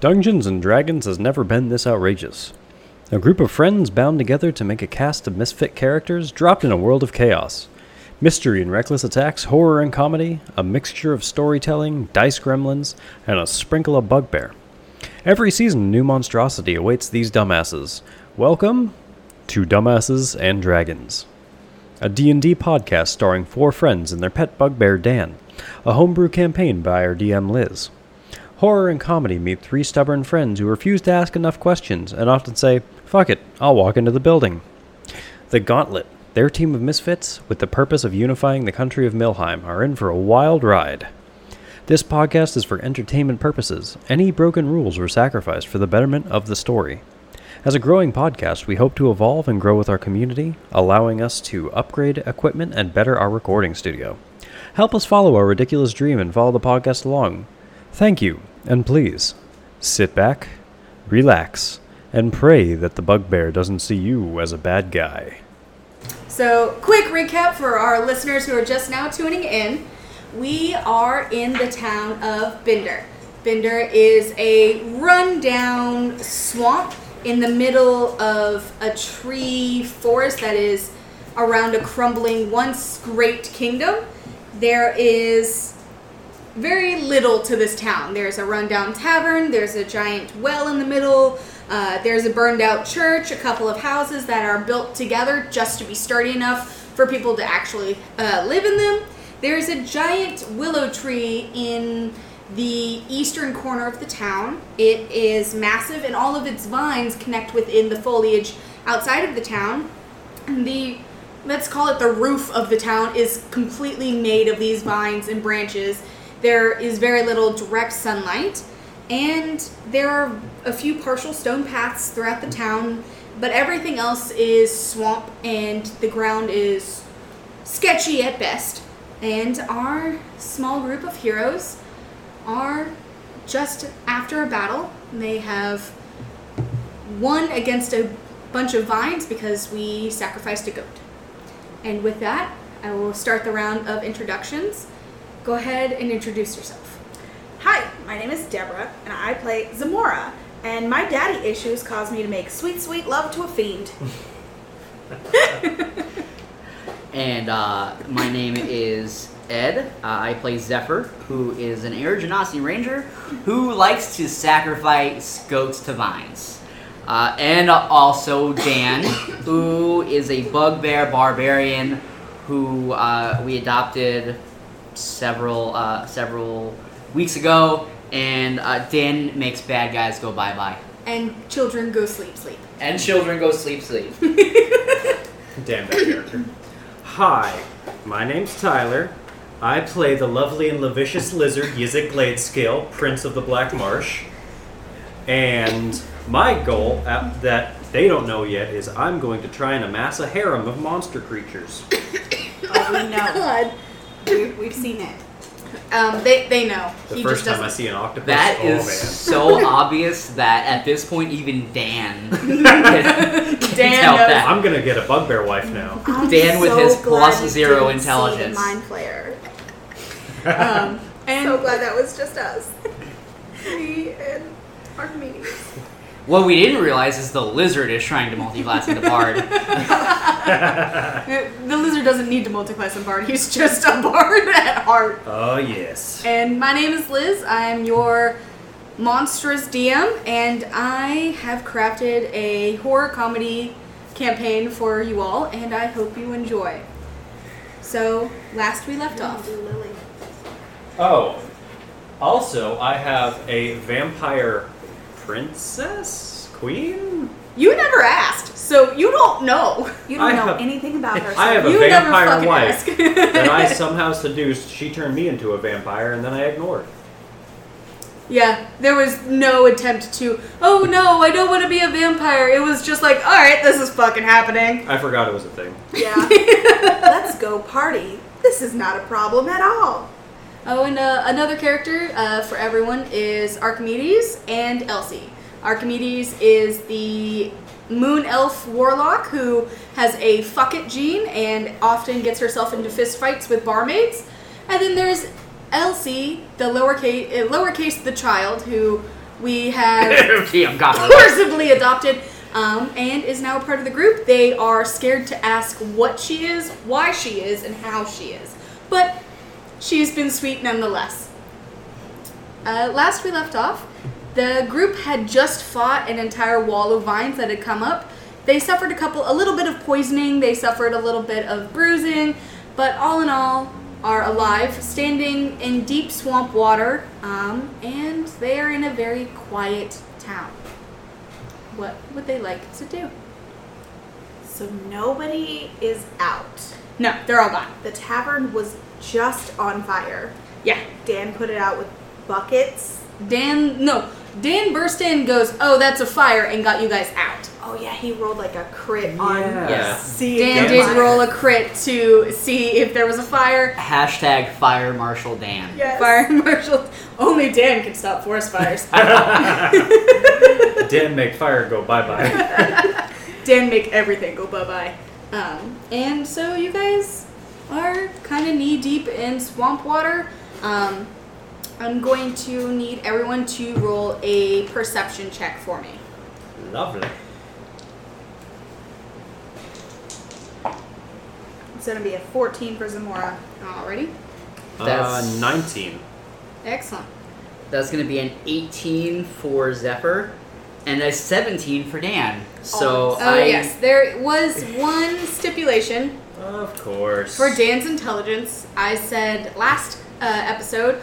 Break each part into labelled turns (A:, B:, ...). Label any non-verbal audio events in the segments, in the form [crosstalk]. A: Dungeons and Dragons has never been this outrageous. A group of friends bound together to make a cast of misfit characters dropped in a world of chaos. Mystery and reckless attacks, horror and comedy, a mixture of storytelling, dice gremlins, and a sprinkle of bugbear. Every season, a new monstrosity awaits these dumbasses. Welcome to Dumbasses and Dragons, a D&D podcast starring four friends and their pet bugbear Dan, a homebrew campaign by our DM Liz. Horror and comedy meet three stubborn friends who refuse to ask enough questions and often say, fuck it, I'll walk into the building. The Gauntlet, their team of misfits, with the purpose of unifying the country of Milheim, are in for a wild ride. This podcast is for entertainment purposes. Any broken rules were sacrificed for the betterment of the story. As a growing podcast, we hope to evolve and grow with our community, allowing us to upgrade equipment and better our recording studio. Help us follow our ridiculous dream and follow the podcast along. Thank you, and please sit back, relax, and pray that the bugbear doesn't see you as a bad guy.
B: So, quick recap for our listeners who are just now tuning in. We are in the town of Binder. Binder is a rundown swamp in the middle of a tree forest that is around a crumbling once great kingdom. There is very little to this town. There's a rundown tavern, there's a giant well in the middle, uh, there's a burned out church, a couple of houses that are built together just to be sturdy enough for people to actually uh, live in them. There's a giant willow tree in the eastern corner of the town. It is massive, and all of its vines connect within the foliage outside of the town. And the let's call it the roof of the town is completely made of these vines and branches. There is very little direct sunlight, and there are a few partial stone paths throughout the town, but everything else is swamp, and the ground is sketchy at best. And our small group of heroes are just after a battle. They have won against a bunch of vines because we sacrificed a goat. And with that, I will start the round of introductions. Go ahead and introduce yourself.
C: Hi, my name is Deborah, and I play Zamora. And my daddy issues caused me to make sweet, sweet love to
B: [laughs]
C: a fiend.
D: And uh, my name is Ed. Uh, I play Zephyr, who is an Air Genasi Ranger who likes to sacrifice goats to vines. Uh, and also Dan, who is a bugbear barbarian who uh, we adopted several uh, several weeks ago. And uh, Dan makes bad guys go bye bye.
B: And children go sleep, sleep.
D: And children go sleep sleep.
E: Damn that character. Hi, my name's Tyler. I play the lovely and lavicious lizard Yizik Gladescale, Prince of the Black Marsh. And my goal at, that they don't know yet is I'm going to try and amass a harem of
B: [laughs]
E: monster creatures.
C: Oh, we know.
B: God, we, we've seen it. Um, they, they know.
E: The
B: he
E: first
B: just
E: time I see an octopus,
D: That
E: oh
D: is [laughs] so obvious that at this point even [laughs] Dan can, can
C: Dan
D: tell
C: knows.
E: man,
D: that.
E: I'm gonna get a bugbear wife now.
C: I'm
D: Dan with
C: so
D: his
C: glad
D: plus
C: you
D: zero
C: didn't see the
D: intelligence.
C: Mind
E: [laughs]
C: player.
B: doesn't. Um, and
C: So glad that was
B: [laughs]
C: just us. Me and Archimedes.
D: What we didn't realize is the lizard is trying to multi-class into [laughs] bard.
B: uh, the lizard doesn't need to multiplex and bard. He's just a [laughs] bard at heart.
E: Oh yes.
B: And my name is Liz. I'm your monstrous DM, and I have crafted a horror comedy campaign for you all, and I hope you enjoy. So, last we left off.
C: Lily.
E: Oh. Also, I have a vampire princess? Queen?
B: You never asked, so you don't know.
C: You don't
E: I
C: know
E: have-
C: anything about her.
E: I have a
B: you
E: vampire
B: never fucking
E: wife.
B: ask.
E: that
B: [laughs]
E: I somehow seduced, she turned me into a vampire, and then I ignored.
B: yeah, there was no attempt to, oh no, I don't want to be a vampire. It was just like, alright, this is fucking happening.
E: I forgot it was a thing.
C: yeah. Let's go party. This is not a problem at all.
B: Oh, and uh, another character uh, for everyone is Archimedes and Elsie. Archimedes is the moon elf warlock who has a fuck it gene and often gets herself into fist fights with barmaids. And then there's Elsie, the lowercase, uh, lowercase the child, who we have
D: Damn, got it.
B: forcibly adopted um, and is now a part of the group. They are scared to ask what she is, why she is, and how she is. But she's been sweet nonetheless. Uh, last we left off, the group had just fought an entire wall of vines that had come up. They suffered a couple, a little bit of poisoning, they suffered a little bit of bruising, but all in all, are alive, standing in deep swamp water, um, and they are in a very quiet town. What would they like to do?
C: So nobody is out.
B: No, they're all gone.
C: The tavern was just on fire.
B: Yeah.
C: Dan put it out with buckets.
B: Dan, no. Dan burst in, goes, oh, that's a fire, and got you guys out.
C: Oh yeah, he rolled like a crit
E: Yeah.
C: on
D: Yeah.
C: seeing
B: Dan
E: Dan
B: did
E: burst-
B: roll a crit to see if there was a fire.
D: Hashtag Fire Marshal Dan.
C: Yes.
B: Fire [laughs] marshal. Only Dan can stop forest fires.
E: Dan make fire go bye bye.
B: Dan make everything go bye bye. Um, and so you guys are kind of knee deep in swamp water. Um, I'm going to need everyone to roll a perception check for me.
E: [laughs] Lovely.
C: It's gonna be a 14 for Zamora.
B: Alrighty.
E: Uh,
D: That's-
E: 19.
B: Excellent.
D: That's gonna be an 18 for Zephyr, and a 17 for Dan. So
B: oh,
D: I
B: yes. There was one stipulation
E: Of course.
B: for Dan's intelligence. I said last uh, episode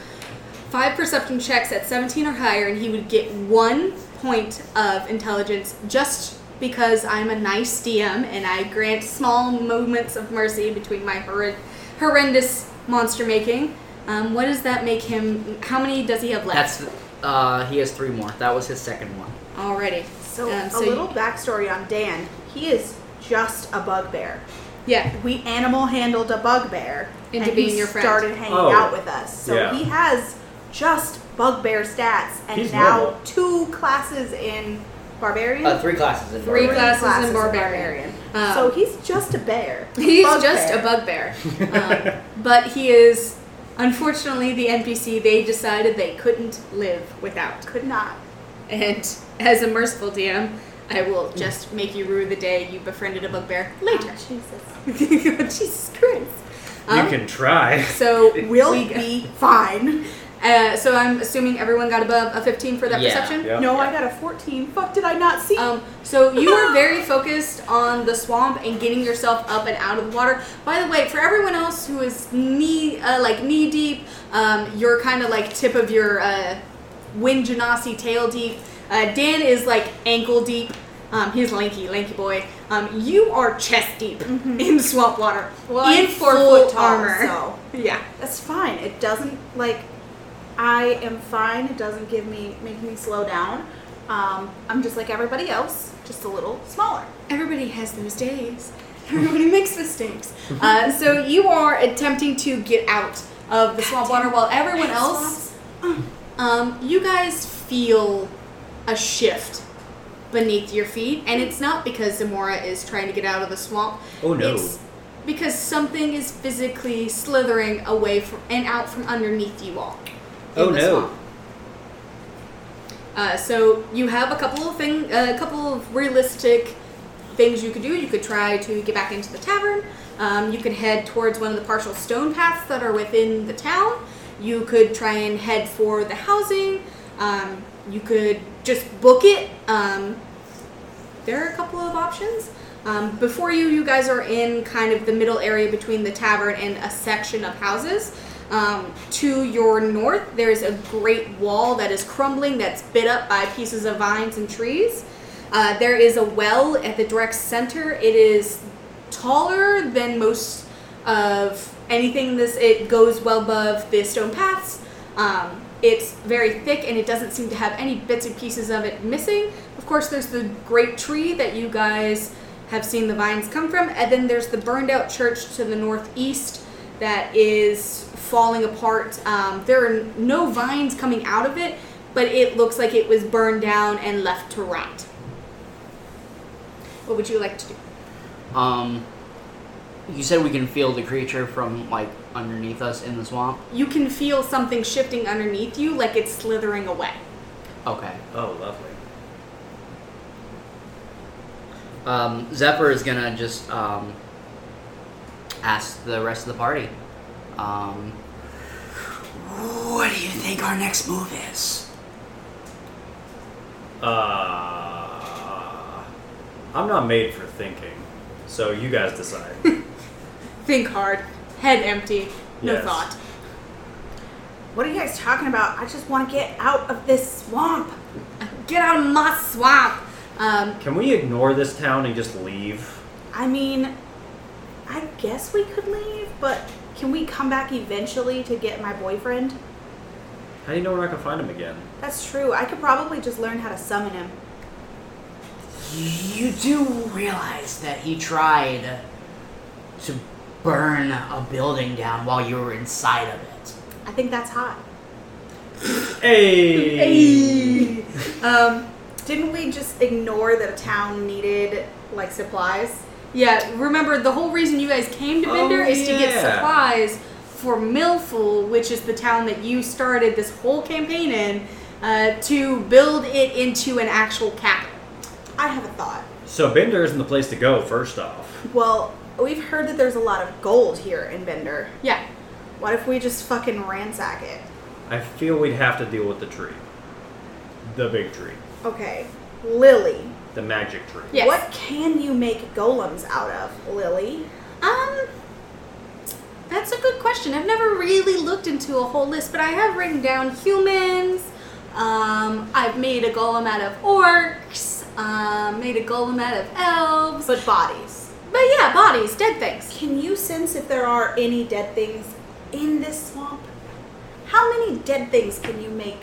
B: five perception checks at 17 or higher, and he would get one point of intelligence just because I'm a nice DM and I grant small moments of mercy between my horrid, horrendous monster making. Um, what does that make him? How many does he have left
D: that's uh, he has three more. That was his second one.
B: already?
C: So
B: Um,
C: a little backstory on Dan. He is just a bugbear.
B: yeah,
C: We animal handled a bugbear
B: Into
C: and
B: being
C: he
B: your friend.
C: started hanging
E: Oh,
C: out with us. So
E: yeah.
C: he has just bugbear stats and
E: He's
C: now
E: normal.
C: two classes in barbarian.
D: Uh, three classes in
B: Three
D: Barbarian.
B: classes. in
C: in
B: barbarian. Um,
C: so he's just a bear.
B: He's
C: Bugbear.
B: just a bugbear. Um, but he is, unfortunately, the NPC they decided they couldn't live without.
C: Could not.
B: And as a merciful DM, I will just make you rue the day you befriended a bugbear later.
C: Oh, Jesus.
B: [laughs] Jesus Christ.
E: You
B: Um,
E: can try. [laughs]
B: so
C: We'll
B: we-
C: be fine.
B: Uh, so I'm assuming everyone got above a 15 for that
D: Yeah.
B: perception.
E: Yep.
C: No, I got a 14. Fuck, did I not see?
B: Um, so you were very focused on the swamp and getting yourself up and out of the water. By the way, for everyone else who is knee uh, like knee deep, um, you're kind of like tip of your uh, wind genasi tail deep. Uh, Dan is like ankle deep. Um, he's lanky, lanky boy. Um, you are chest deep in swamp water
C: Mm-hmm. Well,
B: in
C: I'm four
B: full
C: foot tall,
B: armor.
C: so.
B: [laughs] Yeah.
C: That's fine. It doesn't like I am fine. It doesn't give me make me slow down. Um, I'm just like everybody else, just a little smaller.
B: Everybody has those days. [laughs] Everybody makes mistakes. Uh, so you are attempting to get out of the swamp water while everyone else, um, you guys feel a shift beneath your feet, and it's not because Zamora is trying to get out of the swamp.
E: Oh, no.
B: It's because something is physically slithering away from and out from underneath you all. in
E: Oh,
B: the
E: no.
B: swamp. Uh, so you have a couple of thing, a couple of realistic things you could do. You could try to get back into the tavern. Um, you could head towards one of the partial stone paths that are within the town. You could try and head for the housing. Um, you could just book it. Um, there are a couple of options. Um, before you, you guys are in kind of the middle area between the tavern and a section of houses. Um, to your north, there's a great wall that is crumbling, that's bit up by pieces of vines and trees. Uh, there is a well at the direct center. It is taller than most of anything this it goes well above the stone paths um, it's very thick and it doesn't seem to have any bits and pieces of it missing of course there's the great tree that you guys have seen the vines come from and then there's the burned out church to the northeast that is falling apart um, there are no vines coming out of it but it looks like it was burned down and left to rot what would you like to do
D: Um, you said we can feel the creature from like underneath us in the swamp.
B: you can feel something shifting underneath you like it's slithering away
D: Okay.
E: Oh, lovely.
D: Um, Zephyr is gonna just um, ask the rest of the party. Um, what do you think our next move is?
E: Uh, I'm not made for thinking, so you guys decide.
B: Think hard.
C: Head empty. No
E: Yes.
C: thought. What are you guys talking about? I just want to get out of this swamp.
B: Get out of my swamp. Um,
E: Can we ignore this town and just leave?
C: I mean, I guess we could leave, but can we come back eventually to get my boyfriend?
E: How do you know we're not gonna find him again?
C: That's true. I could probably just learn how to summon him.
D: You do realize that he tried to burn a building down while you were inside of it.
C: I think that's hot.
E: Hey.
C: Um, didn't we just ignore that a town needed like supplies?
B: yeah, remember the whole reason you guys came to
E: Oh,
B: Bender is to get
E: yeah.
B: supplies for Millful, which is the town that you started this whole campaign in, uh, to build it into an actual capital.
C: I have a thought.
E: So Bender isn't the place to go. First off,
C: Well, we've heard that there's a lot of gold here in Bender.
B: Yeah.
C: What if we just fucking ransack it?
E: I feel we'd have to deal with the tree, the big tree,
C: Okay, Lily.
E: the magic tree.
B: Yes.
C: What can you make golems out of, Lily?
B: Um, that's a good question. I've never really looked into a whole list, but I have written down humans. Um, I've made a golem out of orcs. Um, made a golem out of elves.
C: But bodies.
B: But yeah, bodies, dead things.
C: Can you sense if there are any dead things in this swamp? How many dead things can you make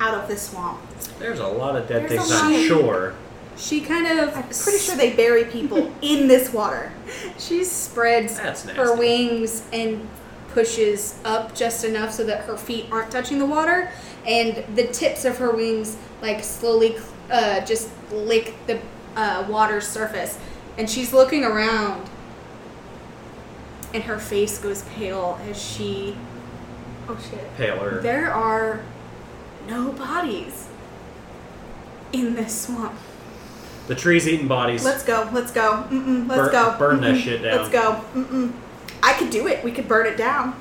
C: out of this swamp?
E: There's a lot of dead
B: There's a
E: things. I'm
B: lot.
E: sure.
B: She kind of. I'm
C: Pretty sure they bury [laughs] people in this water.
B: She spreads
E: That's
B: her
E: nasty.
B: wings and pushes up just enough so that her feet aren't touching the water, and the tips of her wings like slowly uh, just lick the uh, water's surface. And she's looking around, and her face goes pale as she.
C: Oh shit.
E: Paler.
B: There are no bodies in this swamp.
E: The tree's eating bodies.
C: Let's go. Let's go. Mm-mm, let's
E: Bur-
C: go.
E: burn that
C: Mm-mm,
E: shit
C: Let's go. Mm-mm. I could do it. We could burn it down.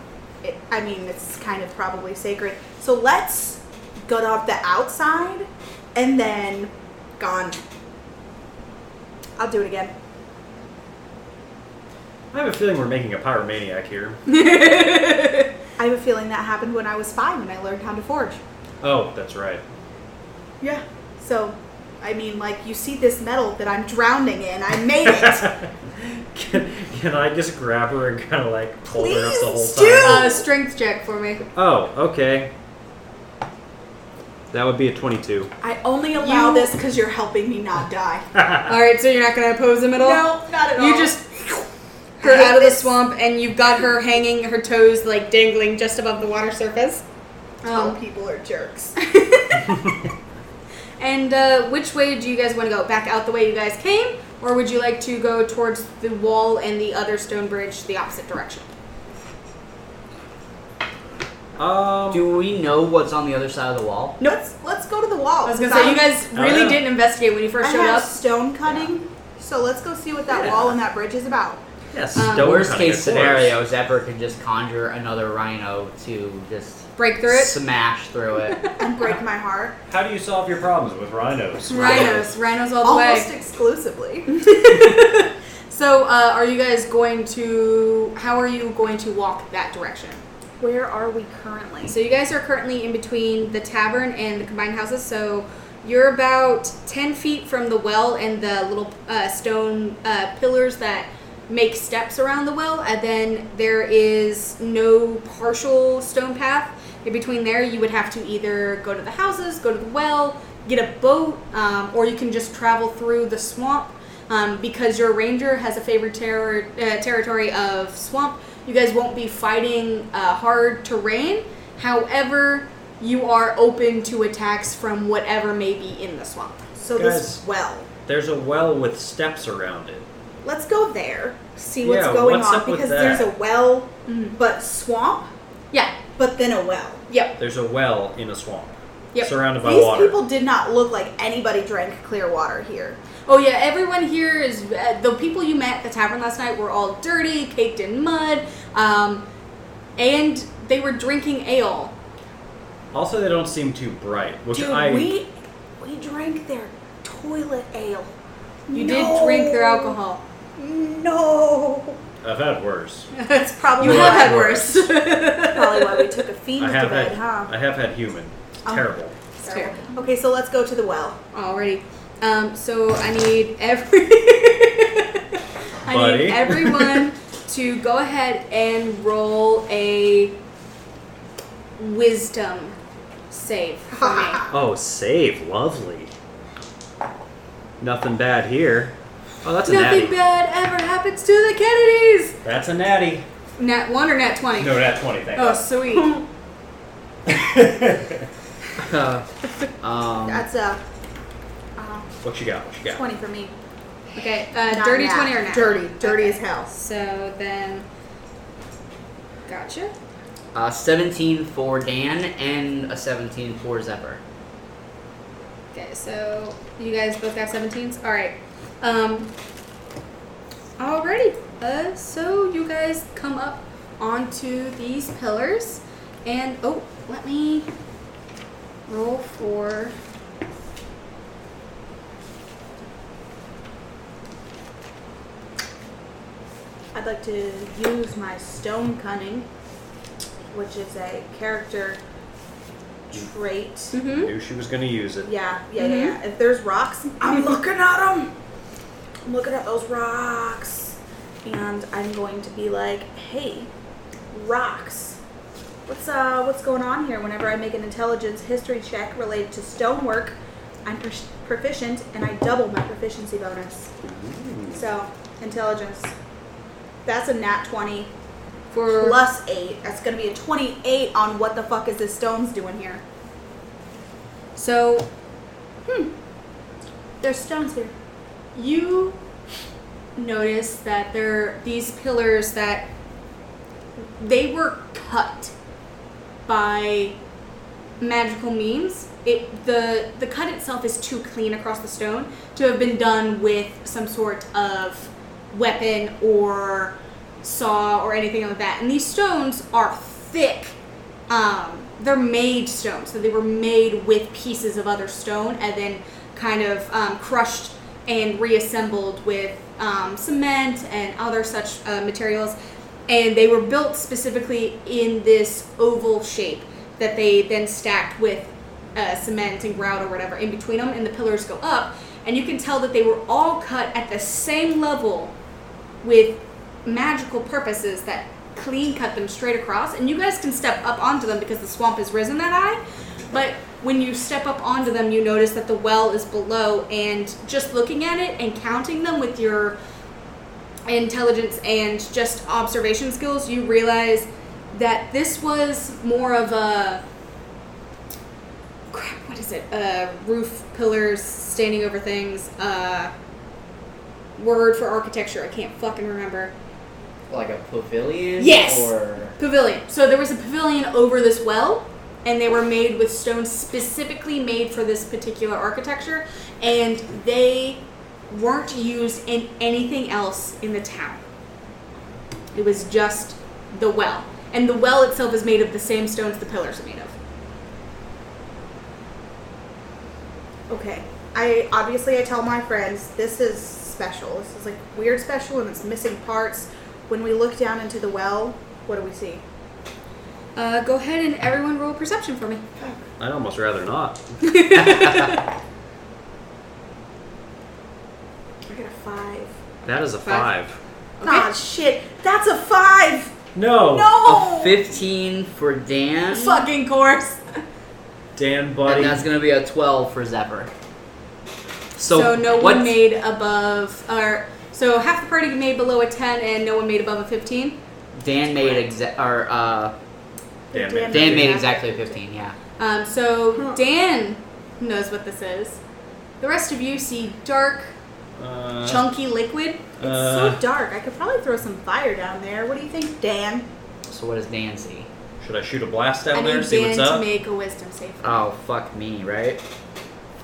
C: It, I mean, it's kind of probably sacred. So let's gut off the outside and then gone. I'll do it again.
E: I have a feeling we're making a pyromaniac here.
C: I have a feeling that happened when I was five and I learned how to forge.
E: oh, that's right. [laughs]
C: Yeah. So, I mean, like, you see this metal that I'm drowning in. I
B: [laughs]
C: made it.
E: Can, can I just grab her and kind of like pull her up the whole
C: Please
E: time?
C: do!
B: Uh, strength check for me.
E: Oh, okay. That would be a 22.
C: I only allow
B: You-
C: this because you're helping me not die.
B: All right, so you're not gonna oppose him at all.
C: not
B: You just her
C: I hate
B: out of the
C: this.
B: swamp, and you've got her hanging, her toes like dangling just above the water surface.
C: Oh,
B: [laughs] Um,
C: people are jerks.
B: and uh, which way do you guys want to go? Back out the way you guys came, or would you like to go towards the wall and the other stone bridge, the opposite direction?
E: Um,
D: Do we know what's on the other side of the wall?
C: No, let's, let's go to the wall.
B: I was gonna
C: 'cause
B: say you guys
E: Oh,
B: really
E: yeah.
B: didn't investigate when you first
C: I
B: showed
C: have
B: up.
C: stone cutting, so let's go see what that
E: Yeah.
C: wall and that bridge is about.
E: yeah,
B: um,
E: stone
D: uh, Worst
E: cutting,
D: case
E: of course.
D: scenario, Zephyr can just conjure another rhino to just
B: Break through it.
D: smash through it.
C: And break my heart
E: How do you solve your problems with
B: [laughs]
E: rhinos?
B: Rhinos, rhinos all the
C: almost
B: way.
C: exclusively.
B: So, uh, are you guys going to? How are you going to walk that direction?
C: Where are we currently?
B: So you guys are currently in between the tavern and the combined houses. So you're about ten feet from the well and the little uh, stone uh, pillars that make steps around the well, and then there is no partial stone path. In between there, you would have to either go to the houses, go to the well, get a boat, um, or you can just travel through the swamp. Um, because your ranger has a favorite terror, uh, territory of swamp, you guys won't be fighting uh, hard terrain. However, you are open to attacks from whatever may be in the swamp.
C: So
E: Guys.
C: this well.
E: There's a well with steps around it.
C: Let's go there, see what's
E: Yeah,
C: going
E: what's
C: on,
E: up with
C: because
E: that?
C: there's a well, but swamp,
B: Yeah.
C: but then a well.
B: Yep.
E: There's a well in a swamp.
B: Yep.
E: surrounded by
C: These
E: water.
C: people did not look like anybody drank clear water here.
B: Oh yeah, everyone here is uh, the people you met at the tavern last night were all dirty, caked in mud, um, and they were drinking ale.
E: Also, they don't seem too bright, which
C: Dude,
E: I
C: we we drank their toilet ale.
B: You
C: No.
B: did drink their alcohol.
C: No.
E: I've had worse.
B: That's
C: probably
B: you
C: why-
B: have had worse. [laughs]
C: Probably why we took [laughs] a fiend
E: I
C: to
E: have
C: bed,
E: had
C: huh?
E: I have had human. It's
C: Oh.
E: terrible.
B: It's terrible.
C: Okay, so let's go to the well.
B: Alrighty. Um, so I need every [laughs] I
E: Buddy.
B: need everyone to go ahead and roll a wisdom save for me.
E: Oh, save, lovely. Nothing bad here. Oh, that's a
B: Nothing
E: natty.
B: bad ever happens to the Kennedys.
E: That's a natty.
B: Nat one or nat twenty?
E: No, nat twenty. Thank
B: Oh sweet.
D: [laughs] um,
C: That's a uh,
E: What you got? What you got?
C: twenty for me.
B: Okay, uh,
C: Not
B: dirty
C: nat.
B: twenty or nat?
C: Dirty, dirty
B: Okay.
C: as hell.
B: So then, gotcha.
D: uh, 17 for Dan and a 17 for Zephyr.
B: Okay, so you guys both got 17s? Alright. Um, alrighty. Uh, so you guys come up onto these pillars. And, oh, let me roll for.
C: I'd like to use my stone cunning, which is a character trait.
E: I
B: Mm-hmm.
E: knew she was gonna use it.
C: Yeah, yeah, yeah, yeah. If there's rocks, I'm looking at them. I'm looking at those rocks. And I'm going to be like, hey, rocks. What's uh what's going on here? Whenever I make an intelligence history check related to stonework, I'm prof- proficient and I double my proficiency bonus. So, intelligence. That's a nat 20
B: For.
C: plus 8. That's going to be a 28 on what the fuck is this stone's doing here.
B: So, hmm,
C: There's stones here.
B: you notice that there these pillars that they were cut by magical means it the the cut itself is too clean across the stone to have been done with some sort of weapon or saw or anything like that and these stones are thick um, they're made stone so they were made with pieces of other stone and then kind of um, crushed and reassembled with um, cement and other such uh, materials and they were built specifically in this oval shape that they then stacked with uh, cement and grout or whatever in between them, and the pillars go up. And you can tell that they were all cut at the same level with magical purposes that clean cut them straight across. And you guys can step up onto them because the swamp has risen that high. But when you step up onto them, you notice that the well is below, and just looking at it and counting them with your intelligence and just observation skills, you realize that this was more of a crap. What is it? Uh, roof pillars standing over things. Uh, word for architecture. I can't fucking remember.
D: Like a pavilion?
B: Yes!
D: Or
B: Pavilion. So there was a pavilion over this well, and they were made with stones specifically made for this particular architecture, and they weren't used in anything else in the town. It was just the well. And the well itself is made of the same stones the pillars are made of.
C: Okay. I obviously I tell my friends this is special. This is like weird special and it's missing parts. When we look down into the well, what do we see?
B: Uh, go ahead and everyone roll perception for me.
E: I'd almost rather not.
C: I got a five.
E: That is a
B: Five.
E: five.
C: Ah shit. That's a five.
E: No.
C: No.
B: Oh!
D: a 15 for Dan.
B: Fucking course.
E: Dan, buddy.
D: And that's going to be a 12 for Zephyr.
B: So,
D: So,
B: no
D: what
B: one made above, or so half the party made below a ten, and no one made above a fifteen.
D: Dan made exa- or uh,
E: Dan,
C: Dan-
D: Dan made
B: Yeah.
D: exactly a 15. Yeah.
B: Um, so
C: Huh.
B: Dan knows what this is. The rest of you see dark,
E: Uh,
B: chunky liquid.
C: It's
E: uh,
C: so dark. I could probably throw some fire down there. What do you think, Dan?
D: So what does Dan see?
E: should Should I shoot a blast down
B: I
E: there?
B: need
E: See
B: Dan
E: what's
B: to
E: up? Uh,
B: make a wisdom save.
D: Oh fuck me, right?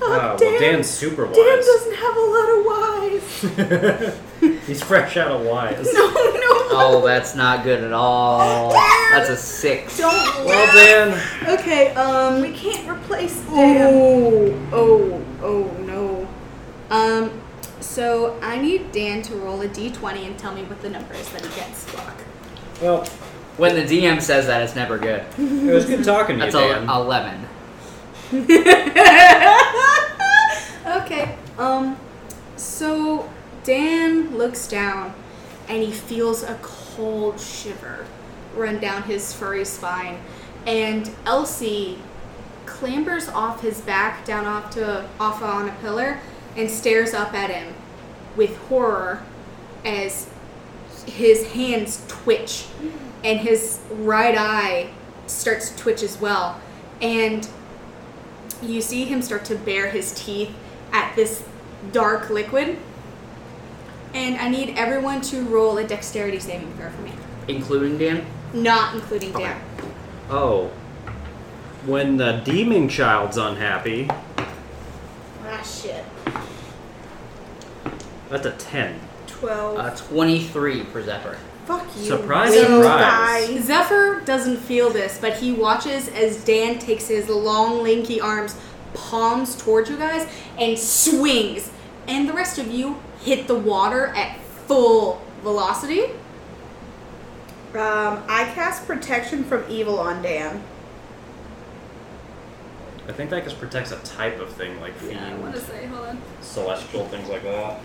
E: oh,
C: Fuck, Dan.
E: well, Dan's super wise.
C: Dan doesn't have a lot of
B: [laughs]
C: wise.
E: [laughs] He's fresh out of wise.
C: No, no.
B: [laughs]
D: Oh, that's not good at all. That's a six.
C: Don't
E: Well,
C: laugh.
E: Dan,
B: Okay, um.
C: We can't replace Dan.
B: Oh, oh, oh no. Um, so I need Dan to roll a d20 and tell me what the number is that he gets.
E: well,
D: When the DM says that, it's never good.
E: it was good talking to you,
D: That's
E: Dan.
D: a, eleven.
B: [laughs] okay, um, so Dan looks down and he feels a cold shiver run down his furry spine, and Elsie clambers off his back down off to off on a pillar and stares up at him with horror as his hands twitch and his right eye starts to twitch as well and you see him start to bare his teeth at this dark liquid and i need everyone to roll a dexterity saving throw for me
D: Including Dan?
B: not including dan
E: Oh. When the demon child's unhappy,
C: Ah, shit.
E: that's a 10.
C: 12.
D: Uh, 23 for Zephyr.
C: Fuck you.
E: surprise,
C: Will
E: surprise.
C: Die.
B: Zephyr doesn't feel this, but he watches as Dan takes his long, lanky arms, palms towards you guys, and swings. And the rest of you hit the water at full velocity.
C: Um, I cast protection from evil on Dan.
E: I think that just protects a type of thing, like fiend,
D: Yeah, I wanna
B: say, hold on.
E: celestial, things like that.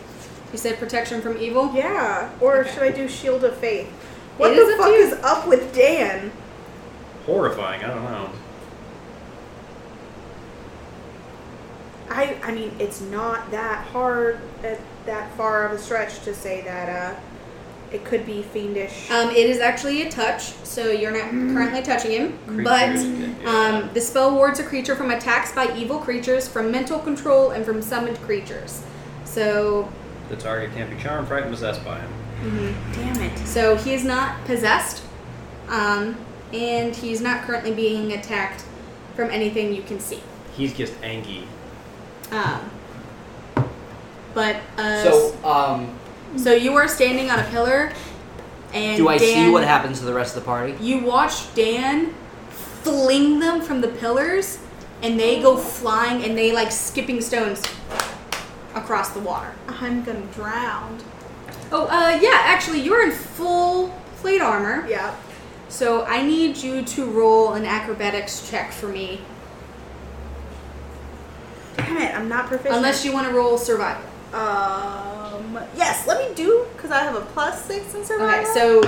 B: You said protection from evil?
C: Yeah. Or
B: Okay.
C: should I do shield of faith? What
B: It is
C: the
B: up to
C: fuck
B: you.
C: is up with Dan?
E: Horrifying, I don't know.
C: I I mean, it's not that hard, at that far of a stretch to say that uh, it could be fiendish.
B: Um, it is actually a touch, so you're not currently touching him.
E: Creature is
B: But
E: good, yeah.
B: um, the spell wards a creature from attacks by evil creatures, from mental control, and from summoned creatures. So
E: the target can't be charmed, frightened, possessed by him.
C: Damn it.
B: So he is not possessed, um, and he's not currently being attacked from anything you can see.
E: He's just angry.
B: Um, but uh,
D: So, um,
B: so you are standing on a pillar, and
D: do I see
B: Dan-
D: what happens to the rest of the party?
B: You watch Dan fling them from the pillars, and they go flying, and they like skipping stones across the water.
C: I'm gonna drown.
B: Oh, uh, yeah, actually, you're in full plate armor.
C: Yeah.
B: So I need you to roll an acrobatics check for me,
C: Damn it. I'm not proficient.
B: unless you want to roll survival.
C: Um. Yes. Let me do because I have a plus six in survival.
B: Okay, so
C: [laughs]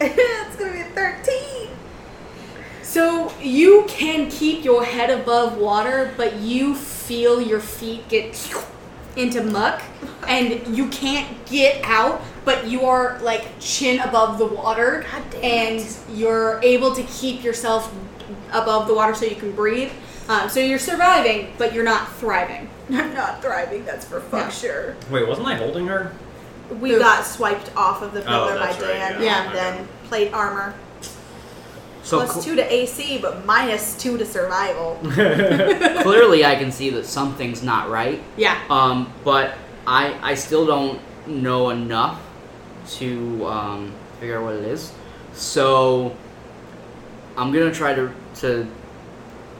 C: it's gonna be a thirteen.
B: so you can keep your head above water, but you feel your feet get into muck, and you can't get out. But you are like chin above the water,
C: God damn
B: and
C: it.
B: you're able to keep yourself above the water so you can breathe. Um, so you're surviving, but you're not thriving.
C: [laughs] I'm not thriving. That's for fuck
B: No.
C: sure.
E: Wait, wasn't I holding
D: [laughs]
E: her? [laughs]
C: We
B: Who?
C: got swiped off of the pillar by
E: Oh, that's right,
C: Dan,
E: yeah.
C: and
E: Yeah.
C: then plate armor.
D: So
C: Plus
D: cl-
C: two to AC, but minus two to survival.
B: [laughs]
D: clearly I can see that something's not right.
B: Yeah.
D: Um, but I I still don't know enough to um, figure out what it is. So I'm gonna try to to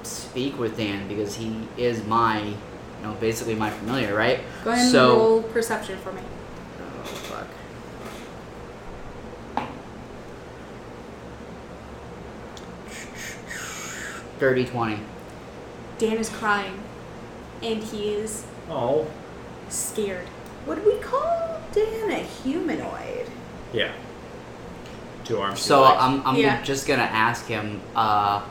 D: speak with Dan because he is my you know basically my familiar, right?
B: Go ahead and
D: so,
B: roll perception for me.
D: Oh fuck. Dirty twenty.
B: Dan is crying, and he is
E: oh.
B: scared.
C: Would we call Dan a humanoid?
E: Yeah. Two arms. two
D: So um,
E: legs.
D: I'm, I'm
B: Yeah.
D: just gonna ask him, uh,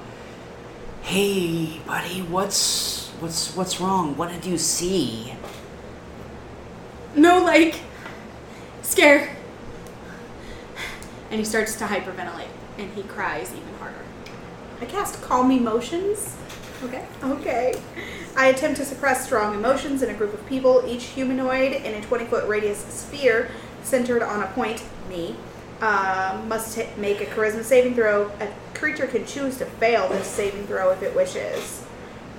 D: hey buddy, what's what's what's wrong? What did you see?
B: No, like, scared. And he starts to hyperventilate, and he cries even harder.
C: I cast Calm Emotions.
B: Okay.
C: Okay. I attempt to suppress strong emotions in a group of people, each humanoid in a 20 foot radius sphere centered on a point, me, uh, must hit, make a charisma saving throw. A creature can choose to fail this saving throw if it wishes.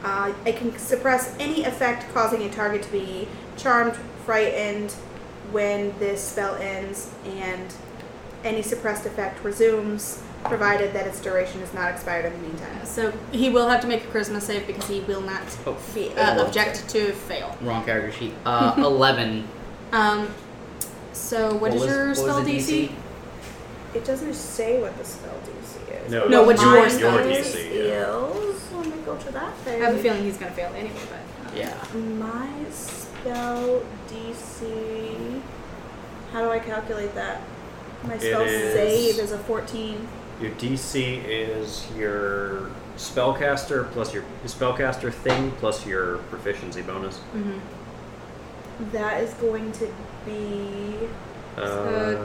C: Uh, it can suppress any effect causing a target to be charmed, frightened when this spell ends, and any suppressed effect resumes, provided that its duration is not expired in the meantime.
B: So he will have to make a charisma save because he will not
D: Oh,
B: be
D: fail.
B: uh, object to fail.
D: Wrong character sheet.
B: [laughs]
D: Uh, 11.
B: Um, so what is
D: was-
B: your
D: was
B: spell
D: the
B: DC?
C: It doesn't say what the spell DC is.
E: No,
B: No, what's
C: Mine
B: yours? Your
C: is
E: DC,
C: Skills. Let me go to that
B: I
C: thing.
B: have a feeling he's gonna fail anyway, but
D: Yeah.
C: My spell DC. How do I calculate that? My
E: It
C: spell
E: is-
C: save is a 14.
E: Your DC is your spellcaster plus your, your spellcaster thing plus your proficiency bonus.
C: That is going to be.
E: Uh,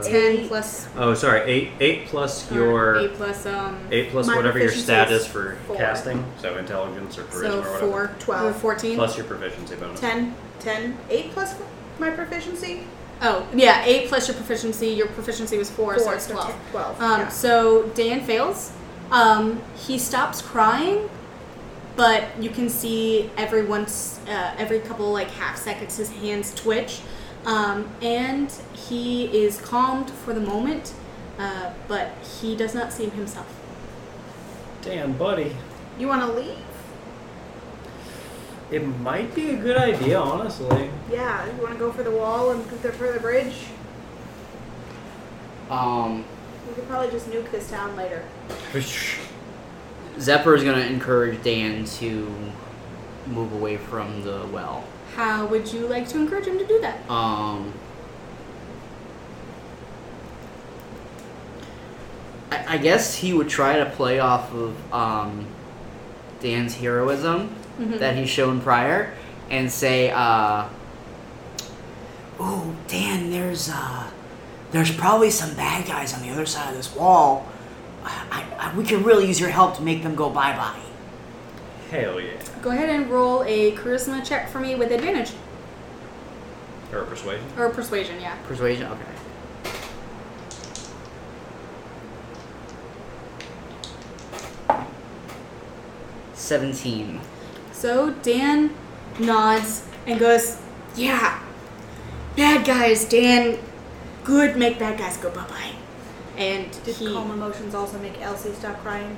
B: so ten
C: Eight.
B: plus
E: oh, sorry, eight eight plus
B: or
E: your
B: eight plus um
E: eight plus
C: My
E: whatever your
C: proficiency
E: stat
C: is
E: is for
C: four.
E: casting, so intelligence or charisma
B: so
E: or whatever.
B: four
C: Twelve.
B: or fourteen.
E: Plus your proficiency bonus.
C: 10. 10. 8 plus my proficiency?
B: Oh yeah, eight plus your proficiency. Your proficiency was four, so it's
C: so
B: twelve.
C: 10 12.
B: Um,
C: yeah.
B: So Dan fails. Um, he stops crying, but you can see every once, uh, every couple like half seconds, his hands twitch, um, and he is calmed for the moment, uh, but he does not seem himself.
E: Dan, buddy,
C: You want to leave?
E: it might be a good idea, honestly.
C: Yeah. You want to go for the wall and go for the bridge?
D: Um,
C: We could probably just nuke this town later.
D: Zephyr is going to encourage Dan to move away from the well.
B: How would you like to encourage him to do that?
D: Um, I, I guess he would try to play off of um, Dan's heroism that he's shown prior and say, uh, "Ooh, Dan, there's uh, there's probably some bad guys on the other side of this wall. I, I, we could really use your help to make them go bye bye."
E: [laughs] Hell yeah.
B: Go ahead and roll a charisma check for me with advantage
E: Or persuasion.
B: or persuasion. Yeah.
D: Persuasion. Okay. Seventeen.
B: So Dan nods and goes, Yeah, bad guys, Dan. Good, make bad guys go bye bye. And
C: Did
B: he.
C: calm emotions also make Elsie stop crying?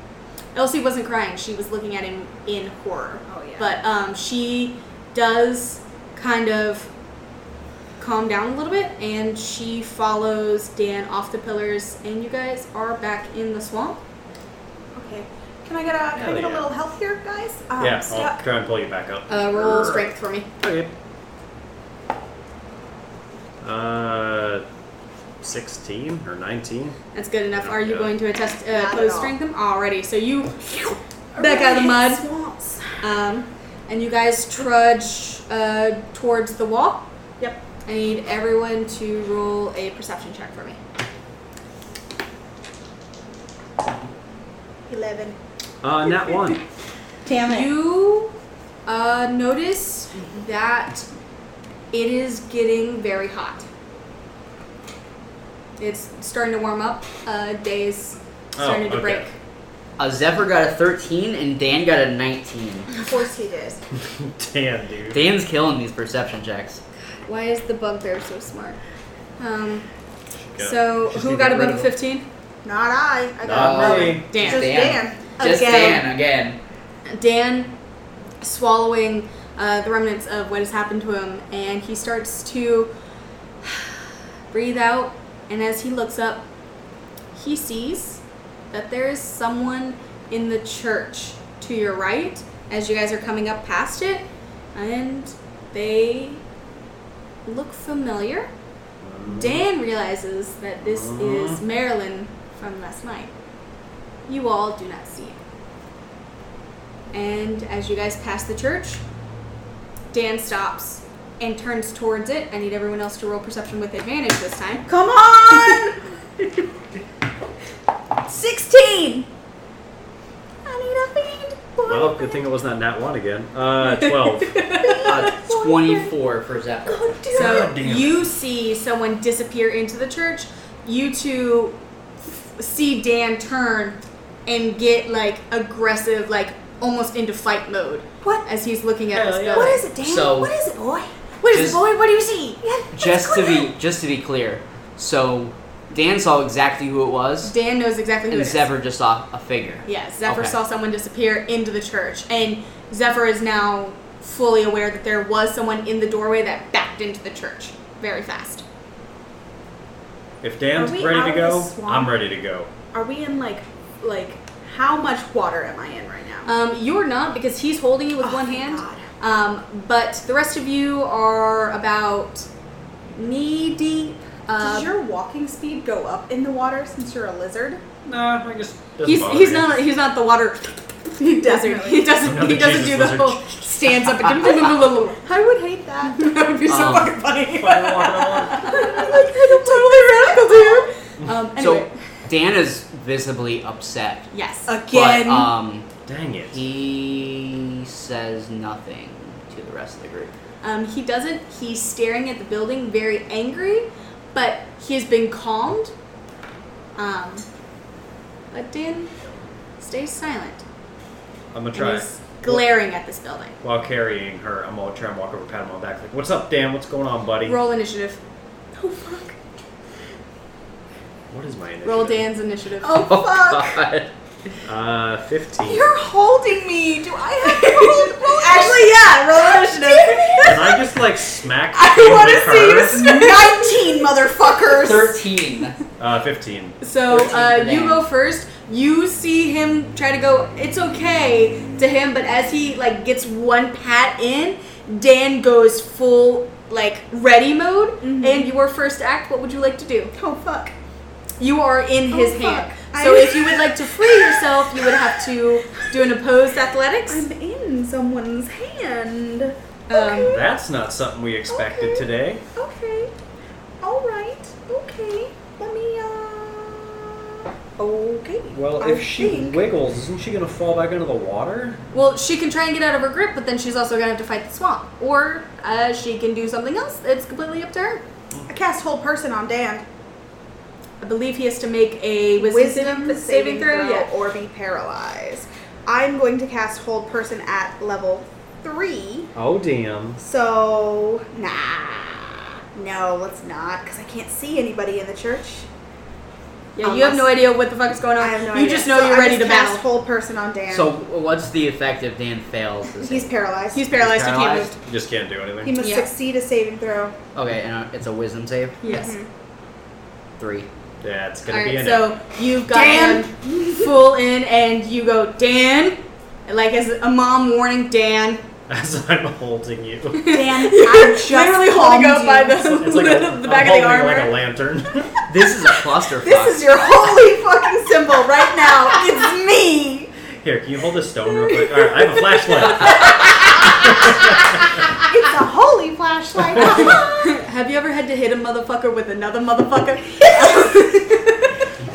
B: Elsie wasn't crying, she was looking at him in horror.
C: Oh, yeah.
B: But um, she does kind of calm down a little bit and she follows Dan off the pillars, and you guys are back in the swamp.
C: Okay. Can I get a, can I
E: Hell
C: get a
E: yeah.
C: little help here, guys? Um,
E: yeah, I'll
C: stuck.
E: try and pull you back up.
B: Ah, Uh, roll strength for me.
E: Okay. Uh, 16 or 19?
B: That's good enough. Are you
E: Yeah.
B: going to attest uh,
C: at
B: close
C: all.
B: strength him? Already. So you back out of the mud.
C: Swamps.
B: Um, and you guys trudge uh, towards the wall.
C: Yep.
B: I need everyone to roll a perception check for me.
C: 11.
E: Uh, nat 1.
C: Damn
B: You uh, notice that it is getting very hot. It's starting to warm up. Uh, days starting to
E: Oh, okay.
B: break.
D: Uh, Zephyr got a thirteen, and Dan got a nineteen.
C: Of course he did.
E: [laughs] Damn, dude.
D: Dan's killing these perception checks.
B: Why is the bugbear so smart? Um,
E: Yeah.
B: so
E: Just
B: who
E: need
B: got
E: to get rid
B: above a
E: of him.
B: fifteen?
C: Not I. I
E: Not
C: got
E: me.
C: another.
B: Dan.
C: Just Dan.
D: Just
B: Again.
D: Dan
B: [laughs]
D: again.
B: Dan swallowing uh, the remnants of what has happened to him, and he starts to [sighs] breathe out. And as he looks up, he sees that there is someone in the church to your right as you guys are coming up past it, and they look familiar. Dan realizes that this is Marilyn from last night. You all do not see it. And as you guys pass the church, Dan stops and turns towards it. I need everyone else to roll perception with advantage this time. [laughs]
C: Come on! 16! I need a fiend.
E: Well, good thing it was not nat 1 again.
C: [laughs]
E: Uh, 12.
D: Uh, Twenty-four for Zephyr.
C: Oh, dude.
B: So
E: Goddamn.
B: you see someone disappear into the church. You two f- see Dan turn and get like aggressive, like almost into fight mode
C: What?
B: as he's looking at
E: Hell
B: this
E: yeah.
B: building.
C: What is it, Danny?
D: So-
C: what is it, boy? What is
D: Just-
C: it, boy? What do you see? Yeah, what's
D: Just to
C: going
D: be just to be clear, so Dan saw exactly who it was,
B: Dan knows exactly who
D: and
B: it is.
D: Zephyr just saw a figure.
B: Yeah, Zephyr
D: Okay.
B: saw someone disappear into the church, and Zephyr is now fully aware that there was someone in the doorway that backed into the church very fast.
E: If Dan's
C: Are we
E: ready
C: out
E: to
C: of
E: go,
C: the swamp?
E: I'm ready to go.
C: on? Are we in like, like, how much water am I in right now?
B: Um, you're not because he's holding you with
C: Oh,
B: one
C: thank
B: hand.
C: God.
B: Um, but the rest of you are about knee deep.
C: Does
B: Uh,
C: your walking speed go up in the water since you're a lizard?
E: Nah, I guess doesn't
B: he's
E: bother
B: he's
E: me. [laughs]
B: not he's not the water. [laughs] He doesn't.
C: Definitely.
B: He doesn't.
E: Another
B: He doesn't
E: Jesus
B: do the
E: lizard.
B: whole stands up and [laughs] that
C: I would
B: [laughs]
C: hate that.
B: would be so
D: Um,
B: fucking
E: [laughs]
B: funny.
E: Fucking walking
B: [laughs]
E: along.
B: totally radical, dude. Um, anyway,
D: So Dan is visibly upset,
B: yes.
D: but
C: Again.
D: um,
E: Dang it.
D: he says nothing to the rest of the group.
B: Um, he doesn't. He's staring at the building, very angry, but he has been calmed. Um, but Dan stays silent.
E: I'm gonna
B: and
E: try.
B: He's glaring at this building.
E: While carrying her, I'm gonna try and walk over, pat him on the back, like, "What's up, Dan? What's going on, buddy?
B: Roll initiative.
C: oh fuck.
E: What is my initiative?
B: Roll Dan's initiative.
C: Oh
D: [laughs]
C: fuck.
D: God.
E: Uh, 15.
C: You're holding me. Do I
B: [laughs]
C: have to hold? Roll Actually, yeah. Roll
E: Can
C: initiative.
E: I just like smack?
C: [laughs] I
E: you
C: want
E: with
C: to
E: her?
C: see you. sn-
B: [laughs]
C: Nineteen motherfuckers.
D: Thirteen.
E: Uh, 15.
B: So
D: Thirteen
B: uh,
D: for
B: you
D: Dan.
B: go first. You see him try to go. It's okay to him, but as he like gets one pat in, Dan goes full like ready mode.
C: Mm-hmm.
B: And your first act. What would you like to do?
C: Oh fuck.
B: You are in
C: Oh,
B: his
C: fuck.
B: hand.
C: I-
B: So if you would like to free yourself, you would have to do an opposed athletics.
C: I'm in someone's hand.
B: Um,
E: That's not something we expected
C: Okay.
E: today.
C: Okay. All right. Okay. Let me. uh... Okay.
E: Well,
C: I
E: if she
C: think-
E: wiggles, isn't she gonna fall back into the water?
B: well, she can try and get out of her grip, but then she's also gonna have to fight the swamp, or uh, she can do something else. It's completely up to her.
C: I cast whole person on Dan.
B: I believe he has to make a wisdom, saving throw. Yeah.
C: or be paralyzed. I'm going to cast hold person at level three.
E: Oh damn!
C: So nah, no, let's not, because I can't see anybody in the church.
B: yeah, you have no idea what the fuck is going on.
C: I have no
B: you
C: idea.
B: just know
C: So
B: you're
C: I
B: ready
C: just
B: to
C: cast
B: battle.
C: Hold person on Dan.
D: So what's the effect if Dan fails? the
C: he's
D: save?
C: paralyzed.
B: He's paralyzed. He can't
D: Paralyzed?
B: move.
E: You just can't do
C: he
E: anything.
C: must
B: Yeah.
C: succeed a saving throw.
D: okay, and uh, it's a wisdom save. Mm-hmm.
B: Yes.
C: Mm-hmm.
D: Three.
E: That's
B: All
E: gonna be
B: right.
E: an
B: So you've got
C: Dan!
B: him full in, and you go Dan, like as a mom warning, Dan.
E: [laughs] as I'm holding
B: [laughs]
E: you.
C: [laughs] Dan, I'm just
B: literally holding
C: calmed
B: up by
C: you.
B: the,
E: It's
B: [laughs]
E: like a,
B: the back
E: I'm
B: of the
E: holding
B: armor.
E: like a lantern. [laughs]
D: This
C: [laughs]
D: is a clusterfuck.
C: This is your holy fucking symbol right now. It's me.
E: Here, can you hold this stone real quick? All right, I have a flashlight.
C: It's a holy
B: [laughs]
C: flashlight.
B: Have you ever had to hit a motherfucker with another motherfucker?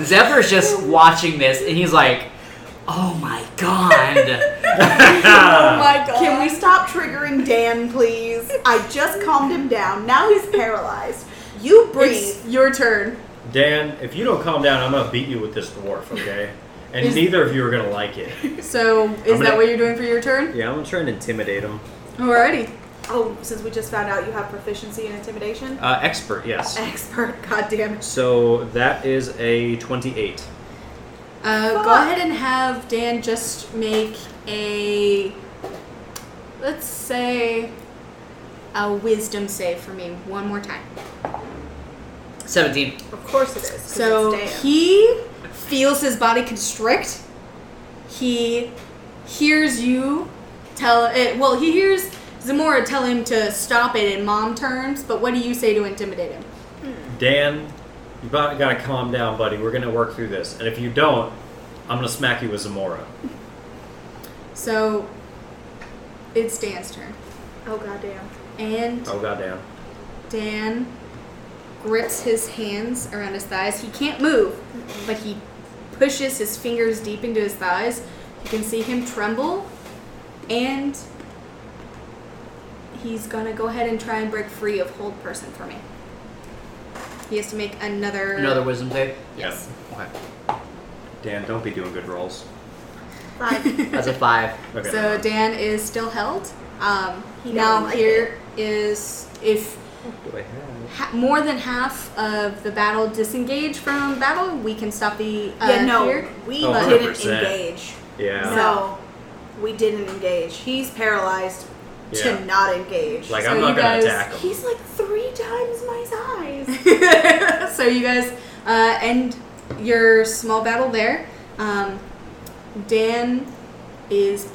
D: Zephyr's just watching this, and he's like, "Oh my god." [laughs]
C: Oh
B: [laughs]
C: my god. Can we stop triggering Dan, please? I just calmed him down. Now he's paralyzed. You breathe.
B: It's your turn.
E: [laughs] Dan, if you don't calm down, I'm gonna beat you with this dwarf, okay? And
B: Is-
E: neither of you are gonna
B: [laughs]
E: like it.
B: So is
E: gonna-
B: that what you're doing for your turn?
E: Yeah, I'm gonna try and intimidate him.
B: Alrighty.
C: Oh, since we just found out you have proficiency in intimidation?
E: Uh, expert, yes.
C: Expert, goddamn.
E: So that is a 28.
B: Uh, go
C: Fuck.
B: ahead and have Dan just make a let's say a wisdom save for me one more time.
D: Seventeen.
C: Of course it is. 'cause
B: So
C: it's Dan.
B: he feels his body constrict. He hears you tell it. Well, he hears Zamora tell him to stop it in mom terms. But what do you say to intimidate him?
E: Dan, you about gotta calm down, buddy. We're gonna work through this. And if you don't, I'm gonna smack you with Zamora.
B: So it's Dan's turn, [laughs]
C: Oh, goddamn.
B: and
E: Oh goddamn.
B: Dan grips his hands around his thighs. He can't move, but he pushes his fingers deep into his thighs. You can see him tremble, and he's gonna go ahead and try and break free of hold person for me. He has to make another.
D: Another wisdom save.
E: Yes.
D: Okay.
E: Dan, don't be doing good rolls.
B: [laughs]
C: Five.
D: That's a five.
E: Okay.
B: So Dan is still held. Um,
C: He
B: now
C: don't like
B: here is if
E: do I have?
B: ha- more than half of the battle disengage from battle, we can stop the uh,
C: yeah, no,
B: here.
C: we
E: Oh,
C: didn't
E: 100%.
C: engage.
E: Yeah.
C: No, we didn't engage. He's paralyzed
E: Yeah.
C: to not engage.
E: Like
B: So
E: I'm
B: you
E: not gonna
B: guys-
E: attack him.
C: he's like three times my
B: [laughs]
C: size.
B: so you guys uh, end your small battle there. Um, Dan is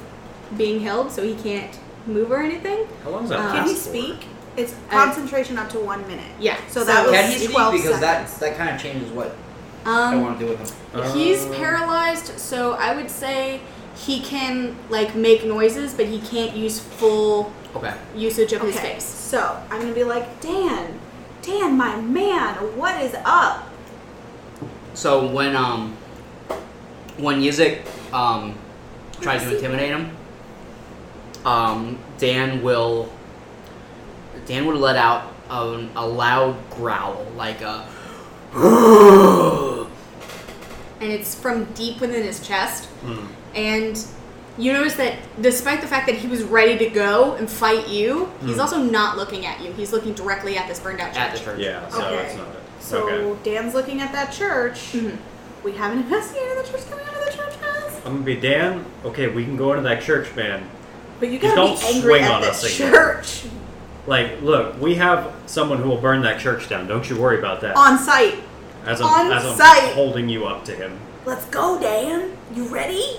B: being held, so he can't move or anything.
E: How long's that
B: Um,
E: last
C: uh, Can he
E: for?
C: speak? It's
B: Uh,
C: concentration up to one minute.
B: Yeah.
C: So that was
D: Can he speak?
C: 12
D: Because that
C: seconds.
D: that kind of changes what I
B: Um,
D: want to do with him.
B: he's
E: Um,
B: paralyzed, so I would say he can like make noises, but he can't use full
C: Um,
D: Okay.
B: usage of his
C: Okay,
B: face.
C: so I'm gonna be like, Dan, Dan, my man, what is up?
D: So when um when Yizik um tries to intimidate him, um Dan will Dan would let out a, a loud growl like a [gasps]
B: And it's from deep within his chest.
E: hmm.
B: And you notice that despite the fact that he was ready to go and fight you, he's
E: Mm.
B: also not looking at you. He's looking directly at this burned out
D: Hmm. at the
B: church.
D: church.
E: Yeah, so
C: Okay.
E: it's not it.
C: So
E: okay.
C: Dan's looking at that church.
B: Mhm.
C: We haven't investigated the church coming out of the church house.
E: I'm gonna be Dan. Okay, we can go into that church, man.
C: But you
E: Just
C: gotta
E: don't
C: be angry
E: swing
C: at
E: on
C: the
E: us again.
C: church
E: Like, look, we have someone who will burn that church down. Don't you worry about that.
C: on site.
E: as I'm,
C: on
E: as I'm
C: site.
E: holding you up to him.
C: Let's go, Dan. You ready?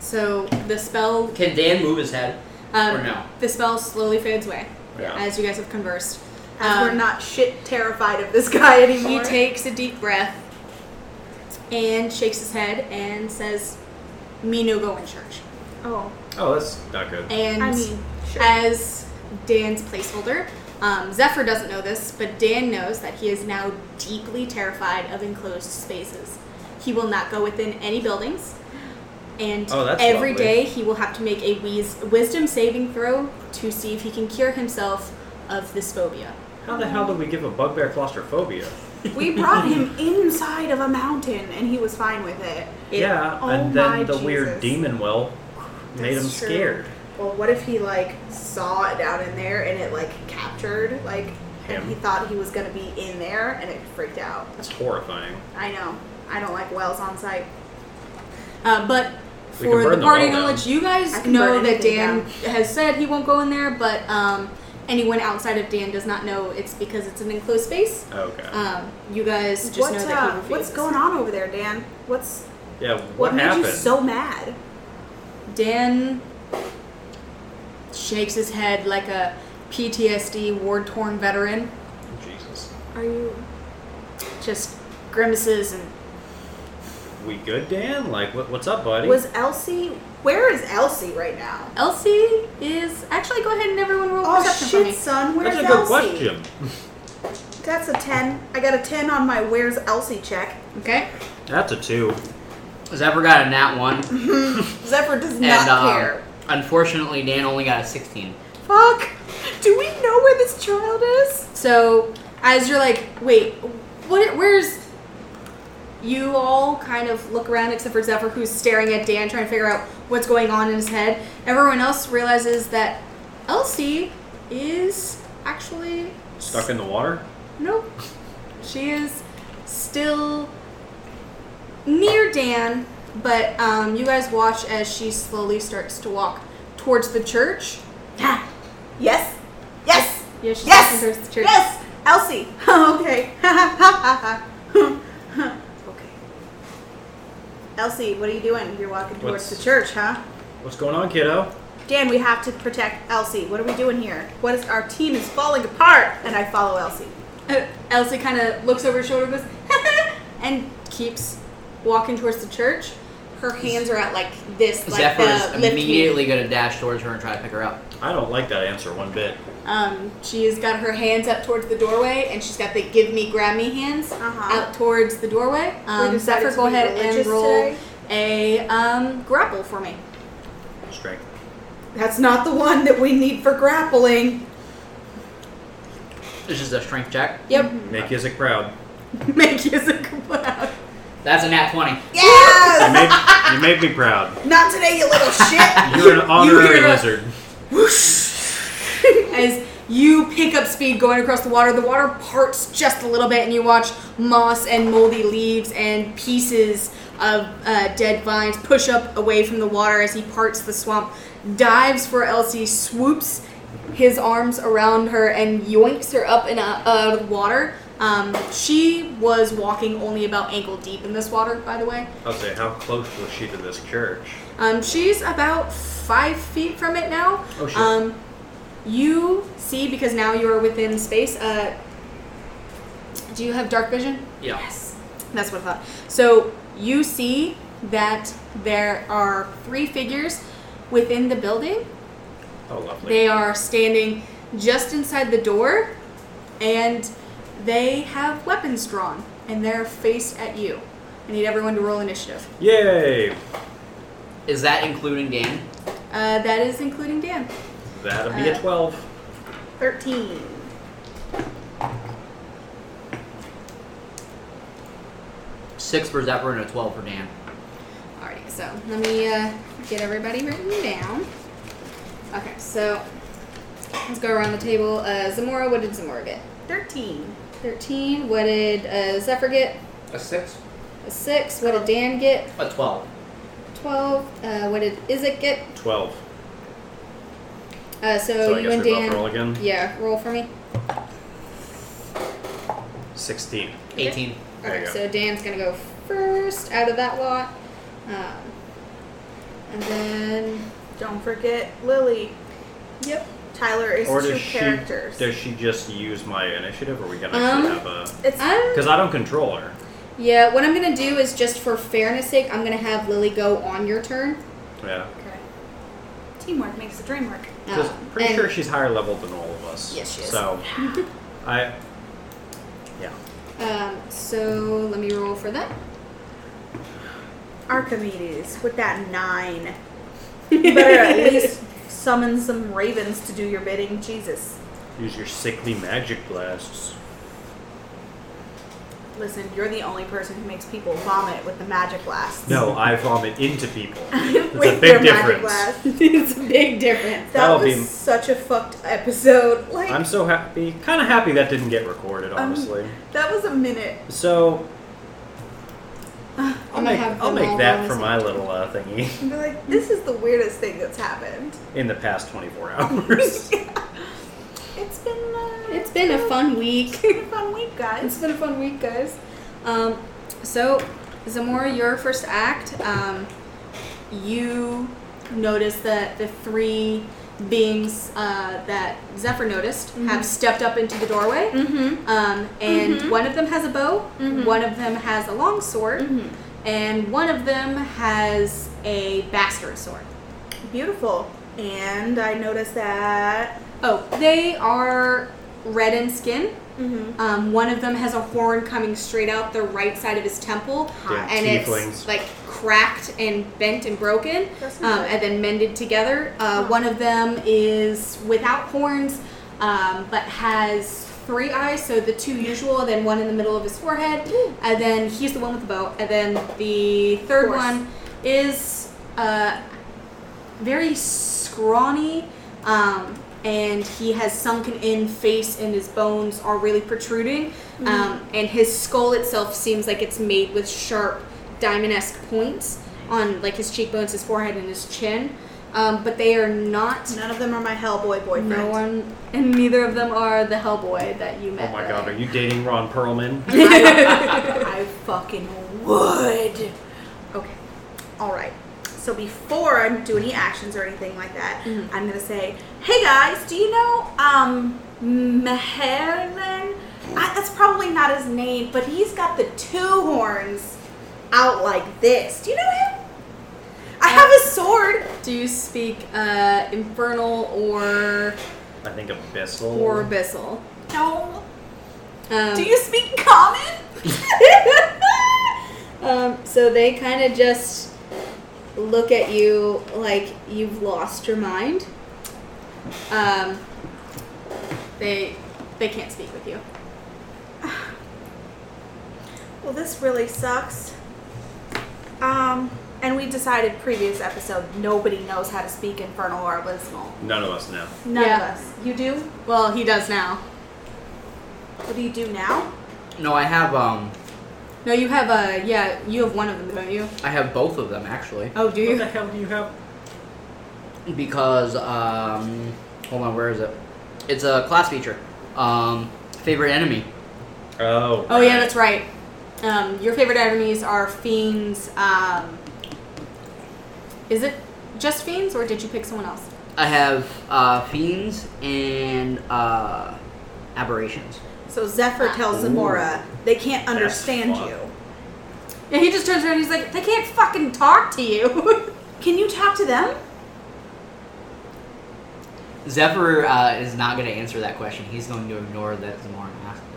B: So the spell,
D: Can Dan move his head?
B: um,
D: Or no.
B: the spell slowly fades away
E: Yeah.
B: as you guys have conversed.
C: As
B: Um,
C: we're not shit terrified of this guy anymore.
B: He takes a deep breath and shakes his head and says, "Me no go in church."
C: Oh,
E: Oh, that's not good.
B: And
C: I mean, sure.
B: as Dan's placeholder, um, Zephyr doesn't know this, but Dan knows that he is now deeply terrified of enclosed spaces. He will not go within any buildings, and every
E: Oh,
B: day
E: that's lovely.
B: he will have to make a wis- wisdom saving throw to see if he can cure himself of this phobia.
E: How the hell did we give a bugbear claustrophobia?
C: we brought him inside of a mountain and he was fine with it.
B: It-
E: yeah,
C: oh
E: and then
C: my
E: the
C: Jesus.
E: weird demon well made him
C: That's true.
E: scared.
C: Well, what if he like saw it down in there and it like captured like
E: Him.
C: and he thought he was gonna be in there and it freaked out.
E: That's horrifying.
C: I know. I don't like wells on site.
B: Uh, but
E: We can
B: for
E: burn
B: the
E: the
B: party
E: well down.
B: knowledge, you
C: I
B: guys
C: can
B: know
C: burn
B: that
C: anything
B: Dan
C: down.
B: has said he won't go in there, but um, anyone outside of Dan does not know it's because it's an enclosed space.
E: Okay.
B: Um, you guys just
C: What,
B: know that he
C: uh,
B: refuses.
C: what's going on over there, Dan? What's
E: yeah, what,
C: what, made
E: happened?
C: you so mad?
B: Dan shakes his head like a PTSD war torn veteran,
E: Jesus.
C: Are you
B: just grimaces and
E: We good, Dan? Like, what, what's up, buddy?
C: was Elsie where is Elsie right now?
B: Elsie is actually go ahead and everyone roll
C: Oh
B: perception for me.
C: shit, son, where's
E: That's a good
C: Elsie?
E: question.
C: That's a ten. I got a ten on my where's Elsie check.
B: Okay.
E: That's a two.
D: Zephyr got a nat one,
C: Zephyr does
D: and
C: not
D: um,
C: care.
D: unfortunately Dan only got a sixteen.
C: Fuck! Do we know where this child is? [gasps]
B: So as you're like, wait, what? Where's? You all kind of look around, except for Zephyr, who's staring at Dan, trying to figure out what's going on in his head. Everyone else realizes that Elsie is actually
E: Stuck in the water?
B: Nope, she is still near Dan, but um, you guys watch as she slowly starts to walk towards the church.
C: Yeah. Yes. Yes.
B: Yeah, she's
C: Yes.
B: walking towards the church.
C: Yes. Elsie. [laughs] okay. okay. Elsie, what are you doing? You're walking towards
E: What's-
C: the church, huh?
E: What's going on, kiddo?
C: Dan, we have to protect Elsie. What are we doing here? What is our team is falling apart? And I follow Elsie.
B: Uh, Elsie kind of looks over her shoulder and goes, and keeps walking towards the church. Her hands are out like this, like
D: Zephyr
B: the
D: is
B: lift me.
D: immediately gonna dash towards her and try to pick her up.
E: I don't like that answer one bit.
B: Um, she's got her hands up towards the doorway, and she's got the give me, grab me hands
C: Uh-huh.
B: out towards the doorway. Um,
C: decided
B: Zephyr,
C: to
B: go
C: be
B: ahead and
C: religious
B: roll
C: today.
B: a um, grapple for me.
E: Strength.
C: That's not the one that we need for grappling.
D: This is a strength check.
B: Yep,
E: Make Isaac proud.
B: make you a cloud.
D: That's a nat 20.
E: You
C: Yes!
E: made, you made me proud.
C: Not today, you little [laughs] shit.
E: You're an honorary
B: hear a-
E: lizard.
B: As you pick up speed going across the water, the water parts just a little bit, and you watch moss and moldy leaves and pieces of uh, dead vines push up away from the water as he parts the swamp, dives for Elsie, swoops his arms around her, and yoinks her up in a, out of the water. Um, she was walking only about ankle deep in this water, by the way.
E: I'll say, how close was she to this church?
B: Um, she's about five feet from it now.
E: Oh, shit.
B: Um, you see, because now you are within space. Uh, do you have dark vision?
D: Yeah.
B: Yes, that's what I thought. So you see that there are three figures within the building.
E: Oh, lovely.
B: They are standing just inside the door, and they have weapons drawn, and they're faced at you. I need everyone to roll initiative.
E: Yay!
D: Is that including Dan?
B: Uh, that is including Dan.
E: That'll be a
B: Uh,
E: 12.
C: 13.
D: Six for Zephyr and a 12 for Dan.
B: Alrighty, so let me uh, get everybody written down. Okay, so let's go around the table. Uh, Zamora, what did Zamora get?
C: 13.
B: 13. What did uh, Zephyr get?
D: A six?
B: A 6. What did Dan get?
D: A 12.
B: 12. Uh, what did Isaac get?
E: 12.
B: Uh, so,
E: so I
B: you
E: guess
B: and
E: we both
B: Dan.
E: roll again.
B: Yeah, roll for me.
E: 16.
D: 18.
E: There you
B: Alright,
E: go.
B: so Dan's gonna go first out of that lot. Um, and then.
C: Don't forget Lily.
B: Yep.
C: Tyler is
E: Or
C: two
E: does she,
C: characters.
E: does she just use my initiative, or are we going to actually
B: Um,
E: have a...
C: it's
B: I'm
E: Because I don't control her.
B: Yeah, what I'm gonna do is just for fairness sake, I'm gonna have Lily go on your turn.
E: Yeah.
C: okay. Teamwork makes the dream work.
E: Because
B: Um,
E: pretty
B: and-
E: sure she's higher level than all of us.
B: Yes, she is. [laughs]
E: So, I... Yeah.
B: Um, so let me roll for that.
C: Archimedes with that [laughs] nine. You better at least summon some ravens to do your bidding. Jesus.
E: Use your sickly magic blasts.
C: Listen, you're the only person who makes people vomit with the magic blast. [laughs]
E: No, I vomit
B: [laughs]
E: into people. It's
C: with
E: a
C: your
E: big
C: magic
E: difference.
B: [laughs]
C: blast.
B: it's a big difference.
C: That
E: That'll
C: was
E: be-
C: such a fucked episode. [laughs] Like
E: I'm so happy. Kind of happy that didn't get recorded,
C: Um,
E: honestly.
C: that was a minute.
E: so, I'll
B: gonna
E: make,
B: uh, have them
E: I'll
B: all
E: make
B: roll
E: that for
B: this
E: my little uh, thingy. [laughs]
C: And be like, this is the weirdest thing that's happened.
E: in the past 24
B: [laughs]
E: hours.
C: It's been uh,
B: It's been a
C: [laughs]
B: fun week.
C: been a fun week,
B: it's
C: guys.
B: been a fun week, guys. Um, so Zamora, your first act, um, you notice that the three beings uh, that Zephyr noticed have stepped up into the doorway.
C: Mm-hmm.
B: Um, and
C: Mhm.
B: one of them has a bow,
C: Mhm.
B: one of them has a long sword,
C: Mhm.
B: Mm-hmm. and one of them has a bastard sword.
C: Beautiful. And I noticed that.
B: Oh, they are red in skin.
C: Mm-hmm.
B: Um, one of them has a horn coming straight out the right side of his temple,
E: Damn
B: and
E: tieflings.
B: it's like cracked and bent and broken,
C: That's
B: um, and then mended together. Uh, One of them is without horns, um, but has three eyes, so the two usual, and then one in the middle of his forehead, and then he's the one with the bow, and then the third
C: Horse.
B: one is uh, very scrawny, um, and he has sunken in face, and his bones are really protruding.
C: Mm-hmm.
B: Um, and his skull itself seems like it's made with sharp, diamond-esque points on like his cheekbones, his forehead, and his chin. Um, but they are not.
C: None of them are my Hellboy boyfriend.
B: No one, and neither of them are the Hellboy that you
E: oh
B: met.
E: my
B: earlier. [laughs]
E: god, are you dating Ron Perlman?
C: [laughs] I fucking would. Okay. All right. So before I do any actions or anything like that, I'm gonna say, "Hey guys, do you know um Mahalan? I, that's probably not his name, but he's got the two horns out like this. Do you know him? I have a sword.
B: Do you speak uh, infernal or
E: I think Abyssal.
B: or abyssal?
C: No.
B: Um,
C: Do you speak common? [laughs]
B: um, so they kind of just look at you like you've lost your mind. Um, they they can't speak with you.
C: well, this really sucks. Um, and we decided previous episode nobody knows how to speak infernal or abysmal.
E: None of us know.
C: None
B: Yeah.
C: of us. You do?
B: Well, he does now.
C: What do you do now?
D: No, I have um,
B: No, you have a yeah. You have one of them, don't you?
D: I have both of them actually
B: Oh, do
E: What
B: you?
E: the hell do you have?
D: because um, hold on, where is it? It's a class feature. Um, favorite enemy.
E: Oh.
B: Oh yeah, that's right. Um, your favorite enemies are fiends. Um, is it just fiends, or did you pick someone else?
D: I have uh, fiends and uh, aberrations.
C: So Zephyr tells
D: Ooh.
C: Zamora they can't understand
E: fun.
C: you.
B: Yeah, he just turns around. and He's like, they can't fucking talk to you. [laughs]
C: Can you talk to them?
D: Zephyr uh, is not going to answer that question. He's going to ignore that Zamoran asked. it.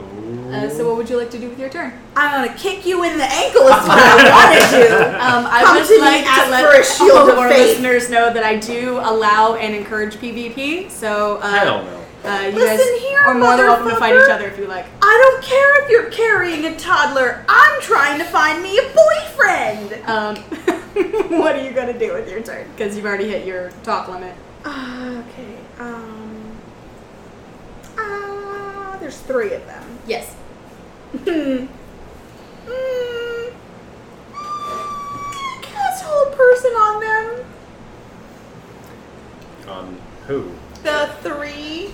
E: Ooh.
B: uh, so, what would you like to do with your turn?
C: I'm gonna kick you in the ankle is what I wanted to.
B: Um, I
C: Come
B: would
C: to me,
B: like
C: ask
B: to let
C: for a shield
B: all
C: of
B: of our
C: faith.
B: listeners know that I do allow and encourage PvP. So, uh,
E: Hell no.
B: uh, you
C: Listen
B: guys
C: here,
B: are more than welcome to fight
C: motherfucker.
B: each other if you like.
C: I don't care if you're carrying a toddler. I'm trying to find me a boyfriend.
B: Um, [laughs]
C: What are you gonna do with your turn?
B: because you've already hit your talk limit.
C: Uh, okay. Um. Uh, there's three of [laughs] them.
B: Yes.
C: Hmm. Hmm. Hmm, Cast whole person on them.
E: On who?
C: The three.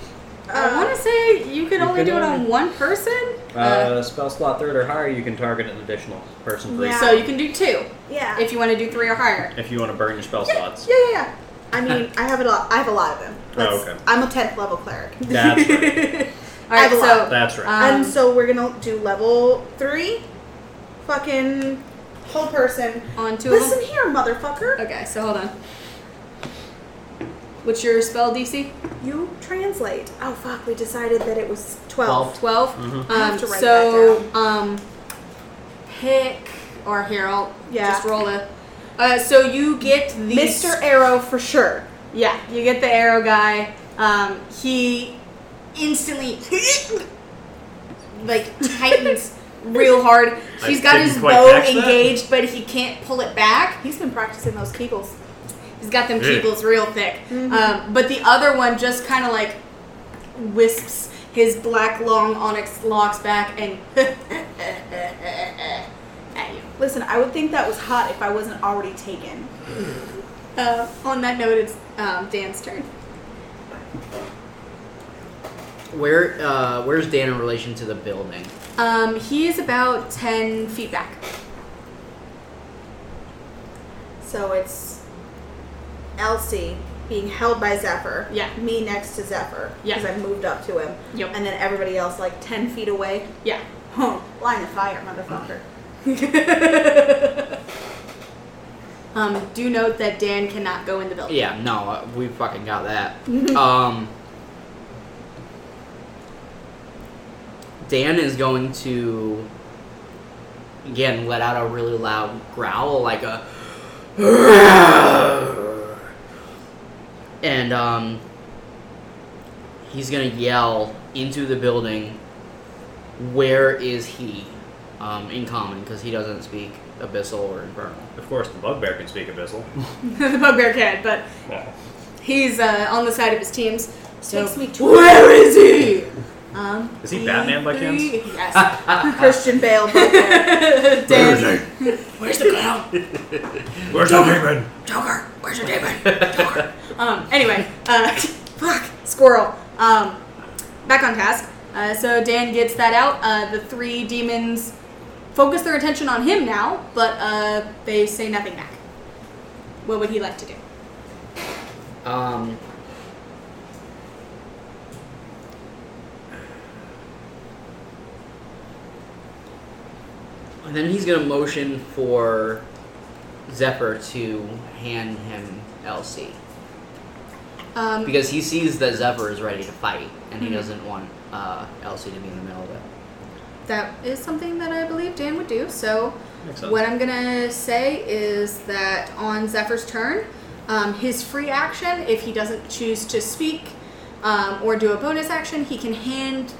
C: Uh,
B: I want to say you could
E: you
B: only
E: could
B: do it
E: only-
B: on one person.
E: Uh, spell slot third or higher, you can target an additional person for each-
C: Yeah.
B: so you can do two
C: yeah.
B: if you want to do three or higher.
E: if you want to burn your spell
C: yeah,
E: slots.
C: yeah, yeah, yeah. I
E: [laughs]
C: mean, I have it. All, I have a lot of them.
E: Oh,
C: Let's-
E: okay.
C: I'm a tenth level cleric, [laughs]
E: That's right.
B: All right,
C: have a
B: so
C: lot.
E: That's right.
B: Um,
C: and so we're gonna do level three. Fucking whole person.
B: on two of them.
C: Listen here, motherfucker.
B: Okay, so hold on. What's your spell DC?
C: You translate. Oh fuck, we decided that it was
D: Twelve.
C: twelve.
B: 12
E: Mhm.
B: Um,
C: I have to write
B: so,
C: that
B: um, pick or here I'll
C: Yeah.
B: just roll a. Uh, so you get the
C: Mr. Arrow for sure.
B: Yeah, you get the arrow guy. Um, he instantly like [laughs] tightens real hard.
E: I
B: He's got
E: didn't
B: his
E: quite
B: bow
E: catch that.
B: engaged, but he can't pull it back.
C: He's been practicing those kegels.
B: He's got them
E: Yeah.
B: kegels real thick. Um, but the other one just kind of like wisps his black long onyx locks back and [laughs] at you.
C: Listen, I would think that was hot if I wasn't already taken.
B: Uh, on that note, it's um, Dan's turn.
D: Where uh, where's Dan in relation to the building?
B: Um, he is about 10 feet back.
C: So it's Elsie being held by Zephyr.
B: Yeah.
C: Me next to Zephyr.
B: Yeah.
C: Because I moved up to him.
B: Yep.
C: And then everybody else like ten feet away. [laughs]
B: Yeah. [laughs]
C: Huh. Line of fire, [laughs] motherfucker.
B: Um, do note that Dan cannot go in the building.
D: Yeah, no, uh, we fucking got that. um, Dan is going to again let out a really loud growl, like a, and um, he's gonna yell into the building. Where is he? Um, in common, because he doesn't speak abyssal or infernal.
E: of course, the bugbear can speak abyssal.
B: [laughs] the bugbear can, but
E: Yeah.
B: he's uh, on the side of his teams. So
C: Takes me to
B: Where is
E: [laughs]
B: he? Um,
E: Is he Batman by chance?
B: three-
E: [laughs]
B: Yes.
C: Christian Bale. book [laughs] there.
B: [laughs] Dan,
D: Where's the clown?
E: Where's the demon?
B: Joker, where's your demon? Joker. Um, anyway, uh, [laughs] fuck, squirrel. Um, back on task. Uh, so Dan gets that out. Uh, the three demons focus their attention on him now, but uh, they say nothing back. What would he like to do?
D: Um. And then he's gonna motion for Zephyr to hand him Elsie
B: Um,
D: because he sees that Zephyr is ready to fight, and he
B: Mhm.
D: doesn't want uh, Elsie to be in the middle of it.
B: that is something that I believe Dan would do. So
E: Makes sense.
B: What I'm gonna say is that on Zephyr's turn, um, his free action, if he doesn't choose to speak um, or do a bonus action, he can hand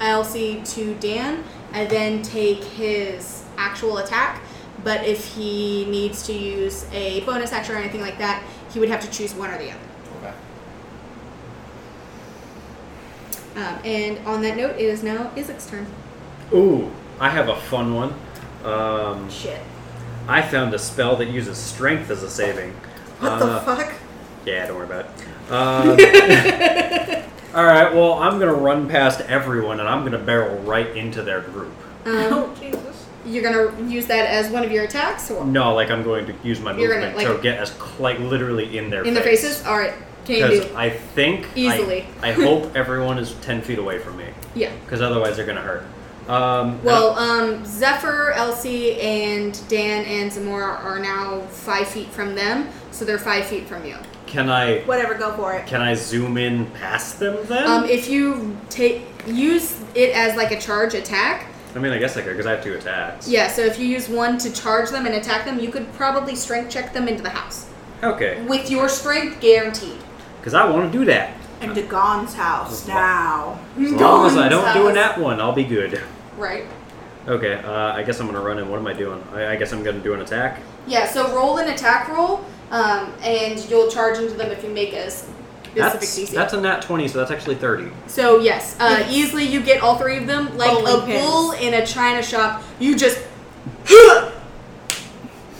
B: Elsie to Dan and then take his actual attack. but if he needs to use a bonus action or anything like that, he would have to choose one or the other.
F: Okay.
B: Um, and on that note, it is now Isaac's turn.
E: Ooh, I have a fun one. Um,
C: Shit. [laughs]
E: I found a spell that uses strength as a saving.
C: What
E: Uh,
C: the fuck?
E: Yeah, don't worry about it. Uh, [laughs] all right, well, I'm going to run past everyone and I'm going to barrel right into their group.
B: Um,
C: oh Jesus.
B: you're gonna use that as one of your attacks, or
E: No, like I'm going to use my
B: You're gonna,
E: movement
B: like-
E: to get as cl- like literally in their
B: in their
E: face.
B: faces. All right, can you
E: Because
B: do?
E: I think I-
B: Easily.
E: I, hope [laughs] everyone is ten feet away from me,
B: Yeah.
E: because otherwise they're gonna hurt. Um,
B: Well, um, Zephyr, Elsie, and Dan and Zamora are now five feet from them, so they're five feet from you.
E: can I
C: Whatever, go for it.
E: can I zoom in past them then?
B: Um, if you take use it as like a charge attack,
E: I mean, I guess I could because I have two attacks.
B: yeah. So if you use one to charge them and attack them, you could probably strength check them into the house
E: Okay,
B: with your strength guaranteed.
E: because I want to do that.
C: And to Gon's house now.
E: As long as I
B: Gon's
E: don't do an
B: house.
E: at one, I'll be good.
B: Right.
E: Okay, uh, I guess I'm gonna run in. What am I doing? I, I guess I'm gonna do an attack.
B: Yeah. So roll an attack roll, um, and you'll charge into them if you make a specific
E: That's
B: DC.
E: that's a nat twenty, so that's actually thirty.
B: So yes, uh, easily you get all three of them. Like
C: Bowling
B: a
C: pins.
B: bull in a china shop, you just [laughs]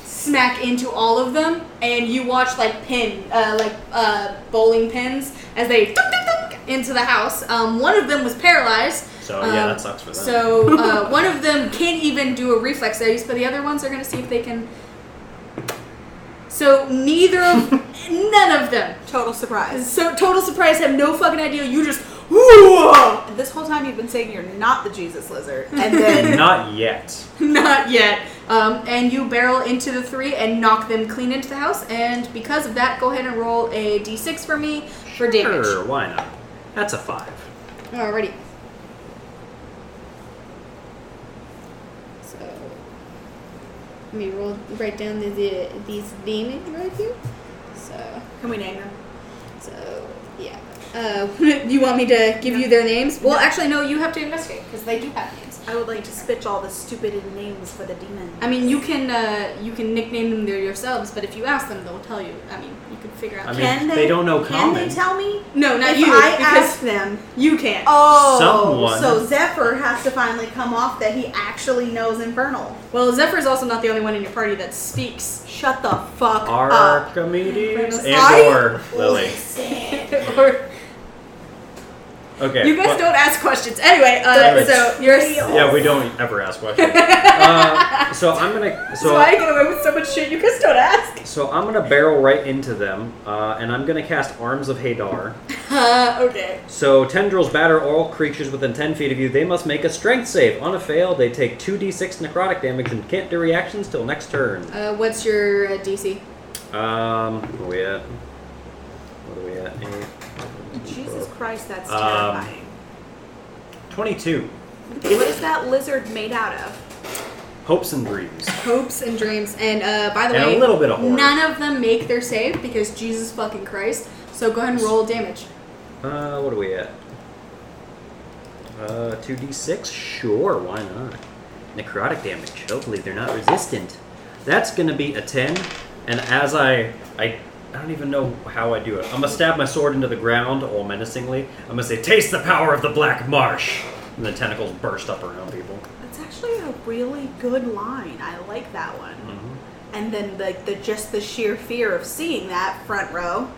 B: smack into all of them, and you watch like pin, uh, like uh, bowling pins as they thunk, thunk, thunk into the house. Um, one of them was paralyzed.
E: So yeah,
B: Um,
E: that sucks for them.
B: So
E: [laughs]
B: uh, one of them can't even do a reflex save, but the other ones are going to see if they can. So neither
E: [laughs]
B: of none of them.
C: Total surprise.
B: So total surprise, have no fucking idea. You just
C: Whoa! This whole time you've been saying you're not the Jesus [laughs] lizard, [laughs] and then
E: Not yet.
B: [laughs] Not yet. Um, and you barrel into the three and knock them clean into the house. And because of that, go ahead and roll a d6 for me for damage.
E: Sure, why not? That's a five.
B: Alrighty. So let me roll write down the, the these damage right here. So
C: can we name them?
B: so yeah. Uh, [laughs] you want me to give you their names? Well, actually, no. You have to investigate because they do have names.
C: I would like to spitch all the stupid names for the demon.
B: I mean, you can uh, you can nickname them there yourselves, but if you ask them, they'll tell you. I mean, you can figure out.
E: I mean, they don't know
C: Can
E: common.
C: they tell me?
B: no, not
C: if
B: you,
C: I
B: because
C: ask them.
B: you can't.
C: Oh,
E: Someone.
C: so Zephyr has to finally come off that he actually knows Infernal.
B: Well, Zephyr's also not the only one in your party that speaks [laughs]
C: Shut the fuck
B: Ah.
C: up.
E: Archimedes
B: Infernus.
E: and or Lily.
B: or
E: Okay.
B: You guys
E: well-
B: don't ask questions. Anyway, uh,
E: Anyway.
B: so you're.
E: Yeah, we don't ever ask questions. uh, so I'm gonna
B: That's why I
E: so
B: get away with so much shit. You guys don't ask.
E: so I'm gonna barrel right into them, uh, and I'm gonna cast Arms of Hadar.
B: [laughs] Uh, okay.
E: So tendrils batter all creatures within 10 feet of you. They must make a Strength save. On a fail, they take 2d6 necrotic damage and can't do reactions till next turn.
B: Uh, what's your uh, DC?
E: Um, where we at? What are we at? Eight.
C: Jesus Christ, that's
E: Um,
C: terrifying.
E: 22.
C: what is that lizard made out of?
E: Hopes and dreams.
B: Hopes and dreams, and uh, by the
E: And
B: way,
E: a little bit of horror.
B: none of them make their save because Jesus fucking Christ. So go ahead and roll damage.
E: Uh, what are we at? Uh, 2d6? Sure, why not? Necrotic damage. Hopefully they're not resistant. That's gonna be a 10, and as I. I I don't even know how I do it. I'm gonna stab my sword into the ground, all menacingly. I'm gonna say, Taste the power of the Black Marsh! And the tentacles burst up around people.
C: That's actually a really good line. I like that one.
B: Oh,
E: Mm-hmm.
C: And then the, the just the sheer fear of seeing that front row.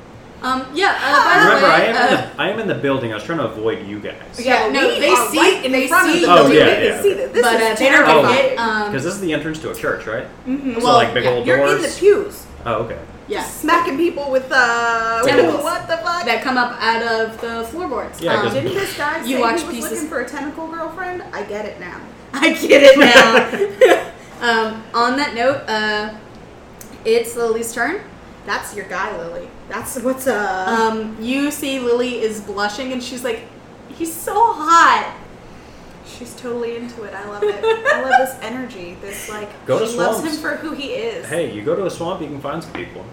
B: Um, yeah. Uh, by
E: Remember,
B: the
E: I
B: way,
E: am,
B: uh,
E: in the, I am in the building. I was trying to avoid you guys.
B: Yeah,
C: but
B: no,
C: we
B: they
C: are
B: see-
C: right in
B: they
C: front of
B: see-
C: the
E: Oh,
C: building.
E: yeah,
C: they
E: yeah.
C: can see that this
B: but uh,
C: is
B: they don't
E: terrible.
B: get.
C: terrifying. Mm-hmm.
B: Um,
E: Because this is the entrance to a church, right?
B: well,
E: so, like, big
B: yeah,
E: old
C: You're
E: doors.
C: in the pews,
E: Oh, okay.
B: yeah,
C: smacking people with uh,
B: Tentacles.
C: What the fuck?
B: that come up out of the floorboards.
E: Yeah, 'cause- [laughs]
B: um,
C: Didn't this guy
B: You
C: say
B: watch
C: he was
B: pieces-
C: looking for a tentacle girlfriend? I get it now.
B: I get
E: [laughs]
B: it now. [laughs] um, on that note, uh, it's Lily's turn.
C: That's your guy, Lily. That's what's uh.
B: Um, you see Lily is blushing and she's like, he's so hot. Um,
C: she's totally into it. I love it. I
B: [laughs]
C: love this energy. This like
E: Go to
C: she loves
E: swamps.
C: him for who he is.
E: Hey, you go to a swamp, you can find some people.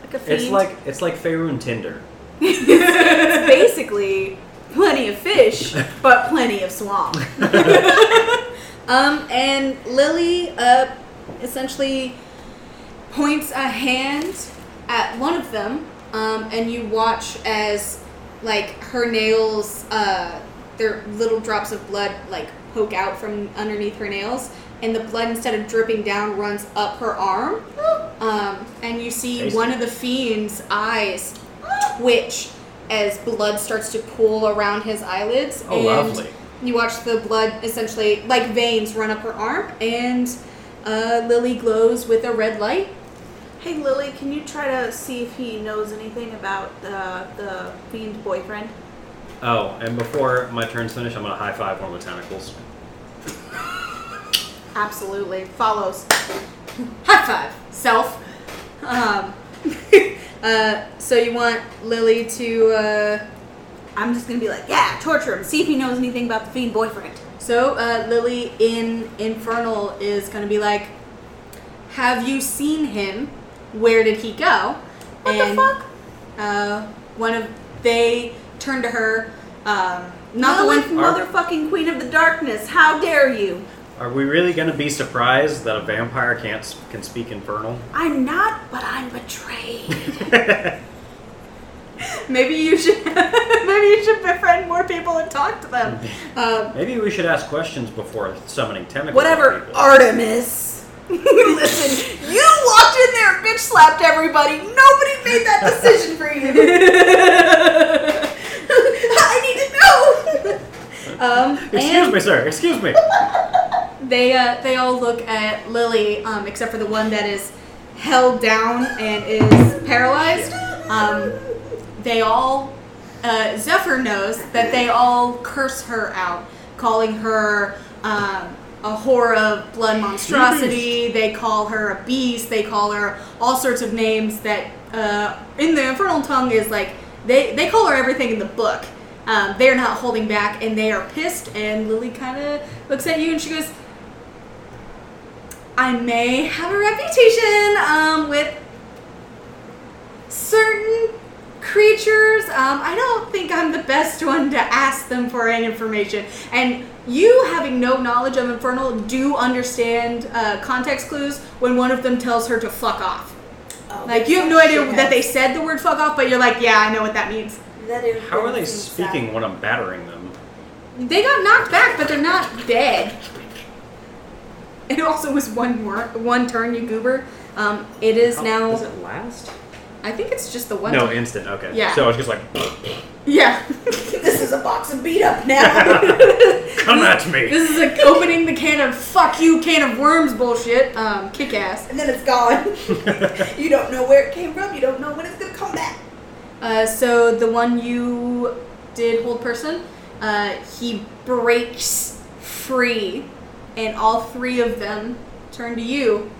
C: Like a fiend.
E: It's like it's like Faerun Tinder.
C: [laughs] It's basically plenty of fish,
E: [laughs]
C: but plenty of swamp.
B: Um, and Lily uh, essentially points a hand at one of them, um, and you watch as like her nails, uh, their little drops of blood like poke out from underneath her nails, and the blood instead of dripping down runs up her arm. Um, and you see
E: Tasty.
B: one of the fiend's eyes twitch as blood starts to pool around his eyelids.
E: Oh,
B: and
E: lovely.
B: You watch the blood essentially, like veins, run up her arm, and uh, Lily glows with a red light.
C: Hey Lily, can you try to see if he knows anything about uh, the fiend boyfriend?
E: Oh, and before my turn's finished, I'm gonna high five one of the tentacles.
C: Absolutely. Follows.
B: High five, self. Um, [laughs] uh, so you want Lily to. Uh,
C: I'm just gonna be like, yeah, torture him. See if he knows anything about the fiend boyfriend.
B: so uh, Lily in Infernal is going to be like, Have you seen him? Where did he go?
C: What the fuck?
B: Uh, one of. They turn to her. Um, not
C: Not
B: the
E: [laughs]
C: Lilith,
B: one.
C: motherfucking queen of the darkness. How dare you?
E: Are we really gonna be surprised that a vampire can't s- can speak infernal?
C: I'm not, but I'm
E: [laughs]
C: betrayed.
B: Maybe you should. [laughs] maybe you should befriend more people and talk to
E: [laughs]
B: them. Um,
E: Maybe we should ask questions before summoning tentacles.
C: Whatever,
E: people.
C: Artemis. [laughs] Listen, you walked in there, and bitch slapped everybody. Nobody made that decision
B: [laughs]
C: for
E: [laughs]
C: you. I need to know.
B: [laughs] um,
E: Excuse
B: and-
E: me, sir. Excuse [laughs] me.
B: They uh, they all look at Lily, um, except for the one that is held down and is paralyzed. Um, they all uh, Zephyr knows that they all curse her out, calling her um, a whore of blood monstrosity. They call her a beast. They call her all sorts of names that uh, in the infernal tongue is like they they call her everything in the book. Um, they are not holding back, and they are pissed. And Lily kind of looks at you, and she goes, I may have a reputation um, with certain creatures. Um, I don't think I'm the best one to ask them for any information. And you, having no knowledge of Infernal, do understand uh, context clues when one of them tells her to fuck off.
C: Oh,
B: Like, you have no idea that they said the word fuck off, but you're like, yeah, I know what that means.
E: How are they speaking when I'm battering them?
B: They got knocked back, but they're not dead. It also was one wor- one turn, you goober. Um, it is now.
E: Does it last?
B: I think it's just the one.
E: No,
B: turn.
E: instant. Okay.
B: Yeah.
E: So I was just like, [laughs]
B: yeah. [laughs]
C: This is a box of beat up now.
E: come at me.
B: this is like opening the can of fuck you can of worms bullshit. Um, kick ass.
C: and then it's
E: [laughs]
C: gone. you don't know where it came from. You don't know when it's gonna come back.
B: Uh, so the one you did hold person, uh, he breaks free, and all three of them turn to you.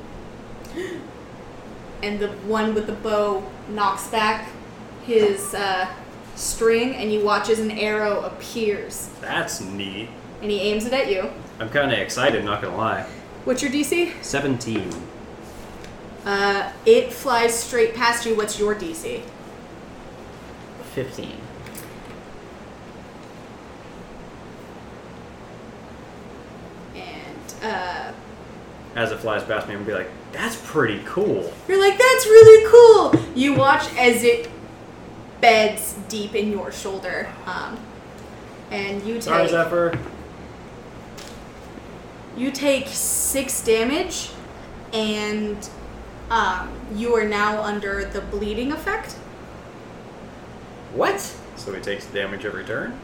B: [gasps] And the one with the bow knocks back his uh, string, and you watch as an arrow appears,
E: That's neat.
B: and he aims it at you.
E: I'm kind of excited. Not gonna lie.
B: What's your DC?
E: Seventeen.
B: Uh, it flies straight past you. What's your DC?
D: 15.
B: And uh,
E: As it flies past me, I'm gonna be like, that's pretty cool.
B: you're like, that's really cool. You watch as it beds deep in your shoulder. Um, and you
E: Sorry,
B: take
E: Zephyr.
B: you take six damage, and um, you are now under the bleeding effect.
D: What?
E: So he takes damage every turn.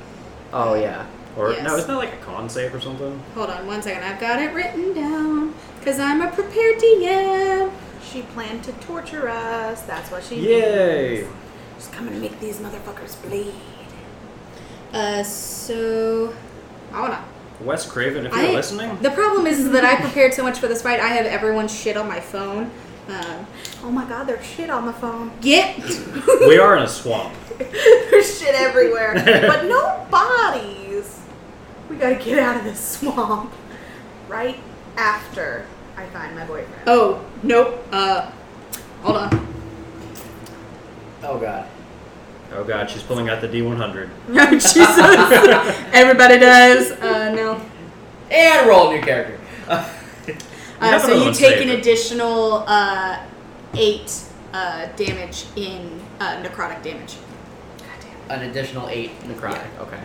D: Oh, yeah.
E: Or
B: Yes.
E: no, isn't that like a con save or something?
B: Hold on one second. I've got it written down because I'm a prepared DM.
C: She planned to torture us. That's what she
E: Yay!
C: She's coming to make these motherfuckers bleed.
B: Uh, so I wanna
E: Wes Craven, if you're
B: I- [laughs]
E: listening,
B: The problem is, is that I prepared so much for this fight. I have everyone's shit on my phone. Uh,
C: Oh my god, there's shit on the phone.
B: get
E: we are in a swamp.
C: [laughs] there's shit everywhere. but no bodies. We gotta get out of this swamp. Right after I find my boyfriend.
B: oh nope. Uh, hold on. [laughs]
D: Oh, God.
E: Oh god, she's pulling out the D100.
B: Jesus. [laughs] Everybody does. Uh, no.
D: [laughs] And roll new character.
B: Uh,
E: have
B: so
E: another
B: you
E: one
B: take
E: saved.
B: an additional uh, eight uh, damage in uh, necrotic damage.
D: An additional eight necrotic. Okay.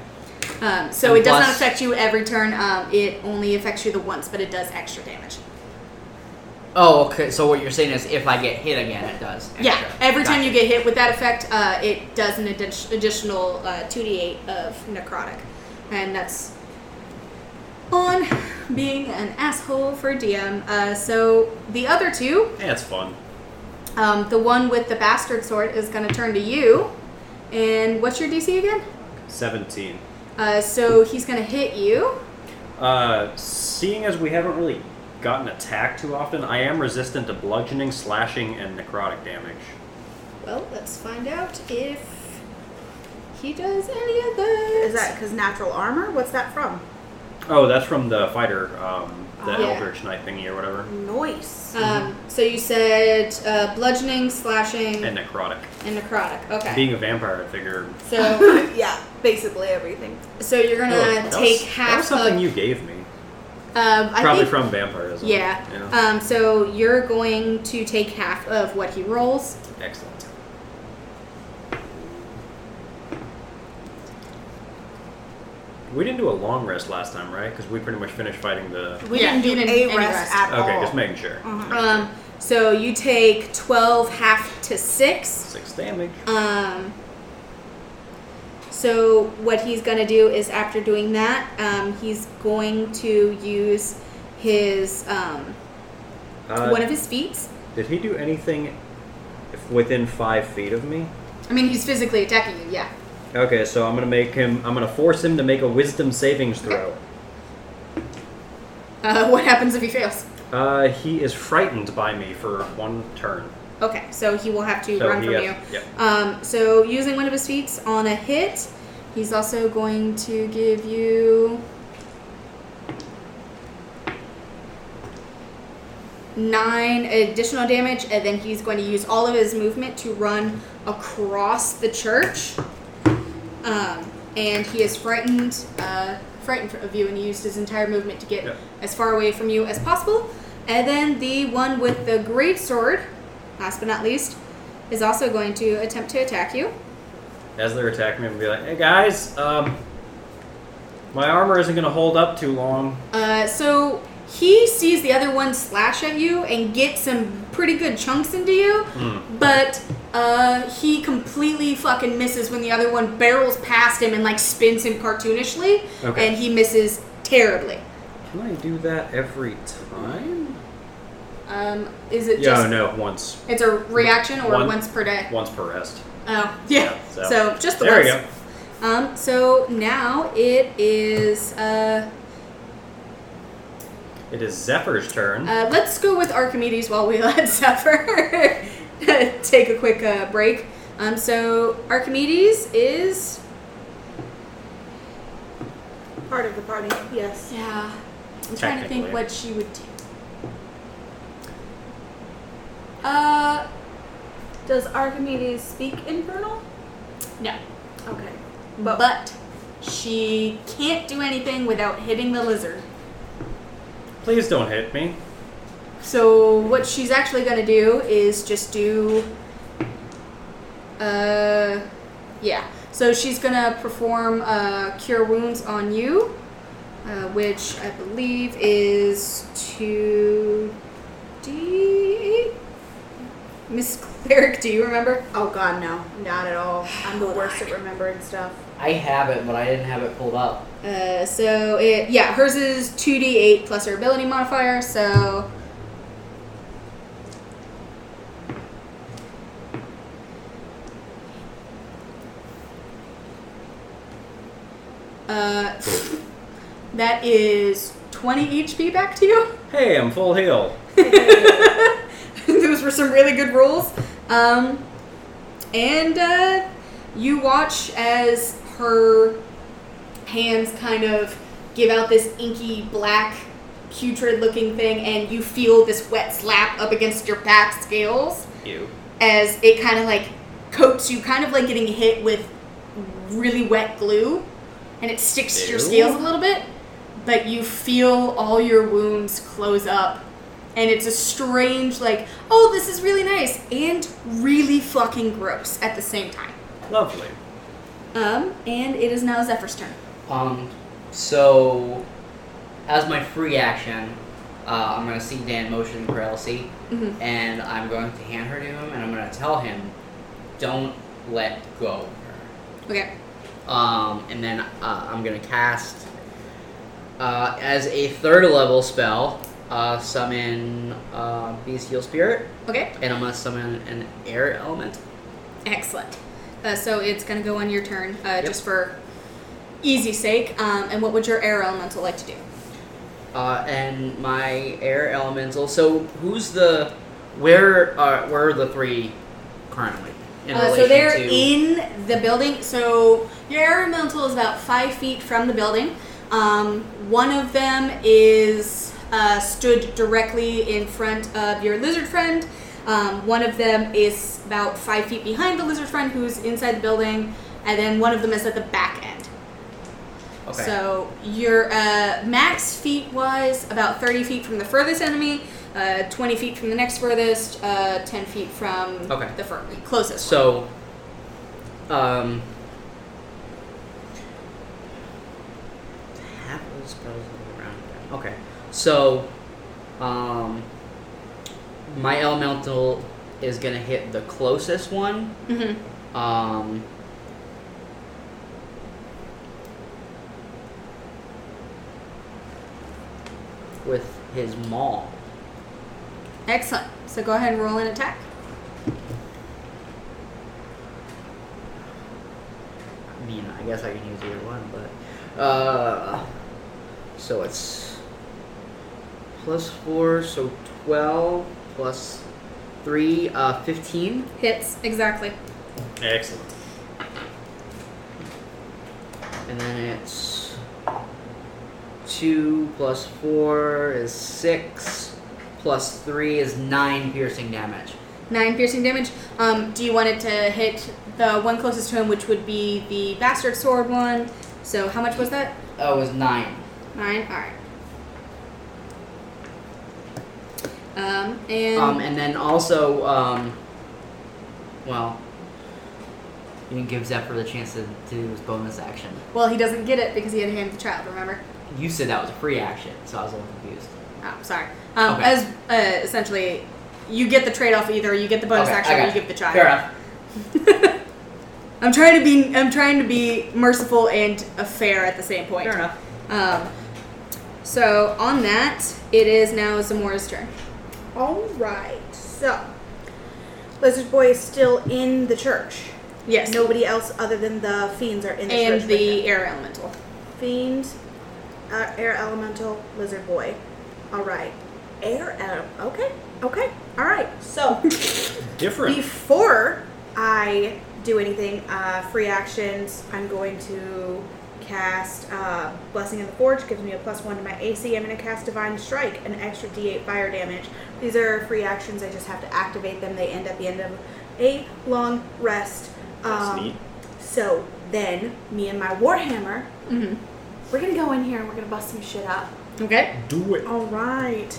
B: Um, so
D: And
B: it does not
D: plus-
B: affect you every turn. Um, it only affects you the once, but it does extra damage.
D: Oh, okay. So what you're saying is, if I get hit again, it does.
B: Yeah,
D: extra.
B: every time
D: Gotcha.
B: you get hit with that effect, uh, it does an addi- additional uh, 2d8 of necrotic. And that's on being an asshole for DM. Uh, so the other two,
E: Yeah, it's fun.
B: um, the one with the bastard sword is going to turn to you. And what's your DC again?
E: 17.
B: Uh, so he's going to hit you.
E: Uh, seeing as we haven't really gotten attacked too often, I am resistant to bludgeoning, slashing, and necrotic damage.
B: Well, let's find out if he does any of those.
C: Is that because natural armor? What's that from?
E: Oh, that's from the fighter, um, the
B: Oh. Yeah.
E: Eldritch Knight thingy or whatever.
C: Noise.
B: Um, so you said uh, bludgeoning, slashing,
E: And necrotic.
B: and necrotic. Okay.
E: Being a vampire, I figure.
B: so,
C: [laughs] yeah, basically everything.
B: so you're gonna
E: Oh, that was-
B: take
E: That
B: half
E: was something
B: of.
E: you gave me.
B: um, I
E: Probably
B: think,
E: from vampirism.
B: Yeah. Um, so you're going to take half of what he rolls.
E: Excellent. We didn't do a long rest last time, right? Because we pretty much finished fighting the.
C: We
B: Yeah, you
C: didn't do
B: didn't-
C: a
B: any
C: rest,
B: rest.
C: at all. Uh-huh.
E: Okay, just making sure.
B: Um, so you take twelve half to six.
E: Six damage.
B: Um, so what he's gonna do is after doing that, um, he's going to use his um,
E: Uh,
B: one of his feats.
E: Did he do anything if within five feet of me?
B: I mean, he's physically attacking you. Yeah.
E: Okay, so I'm gonna make him. I'm gonna force him to make a Wisdom savings throw.
B: Uh, [laughs] what happens if he fails?
E: Uh, he is frightened by me for one turn.
B: Okay, so he will have to
E: So
B: run
E: he
B: from
E: has,
B: you.
E: yeah.
B: Um, so using one of his feats on a hit, he's also going to give you nine additional damage, and then he's going to use all of his movement to run across the church. Um, and he is frightened, uh, frightened of you, and he used his entire movement to get
E: Yeah.
B: as far away from you as possible. And then the one with the great sword, last but not least, is also going to attempt to attack you.
E: As they're attacking me, I'm gonna be like, "Hey guys, um, my armor isn't gonna hold up too long.
B: Uh, so he sees the other one slash at you and get some pretty good chunks into you, but uh, he completely fucking misses when the other one barrels past him and like spins him cartoonishly,
E: Okay.
B: and he misses terribly.
E: Can I do that every time?
B: Um, is it
E: Yeah,
B: just?
E: no, once,
B: It's a reaction or
E: One-
B: once per day.
E: once per rest.
B: Oh, yeah.
E: Yeah,
B: So.
E: so-
B: just the
E: there
B: once.
E: we go.
B: Um, so now it is. Uh,
E: It is Zephyr's turn.
B: Uh, let's go with Archimedes while we [laughs] let Zephyr [laughs] take a quick uh, break. Um, so Archimedes is
C: Part of the party, yes.
B: yeah. I'm trying to think
E: Technically.
B: what she would do. Uh,
C: Does Archimedes speak infernal?
B: no.
C: Okay.
B: But, she can't do anything without hitting the lizard.
E: Please don't hit me.
B: So what she's actually gonna do is just do. Uh, yeah. So she's gonna perform uh, cure wounds on you, uh, which I believe is two D. Miss Cleric, [laughs] do you remember?
C: Oh god, no, not at all. I'm the worst at remembering stuff.
D: I have it, but I didn't have it pulled up.
B: Uh, so it yeah, hers is two D eight plus her ability modifier, so uh [laughs] that is twenty HP back to you.
E: Hey, I'm full heal.
B: [laughs] Those were some really good rules. Um, and uh, you watch as her hands kind of give out this inky black putrid looking thing and you feel this wet slap up against your back scales
E: You.
B: as it kind of like coats you kind of like getting hit with really wet glue and it sticks to your
E: Ew.
B: scales a little bit but you feel all your wounds close up and it's a strange like, oh, this is really nice and really fucking gross at the same time.
E: Lovely.
B: Um, and it is now Zephyr's turn.
D: Um, so as my free action, uh, I'm gonna see Dan motion paralysis,
B: Mhm.
D: and I'm going to hand her to him, and I'm gonna tell him, "Don't let go." of her."
B: Okay.
D: Um, and then uh, I'm gonna cast uh, as a third level spell, uh, summon uh, bestial spirit,
B: Okay.
D: and I'm gonna summon an air element.
B: Excellent. Uh, so it's gonna go on your turn, uh,
D: Yep.
B: just for easy sake. Um, and what would your air elemental like to do?
D: Uh, and my air elemental. So who's the where are where are the three currently in
B: Uh,
D: relation
B: so they're
D: to?
B: in the building. So your air elemental is about five feet from the building. Um, one of them is uh, stood directly in front of your lizard friend. Um, one of them is about five feet behind the lizard friend, who's inside the building, and then one of them is at the back end.
D: okay.
B: So your uh, max feet was about 30 feet from the furthest enemy, uh, 20 feet from the next furthest, uh, 10 feet from
D: Okay.
B: the fur- closest.
D: So, um, half of the spells are around. them. Okay, so, um, my elemental is gonna hit the closest one.
B: hmm
D: Um. With his maul.
B: Excellent. So go ahead and roll an attack.
D: I mean, I guess I can use either one, but uh, so it's plus four, so twelve plus three, uh, fifteen.
B: Hits, exactly.
E: Excellent.
D: And then it's 2 plus 4 is 6, plus 3 is 9 piercing damage.
B: Nine piercing damage. Um, do you want it to hit the one closest to him, which would be the bastard sword one? So how much was that?
D: Oh, it was 9.
B: Nine. All right. Um, and
D: Um, and then also, um, well, you didn't give Zephyr the chance to, to do his bonus action.
B: well, he doesn't get it because he had hand of the child. Remember?
D: You said that was a free action, so I was a little confused.
B: Oh, sorry. Um,
D: Okay.
B: As uh, essentially, you get the trade-off either you get the bonus
D: Okay, I
B: action or
D: got
B: you give the child.
D: Fair enough.
B: I'm trying to be I'm trying to be merciful and uh, fair at the same point.
D: Fair enough.
B: Um, so on that, it is now Zamora's turn.
C: All right. So, Lizard Boy is still in the church.
B: Yes.
C: Nobody else other than the fiends are in the church.
B: and
C: with him.
B: the air elemental.
C: Fiend, uh, Air Elemental, Lizard Boy. All right. Air ele- Okay. Okay. All right. So
E: Different.
C: before I do anything, uh, free actions, I'm going to cast uh, Blessing of the Forge. Gives me a plus one to my AC. I'm going to cast Divine Strike, an extra D8 fire damage. These are free actions. I just have to activate them. They end at the end of a long rest. Um,
E: That's neat.
C: So then, me and my Warhammer,
B: Mm-hmm.
C: we're going to go in here and we're going to bust some shit up.
B: Okay.
E: Do it.
C: All right.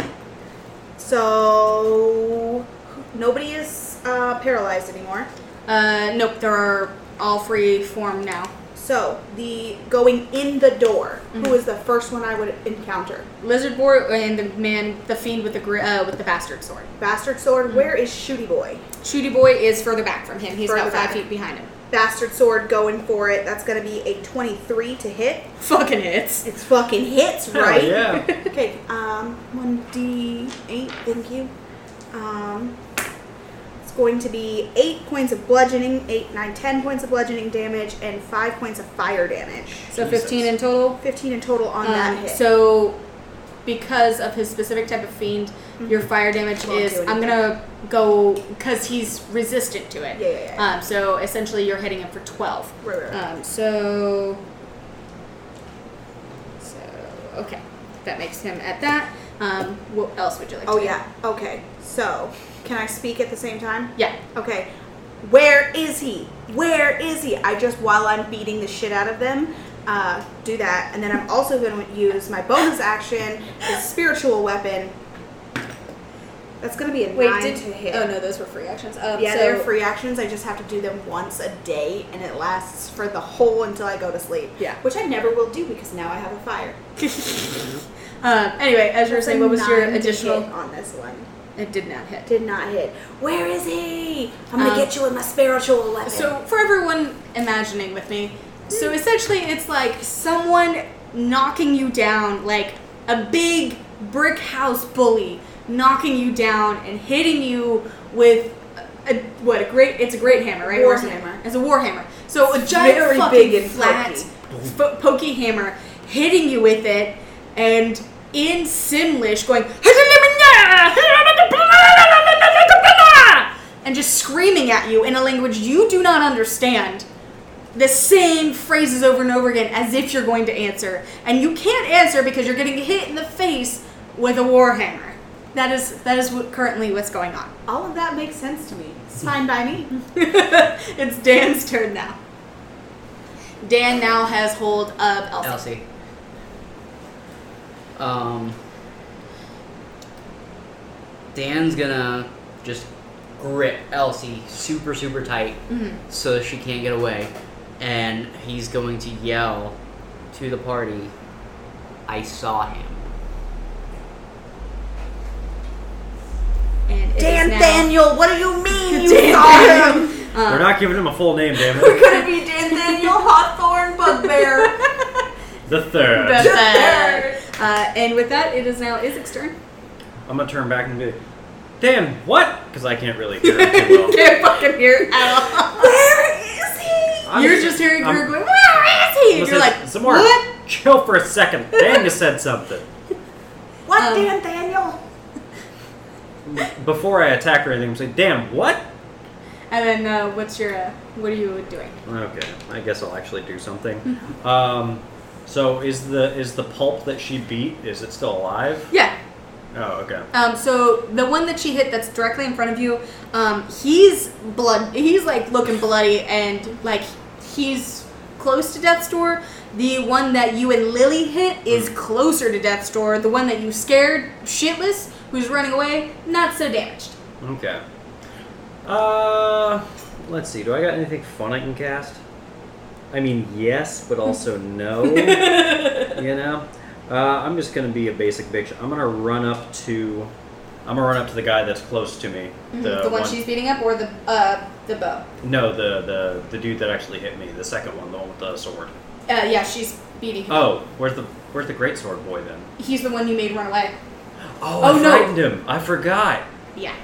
C: So nobody is uh, paralyzed anymore.
B: Uh, nope. There are all free form now.
C: So the going in the door, who is the first one I would encounter?
B: Lizard boy and the man, the fiend with the gri- uh, with the bastard sword.
C: Bastard sword. Where is Shooty Boy?
B: Shooty boy is further back from him. He's
C: Further
B: about five
C: back.
B: feet behind him.
C: Bastard sword going for it. That's gonna be a twenty-three to hit.
B: Fucking hits.
C: It's fucking hits,
E: Hell
B: [laughs]
C: right?
E: yeah.
C: [laughs] Okay. Um, one d eight. Thank you. Um, it's going to be eight points of bludgeoning, eight, nine, ten points of bludgeoning damage, and five points of fire damage.
B: So
E: Jesus.
B: fifteen in total.
C: 15 in total on
B: Um,
C: that hit.
B: So, because of his specific type of fiend, your fire damage
C: Mm-hmm. Won't
B: is.
C: do
B: I'm gonna go because he's resistant to it.
C: Yeah, yeah, yeah.
B: Um, so essentially, you're hitting him for twelve.
C: Right, right, right.
B: Um, so, so okay, that makes him at that. Um, what else would you like?
C: oh
B: to do?
C: yeah. Okay. So, can I speak at the same time?
B: yeah.
C: Okay. Where is he? Where is he? I just while I'm beating the shit out of them, uh, do that, and then I'm also going to use my bonus action, the spiritual weapon, That's gonna be a
B: Wait,
C: nine
B: did
C: to hit.
B: Oh no, those were free actions. Um,
C: yeah,
B: so,
C: they're free actions. I just have to do them once a day, and it lasts for the whole until I go to sleep.
B: Yeah.
C: Which I never will do because now I have a fire.
B: Um, anyway, as you were saying, what was your
C: Nine to hit
B: additional?
C: on this one?
B: It did not hit.
C: Did not hit. Where is he? I'm gonna
B: Um,
C: get you with my spiritual weapon.
B: So for everyone imagining with me, so essentially it's like someone knocking you down, like a big brick house bully knocking you down and hitting you with a, a- what a great it's a great hammer, right?
C: War
B: Or-
C: hammer.
B: It's a war hammer. So a giant
C: Very
B: fucking
C: big and
B: flat fo- pokey hammer hitting you with it and in Simlish going and just screaming at you in a language you do not understand the same phrases over and over again as if you're going to answer and you can't answer because you're getting hit in the face with a war hammer that is that is what, currently what's going on
C: all of that makes sense to me. It's fine by me.
B: [laughs] it's dan's turn now dan now has hold of elsa
D: Elsie. Um, Dan's gonna just grip Elsie super, super tight
B: Mm-hmm.
D: so that she can't get away. And he's going to yell to the party, I saw him.
B: and it is
C: Dan
B: now- [laughs]
C: Daniel, what do you [laughs] mean you
B: Dan
C: saw him?
B: Uh.
E: We're not giving him a full name, damn
C: We're
B: [laughs]
E: it.
C: gonna be Dan [laughs] Daniel Hawthorne Bugbear.
E: The third.
B: That's bad. Uh, and with that, it is now Isaac's turn.
E: I'm gonna turn back and be like, Dan, what? Because I can't really hear it
B: [laughs]
E: too [laughs] well.
B: Can't fucking hear it [laughs] at all.
C: Where is he?
E: I'm-
B: You're just hearing her
E: I'm-
B: going, "Where is he?" And
E: Listen,
B: you're like,
E: some more.
B: "What?"
E: Chill for a second. Dan just said something.
C: [laughs] What
B: Um,
C: Dan Daniel?
E: Before I attack or anything, I'm saying, Dan, what?
B: And then, uh, what's your? Uh, what are you doing?
E: Okay, I guess I'll actually do something.
B: Mm-hmm.
E: um, so is the is the pulp that she beat? Is it still alive?
B: Yeah.
E: Oh, okay.
B: Um, so the one that she hit, that's directly in front of you, um, he's blood. He's like looking bloody and like he's close to death's door. The one that you and Lily hit is closer to death's door. The one that you scared shitless, who's running away, not so damaged.
E: Okay. Uh, let's see. Do I got anything fun I can cast? I mean, yes,
B: [laughs]
E: but also no. you know, uh, I'm just gonna be a basic bitch. I'm gonna run up to, I'm gonna run up to the guy that's close to me.
B: Mm-hmm. The, one, she's beating up, or the uh, the bow.
E: No, the the the dude that actually hit me. The second one, the one with the sword.
B: Uh, yeah, she's beating him.
E: Oh, where's the where's the great sword boy then?
B: He's the one you made run away.
E: Oh,
B: Oh,
E: I
B: no.
E: frightened him. I forgot.
B: Yeah.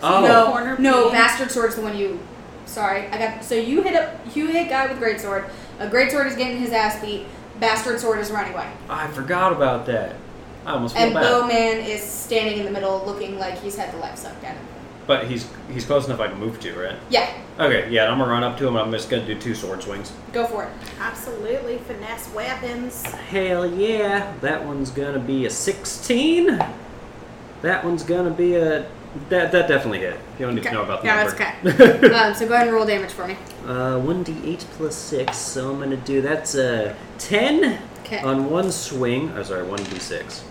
E: Oh,
B: no,
C: Corner
B: no,
C: beating.
B: mastered sword's the one you. Sorry, I got. So you hit up, you hit guy with great sword. A great sword is getting his ass beat. Bastard sword is running away,
E: I forgot about that. I almost feel
B: and um,
E: bad.
B: Bowman is standing in the middle, looking like he's had the life sucked out of him.
E: But he's he's close enough I can move to, right?
B: Yeah,
E: Okay, yeah, I'm gonna run up to him. I'm just gonna do two sword swings.
B: go for
E: [laughs]
B: it.
C: Absolutely finesse weapons.
E: Hell yeah! That one's gonna be a 16. That one's gonna be a that that definitely hit. You don't need
B: Okay.
E: to know about the
B: Yeah,
E: number.
B: that's
E: [laughs] okay.
B: um, so go ahead and roll damage for me.
E: uh, 1d8 plus six, so I'm gonna do that's a 10
B: Okay.
E: on one swing. Oh, sorry, 1d6.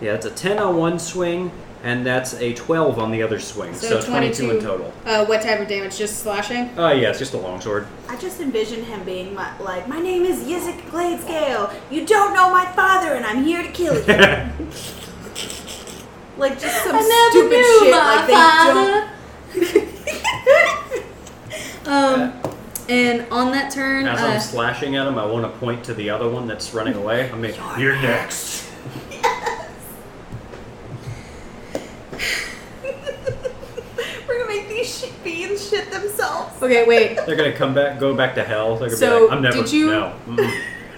E: Yeah, that's a 10 on one swing, and that's a 12 on the other swing. So, 22. in total.
B: Uh, what type of damage? Just slashing.
E: Oh yeah, it's just a longsword.
C: I just envision him being my, like, my name is Yizik Gladescale. You don't know my father, and I'm here to kill [laughs] you. like just some stupid shit. Like they
B: [laughs]
C: don't.
B: um, and on that turn,
E: As
B: uh,
E: I'm slashing at him, I want to point to the other one that's running away. I mean, you're next.
C: We're gonna make these shit beans shit themselves.
B: okay, wait.
E: They're gonna come back, go back to hell. They're gonna
B: So,
E: be like, I'm never.
B: did you-
E: No. mm-mm."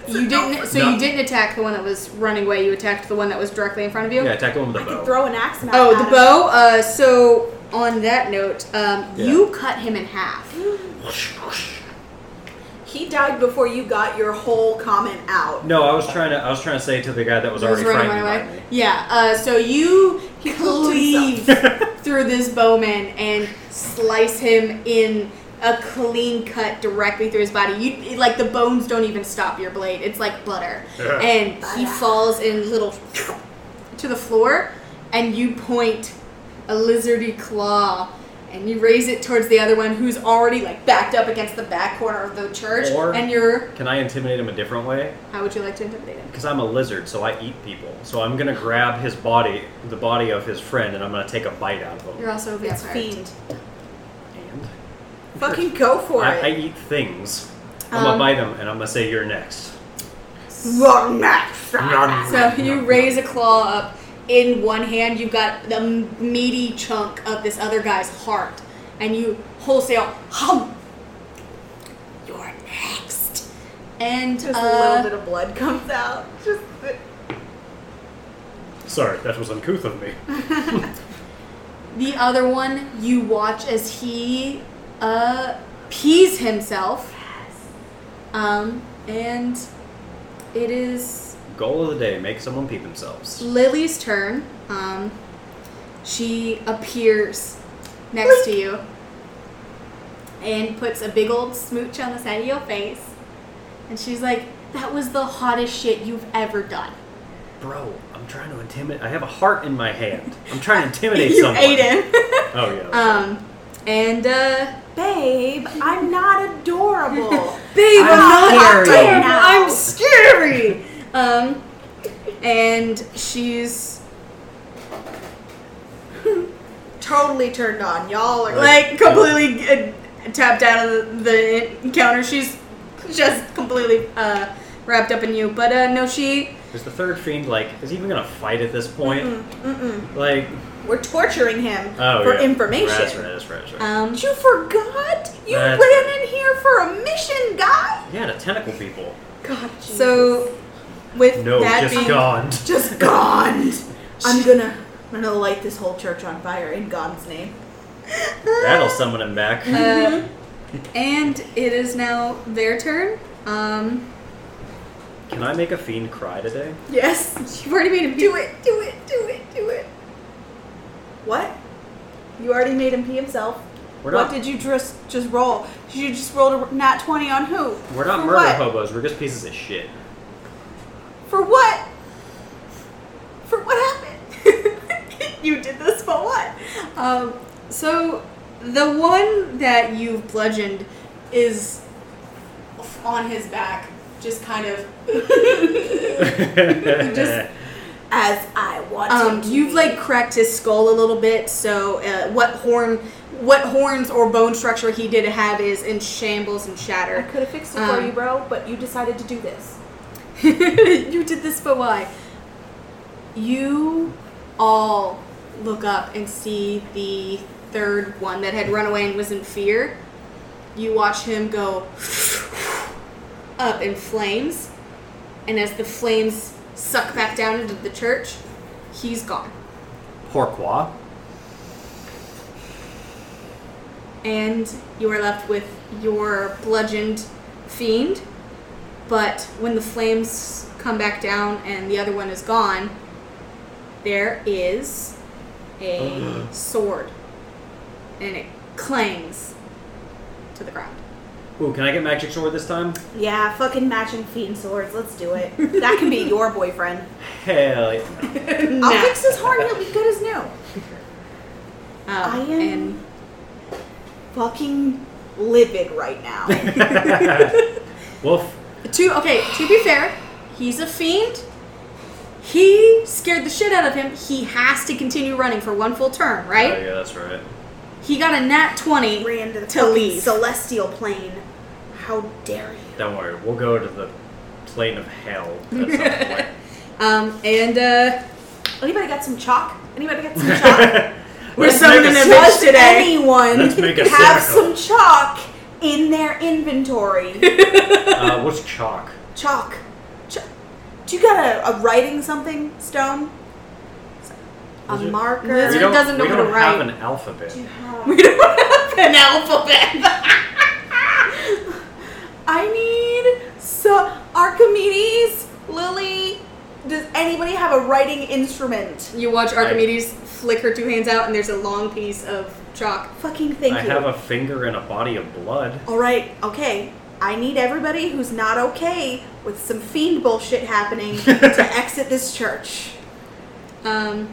B: You didn't. So
E: No.
B: you didn't attack the one that was running away. You attacked the one that was directly in front of you.
E: Yeah, attack him with
C: I
E: a bow.
C: could throw an axe mount
B: Oh,
C: at
B: the
C: him.
B: bow. Uh, so on that note, um,
E: Yeah.
B: you cut him in half.
C: He died before you got your whole comment out.
E: No, I was trying to. I was trying to say to the guy that was already
B: running
E: frightened
B: right
E: by me.
B: Yeah. Uh, so you
C: hooked himself.
B: cleave [laughs] through this bowman and slice him in a clean cut directly through his body. You like the bones don't even stop your blade. It's like butter, [sniffs]
E: Yeah.
B: and he falls in little to the floor, and you point a lizardy claw, and you raise it towards the other one who's already like backed up against the back corner of the church,
E: Or-
B: and you're.
E: Can I intimidate him a different way?
B: How would you like to intimidate him?
E: Because I'm a lizard, so I eat people. So I'm gonna grab his body, the body of his friend, and I'm gonna take a bite out of him.
B: You're also a
C: It's
B: vampire.
C: fiend.
E: And
C: Fucking go for
E: I, I
C: it.
E: eat things. I'm
B: Um,
E: gonna bite him, and I'm gonna say you're next.
C: Long knife.
B: So you raise a claw up. In one hand, you've got the meaty chunk of this other guy's heart, and you wholesale hum. You're next. And
C: Just a
B: uh,
C: little bit of blood comes out. Just the-
E: Sorry, that was uncouth of me.
B: the other one, you watch as he uh, pees himself. Um, and it is
E: Goal of the day: make someone pee themselves.
B: Lily's turn. Um, she appears next to you and puts a big old smooch on the side of your face. And she's like, That was the hottest shit you've ever done.
E: Bro, I'm trying to intimidate. I have a heart in my hand. I'm
C: [laughs]
E: trying to intimidate
B: you
E: someone.
B: ate him.
E: Oh yeah.
B: [laughs]
C: Uh,
B: um, and, uh,
C: Babe, I'm not [laughs] adorable.
B: babe,
D: I'm
B: I'm not
D: scary.
B: terrible.
C: Now.
B: I'm scary. Um, and she's
C: totally turned on. Y'all are
B: like completely uh, tapped out of the, the counter. She's just completely uh, wrapped up in you. But uh, no, she
E: is the third fiend like? Is he even gonna fight at this point?
C: Mm-mm.
E: Like,
C: We're torturing him
E: oh
C: for
E: yeah.
C: information.
E: That's right. That's right. That's right.
B: um
C: You forgot? You
E: That's-
C: ran in here for a mission, guy?
E: yeah, the tentacle people.
C: God,
B: so with
E: No,
B: that
E: just
B: being
E: gone.
C: just [laughs] gone. I'm gonna, I'm gonna light this whole church on fire in God's name.
E: That'll summon him back.
B: uh, and it is now their turn. Um,
E: Can I make a fiend cry today?
C: [laughs] Yes.
B: you've already made a
C: Do it. Do it. Do it. Do it. What? You already made him pee himself.
E: We're
C: what
E: not-
C: did you just just roll? You just rolled a nat twenty on who?
E: We're not
C: For
E: murder
C: what?
E: hobos. We're just pieces of shit.
C: For what? For what happened? [laughs] you did this for what?
B: Um, so the one that you've bludgeoned is on his back, just kind of. Just-
C: As I want.
B: Um, you've like cracked his skull a little bit, so uh, what horn, what horns or bone structure he did have is in shambles and
C: I
B: shattered.
C: could have fixed it for
B: um,
C: you, bro, but you decided to do this.
B: [laughs] you did this, but why? You all look up and see the third one that had run away and was in fear. You watch him go up in flames, and as the flames suck back down into the church, he's gone.
E: Pourquoi?
B: and you are left with your bludgeoned fiend. But when the flames come back down and the other one is gone, there is a sword, and it clangs to the ground.
E: Ooh, can I get magic sword this time?
C: Yeah, fucking matching fiend swords. Let's do
B: [laughs]
C: it. That can be your boyfriend.
E: Hell, yeah. [laughs]
C: I'll fix his horn. He'll be good as new.
B: Um,
C: I am-
B: and
C: Fucking livid right
B: [laughs]
C: now.
E: Wolf.
B: to okay. To be fair, he's a fiend. He scared the shit out of him. He has to continue running for one full turn,
E: Oh
B: right?
E: yeah, that's right.
B: He got a nat twenty.
C: Ran to the
B: To
C: fucking
B: leave.
C: celestial plane. How dare you?
E: Don't worry, we'll go to the plane of hell
B: [laughs]
E: [laughs] at
B: Um, and uh,
C: Anybody got some chalk? Anybody got
E: [laughs]
C: some
E: some
C: chalk?
E: point.
B: We're
E: Let's
B: summoning
E: make a
B: a
E: sim-
B: bitch
C: Does
B: today.
C: anyone
E: Let's make a
C: have
E: circle.
C: some chalk in their inventory? [laughs]
E: Uh, what's chalk?
C: chalk. Chalk. Do you got a, a writing something stone? A
E: Is it-
C: marker?
B: Lizard
E: we don't,
B: doesn't know
E: we
B: how
E: don't
B: to
E: have
B: write.
E: an
C: [laughs]
E: alphabet.
C: Do you have-
B: We don't have an alphabet.
C: [laughs] I need so Archimedes, Lily. Does anybody have a writing instrument?
B: You watch Archimedes flick her two hands out, and there's a long piece of chalk.
C: Fucking thank
E: I
C: you.
E: have a finger and a body of blood.
C: All right, okay. I need everybody who's not okay with some fiend bullshit
E: [laughs]
C: happening to exit this church.
B: Um,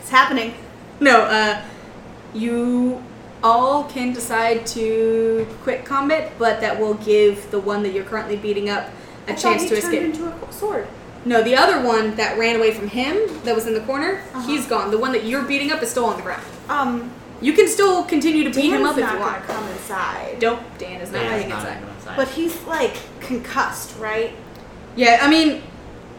C: It's happening.
B: No, uh, you all can decide to quit combat, but that will give the one that you're currently beating up a
C: I thought
B: chance
C: he
B: to
C: turned
B: escape.
C: into a sword.
B: no, the other one that ran away from him, that was in the corner,
C: Uh-huh.
B: he's gone. The one that you're beating up is still on the ground.
C: Um,
B: You can still continue to beat him
C: Dan's
B: up if
C: not
B: you
C: gonna
B: want.
C: come inside.
B: Don't Dan is not
D: Yeah,
B: hiding
D: it's not
B: inside.
D: acting outside.
C: But he's like concussed, right?
B: Yeah, I mean,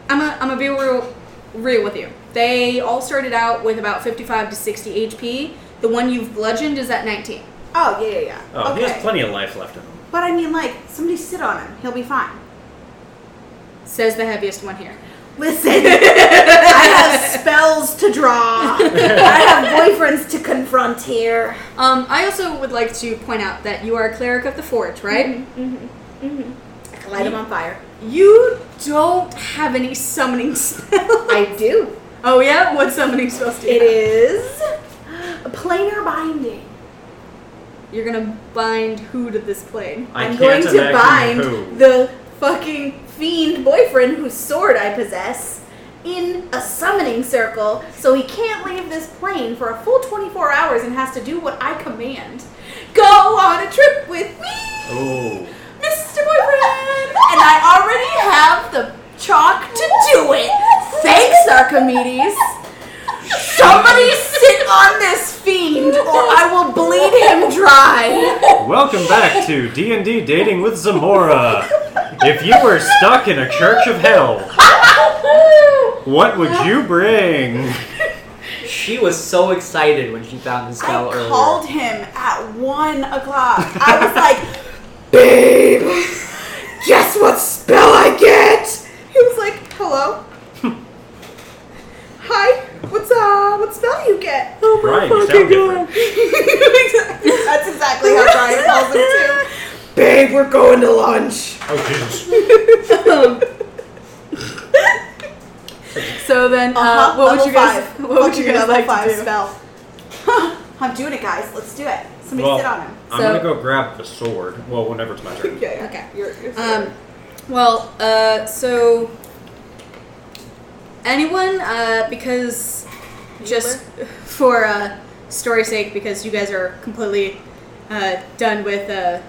B: I'm a, I'm gonna be real, real with you. They all started out with about 55 to 60 HP. The one you've bludgeoned is at 19.
C: Oh yeah, yeah, yeah.
E: Oh, he
C: Okay.
E: has plenty of life left in him.
C: But I mean, like, somebody sit on him. He'll be fine.
B: Says the heaviest one here.
C: Listen, [laughs] I have spells to draw. I
B: [laughs]
C: have boyfriends to confront here.
B: Um, I also would like to point out that you are a cleric of the forge, right?
C: Mm-hmm. I can light him on fire.
B: You don't have any summoning spells.
C: I do.
B: oh yeah, [laughs] what summoning spells do you have?
C: It is a planar binding.
B: You're gonna bind who to this plane?
E: I
C: am
E: can't
C: going to bind
E: imagine who.
C: the fucking fiend boyfriend whose sword I possess in a summoning circle so he can't leave this plane for a full 24 hours and has to do what I command. Go on a trip with me!
E: Oh.
C: Mr. Boyfriend! And I already have the chalk to do it! Thanks, Archimedes! Somebody sit on this fiend or I will bleed him dry! [laughs]
E: Welcome back to D&D Dating with Zamora. If you were stuck in a church of hell, what would you bring?
D: She was so excited when she found this spell
C: I
D: earlier.
C: called him at one o'clock. I was [laughs] like, babe, guess what spell I get? He was like, hello. Hi, what's uh, what spell you get? [laughs] Oh
E: my Brian, you sound fucking God.
C: That's exactly how Brian calls him too. Babe, we're going to lunch.
E: Oh,
B: So then, uh,
C: Uh-huh,
B: what would
C: level
B: you guys?
C: five.
B: What would you
C: Fucking
B: guys
C: level
B: like
C: five
B: to do?
C: spell? [laughs] I'm doing it, guys. Let's do it. Somebody
E: well,
C: sit on him.
E: I'm
B: So-
E: gonna go grab the sword. Well, whenever it's my
C: [laughs]
E: turn.
C: Yeah, yeah.
B: Okay.
C: You're, you're
B: Um, well, uh, so anyone, uh, because just for uh, story's sake, because you guys are completely uh, done with uh,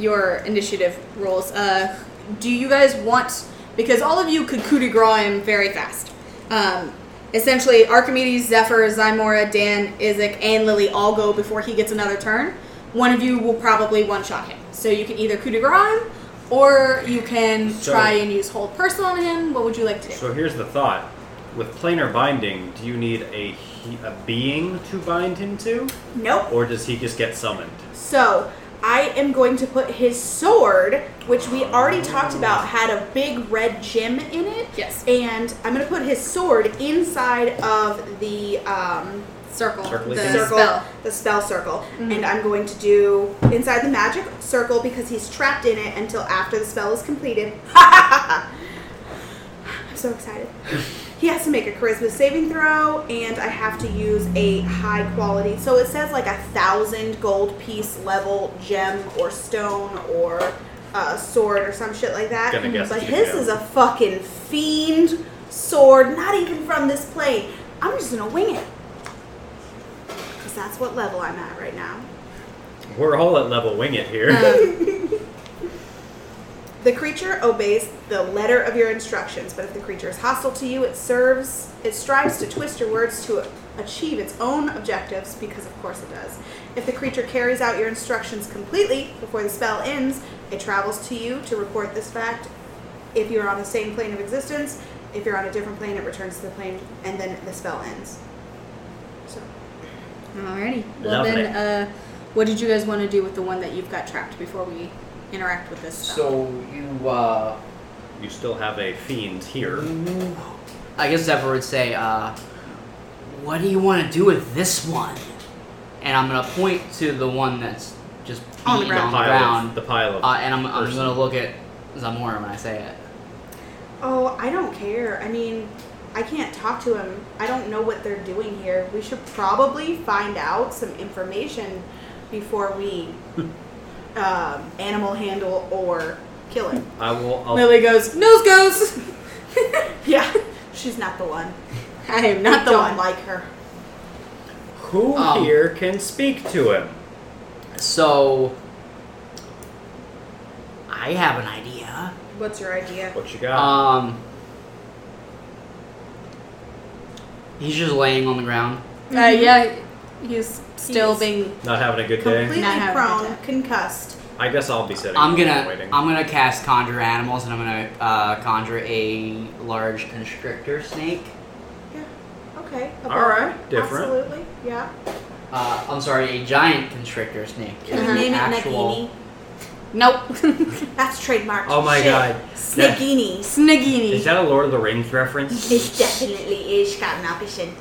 B: your initiative rolls, uh, do you guys want? Because all of you could coup de grace him very fast. Um, essentially, Archimedes, Zephyr, Zymora, Dan, Isaac, and Lily all go before he gets another turn. One of you will probably one shot him. So you can either coup de grace him, or you can
E: So-
B: try and use hold person on him. What would you like to do?
E: So here's the thought. With planar binding, do you need a, he- a being to bind him to?
C: nope.
E: Or does he just get summoned?
C: So I am going to put his sword, which we already talked about had a big red gem in it.
B: Yes.
C: And I'm going to put his sword inside of the um,
B: Circle.
E: Circle
B: The
E: is
C: circle,
B: spell.
C: the spell circle, and I'm going to do inside the magic circle because he's trapped in it until after the spell is completed. [laughs] I'm so excited. He has to make a charisma saving throw, and I have to use a high quality. So it says like a thousand gold piece level gem or stone or uh, sword or some shit like that.
E: Gonna guess
C: but
E: you
C: his
E: do.
C: is a fucking fiend sword, not even from this plane. I'm just gonna wing it. Because that's what level I'm at right now.
E: We're all at level wing it here.
D: Uh.
C: The creature obeys the letter of your instructions, but if the creature is hostile to you, it serves, it strives to twist your words to achieve its own objectives, because of course it does. If the creature carries out your instructions completely before the spell ends, it travels to you to report this fact. If you're on the same plane of existence, if you're on a different plane, it returns to the plane, and then the spell ends. So,
B: Alrighty. Well
E: Lovely.
B: then, uh, what did you guys want to do with the one that you've got trapped before we interact with this spell?
D: So you, uh,
E: [laughs] you still have a fiend here.
D: I guess Zephyr would say, uh, "What do you want to do with this one?" And I'm gonna point to the one that's just
C: On the
D: beaten
C: ground.
D: on the ground,
E: Of, the pile of.
D: uh, and I'm, I'm
E: person.
D: gonna look at Zamora when I say it.
C: oh, I don't care. I mean, I can't talk to him. I don't know what they're doing here. We should probably find out some information befefore we
E: [laughs]
C: um, animal handle or kill him.
E: I will. I'll
B: Lily goes, nose goes.
C: Yeah, [laughs] she's not the one.
B: I am not
C: We
B: the
C: don't
B: one. Uh,
C: like her.
E: Who
D: Um,
E: here can speak to him?
D: So, I have an idea.
C: What's your idea?
E: What you got?
D: Um, he's just laying on the ground.
B: Uh, yeah, he's still
C: Mm-hmm. He's-
B: being.
E: Not having a good
C: Completely
E: day.
B: Not having a
C: prone,
B: good
C: concussed.
E: I guess I'll be sitting.
D: I'm
E: here
D: gonna
E: waiting.
D: I'm gonna cast conjure animals and I'm gonna uh, conjure a large constrictor snake.
C: Yeah. Okay.
E: All right, different.
C: Absolutely. Yeah.
D: Uh, I'm sorry, a giant constrictor snake.
C: Can
D: It's
C: we
D: an
C: name
D: actual-
C: it
B: Nope. [laughs]
C: Nagini? That's trademarked.
E: Oh my
C: Shit.
E: god.
C: Snagini.
E: Is
B: Snagini.
E: that a Lord of the
D: [laughs]
E: Rings
C: [laughs]
E: reference?
C: It definitely is Scandinavian.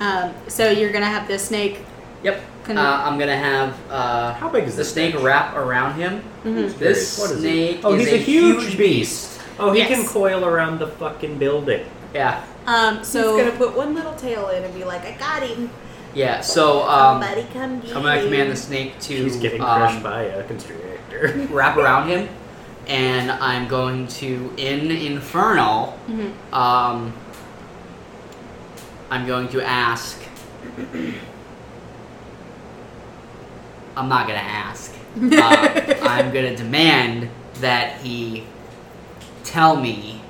B: Um, so you're gonna have this snake.
D: Yep.
B: Can-
D: uh, I'm gonna have uh,
E: How big is
D: the
E: this
D: snake
E: thing?
D: wrap around him.
B: Mhm.
D: This
E: Curious, what is he?
D: snake
E: Oh,
D: is
E: he's a huge
D: beast.
E: Oh, he
B: Yes.
E: can coil around the fucking building.
D: Yeah,
B: Um, so
C: He's gonna put one little tail in and be like, "I got him.
D: yeah. So um,
C: Somebody come get
D: I'm gonna
C: him."
D: command the snake to
E: He's getting
D: um,
E: crushed by a constrictor.
D: [laughs] wrap around him, and I'm going to in infernal.
B: Mhm.
C: Mm-hmm.
D: Um, I'm going to ask. I'm not gonna ask.
C: [laughs]
D: Uh, I'm gonna demand that he tell me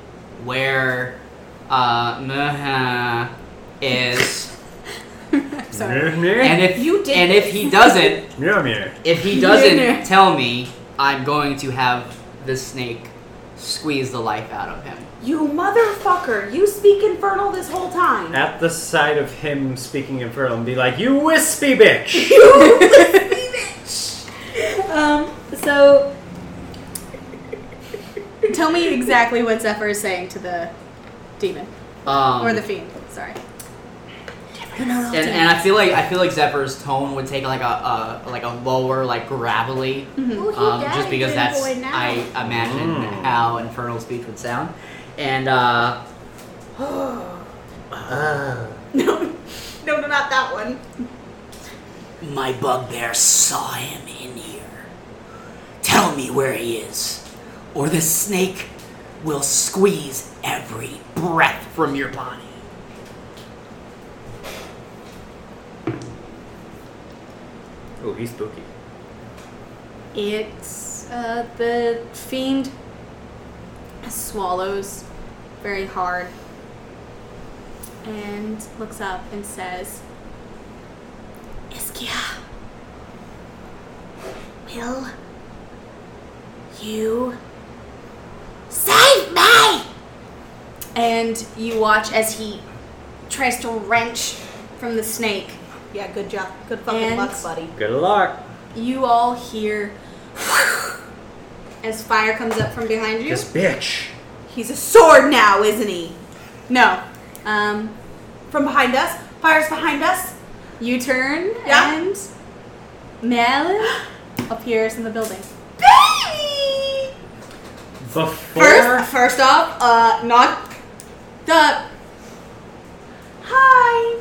D: where uh, Mah
C: [laughs]
D: is,
B: [laughs] sorry.
D: and if
C: You did
D: and if he doesn't,
E: Yeah, yeah.
D: if
B: Yeah,
D: he
B: yeah.
D: doesn't tell me, I'm going to have the snake squeeze the life out of him.
C: You motherfucker! You speak infernal this whole time.
E: At the sight of him speaking infernal and be like, You wispy
B: [laughs]
E: bitch!
B: Um, so tell
C: [laughs]
B: me exactly what Zephyr is saying to the demon
D: Um,
B: or the fiend. Sorry.
D: and, and I feel like I feel like Zephyr's tone would take like a, a like a lower like gravelly,
B: Mm-hmm.
D: um, just because that's I imagine
E: Mm.
D: how infernal speech would sound, and uh,
C: [gasps] no, no, no, not that one.
D: my bugbear saw him in here. Tell me where he is, or the snake will squeeze every breath from your body.
E: Oh, he's spooky.
B: It's uh, the fiend swallows very hard and looks up and says,
C: Iskia, will you save me?
B: and you watch as he tries to wrench from the snake.
C: Yeah, good job. Good fucking
B: And-
C: luck, buddy.
E: Good luck.
B: You all hear as fire comes up from behind you.
E: This bitch.
C: He's a sword now, isn't he?
B: no. Um,
C: From behind us, fire's behind us.
B: you turn
C: Yeah.
B: and Malin appears in the building.
C: Baby!
E: Before.
B: First, first off, uh, not the.
C: Hi.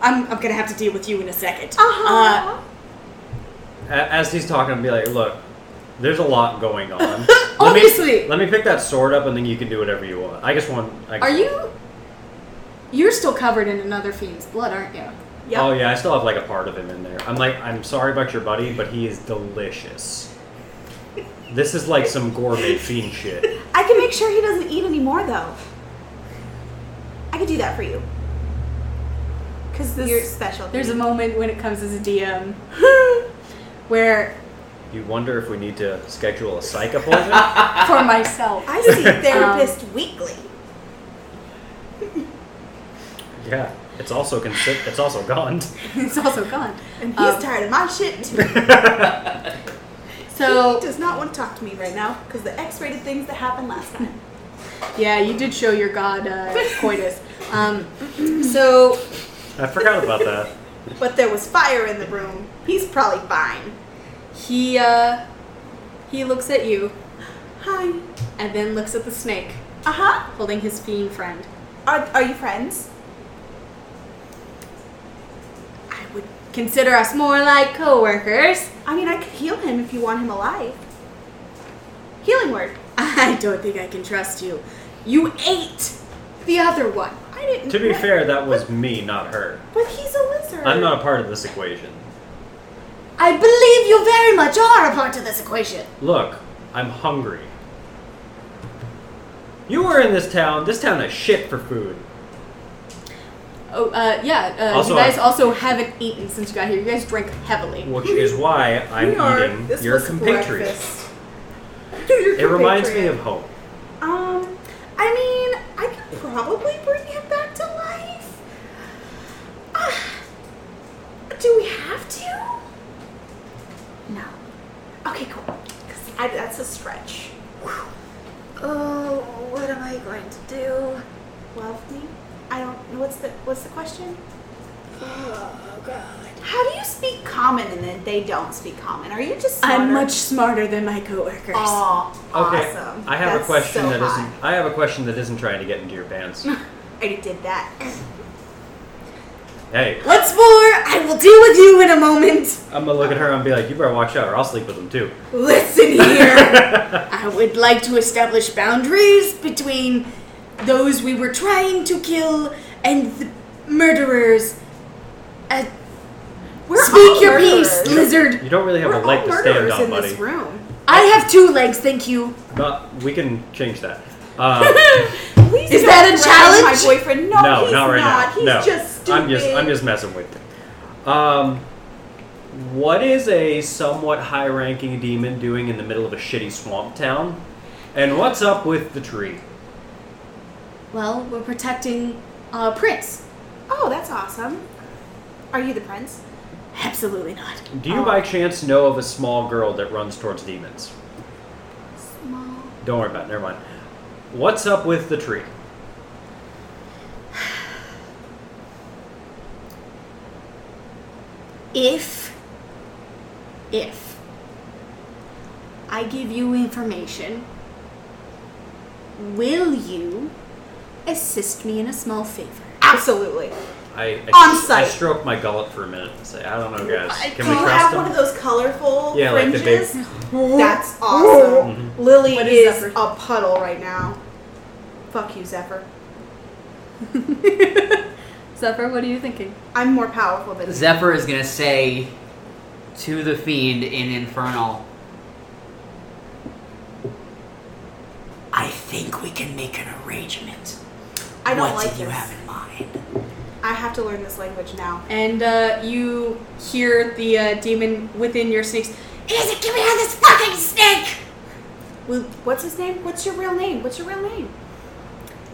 B: I'm, I'm gonna have to deal with you in a second.
C: Uh-huh.
E: A- as he's talking, be like, Look, there's a lot going
B: [laughs]
E: on. Let
B: Obviously.
E: Me, let me pick that sword up and then you can do whatever you want. I just want. I
B: are you? You're still covered in another fiend's blood, aren't you?
C: Yep.
E: Oh, yeah, I still have like a part of him in there. I'm like, I'm sorry about your buddy, but he is delicious. This is like some gourmet fiend shit.
C: I can make sure he doesn't eat anymore, though. I could do that for you. Because
B: This-
C: you're special.
B: There's a moment when it comes as a
C: [laughs]
B: DM where,
E: You wonder if we need to schedule a
C: [laughs]
E: psych appointment?
B: for myself, [laughs]
C: I see therapist
B: Um,
C: weekly.
E: yeah, it's also consi- it's also gone.
B: it's also gone.
C: And he's
B: Um,
C: tired of my shit, too.
B: So
C: he does not want to talk to me right now because the X rated things that happened last
B: [laughs]
C: night.
B: yeah, you did show your god
C: [laughs]
B: uh, coitus. Um, so
E: I forgot about that.
C: But there was fire in the room. He's probably fine.
B: he uh, he looks at you
C: Hi.
B: and then looks at the snake
C: Uh huh.
B: holding his fiend friend.
C: Are, are you friends? I would.
B: Consider us more like coworkers. [laughs]
C: I mean, I could heal him if you want him alive. Healing word.
B: I don't think I can trust you. You ate the other one.
C: I didn't.
E: To be
C: what-
E: fair, that was me, not her.
C: But he's a lizard.
B: or
E: I'm not a part of this equation.
B: I believe you very much are a part of this equation.
E: Look, I'm hungry. You were in this town. This town is shit for food.
B: Oh, uh, yeah. Uh,
E: Also,
B: you guys
E: I-
B: also haven't eaten since you got here. You guys drank heavily.
C: [laughs]
E: Which is why I'm
C: We are-
E: eating
C: this
E: your
C: was
E: compatriots.
C: breakfast. Your
E: It reminds me
C: compatriot.
E: of home.
C: Um, I mean, I could probably bring him back to life. Ah, do we have to? No. Okay, cool. 'Cause I, that's a stretch.
F: Oh, what am I going to do?
C: Love me? I don't. What's the What's the question?
F: Oh god.
C: How do you speak common and then they don't speak common? Are you just? Smarter?
B: I'm much smarter than my coworkers.
C: Aw,
E: Okay,
C: awesome.
E: I have
C: That's
E: a question
C: so
E: that
C: hot.
E: not I have a question that isn't trying to get into your
C: [laughs]
E: pants.
C: I already did that. [laughs]
E: hey,
B: What's more, I will deal with you in a moment.
E: I'm gonna look at her and be like, "You better watch out, or I'll sleep with them too."
B: Listen
C: [laughs]
B: here. I would like to establish boundaries between those we were trying to kill and the murderers. Uh,
C: We're
B: speak
C: all
B: your
C: murderers.
B: piece, lizard.
E: You don't really have
C: We're
E: a leg
C: all
E: to stand
C: murderers
E: on,
C: in
E: buddy.
C: this room.
B: I have two legs, thank you.
E: But we can change that. Um,
C: Please
B: Is
C: don't
B: that a
C: threaten
B: challenge?
C: My boyfriend. [laughs] No,
E: no,
C: he's
E: not right
C: not.
E: now.
C: He's
E: no,
C: just stupid.
E: I'm just I'm just messing with you. Um, what is a somewhat high-ranking demon doing in the middle of a shitty swamp town? And what's up with the tree?
B: Well, we're protecting uh, Prince.
C: Oh, that's awesome. Are you the prince?
B: Absolutely not.
E: Do
C: Oh.
E: you by chance know of a small girl that runs towards demons?
C: Small.
E: Don't worry about it. Never mind. What's up with the tree?
B: If, if I give you information, will you assist me in a small favor?
C: Absolutely.
E: I I,
C: On
E: I
C: site.
E: stroke my gullet for a minute and say, I don't know, guys.
B: I-
E: Can
C: Do
E: we
C: you
E: trust
C: have one of
E: them?
C: those colorful
E: Yeah, like the big- Mm-hmm.
C: fringes? That's awesome. Lily
B: What is
C: is
B: Zephyr?
C: a puddle right now. Fuck you, Zephyr.
B: [laughs] Zephyr, what are you thinking?
C: I'm more powerful than you.
D: Zephyr is gonna say to the fiend in Infernal, I think we can make an arrangement.
C: I don't
D: what
C: like
D: do you
C: this.
D: have in mind?
C: I have to learn this language now.
B: And uh, you hear the uh, demon within your snakes. Isaac, get me out of this fucking snake!
C: Well, What's his name? What's your real name? What's your real name?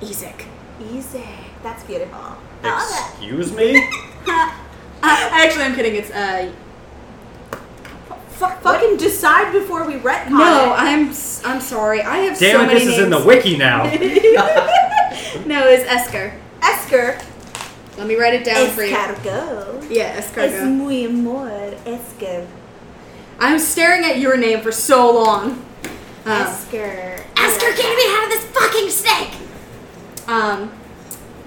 B: Isaac.
C: Easy. That's beautiful. I love it.
E: Excuse me?
B: Uh, actually, I'm kidding. It's uh,
C: Fuck, fucking decide before we retcon
B: no.
C: it.
B: I'm s- I'm sorry. I have [laughs] so
E: Damn it,
B: many
E: this is in the
B: names. [laughs]
E: wiki now.
B: no, it's Esker.
C: Esker.
B: Let me write it down for you.
C: Escargot.
B: Yeah,
C: Es
B: Escargo.
C: muy amor. Esker.
B: I'm staring at your name for so long. Um,
C: Esker.
B: Esker, get me out of this fucking snake! Um,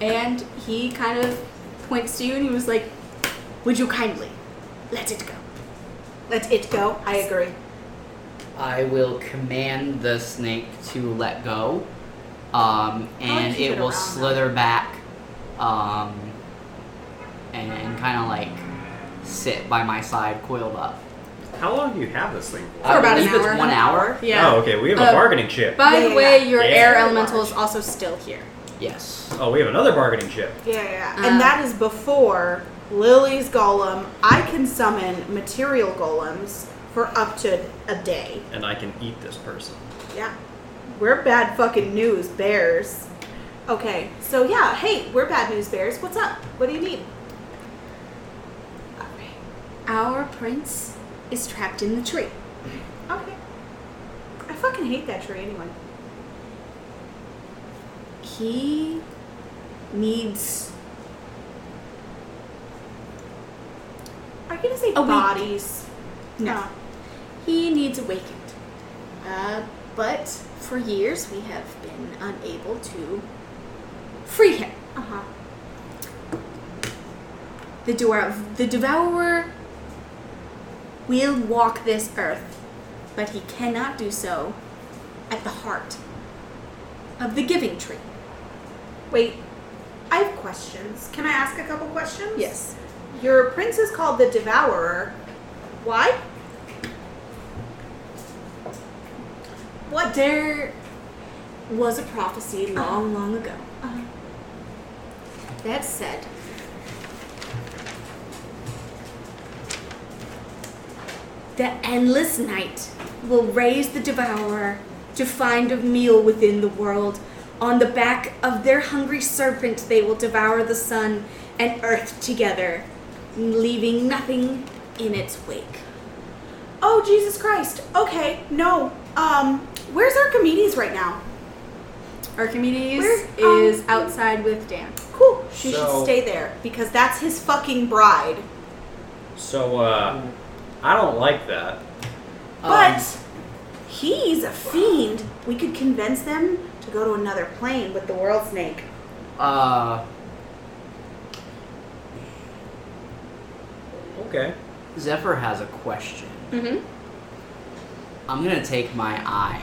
B: and he kind of points to you and he was like, "Would you kindly let it go?"
C: Let it go. I agree.
D: I will command the snake to let go, um, and
C: keep
D: it
C: it
D: will
C: around, though.
D: slither back, um, and, and kind of like sit by my side, coiled up.
E: How long do you have this thing for?
D: I
B: about an
D: believe it's
B: hour.
D: one hour.
B: Yeah.
E: Oh, okay, we have a
B: Uh,
E: bargaining chip.
B: By
C: Yeah,
B: the
C: yeah,
B: way,
C: yeah.
B: your
E: Yeah.
B: air
C: Very
B: elemental
C: large.
B: is also still here.
D: Yes.
E: Oh, we have another bargaining chip.
C: Yeah, yeah.
B: Um,
C: and that is before Lily's golem. I can summon material golems for up to a day.
E: And I can eat this person.
C: Yeah. We're bad fucking news bears. Okay, so yeah, hey, we're bad news bears. What's up? What do you need? Okay.
B: Our prince is trapped in the tree.
C: Okay. I fucking hate that tree anyway.
B: He needs.
C: Are you gonna say
B: A week.
C: bodies? Uh,
B: No. He needs awakened. Uh, but for years we have been unable to free him.
C: Uh huh.
B: The, devour- the devourer will walk this earth, but he cannot do so at the heart of the giving tree.
C: Wait, I have questions. Can I ask a couple questions? Your prince is called the Devourer. Why?
B: What there was a prophecy long, long ago that said the endless night will raise the devourer to find a meal within the world. On the back of their hungry serpent, they will devour the sun and earth together, leaving nothing in its wake.
C: Oh, Jesus Christ. Okay, no. Um, where's Archimedes right now?
B: Archimedes
C: Where-
B: is
C: um,
B: outside with Dan.
C: Cool. She
E: So-
C: should stay there because that's his fucking bride.
E: So, uh, I don't like that.
C: But he's a fiend. We could convince them to go to another plane with the world snake.
D: uh,
E: Okay.
D: Zephyr has a question.
B: Mm-hmm.
D: I'm gonna take my eye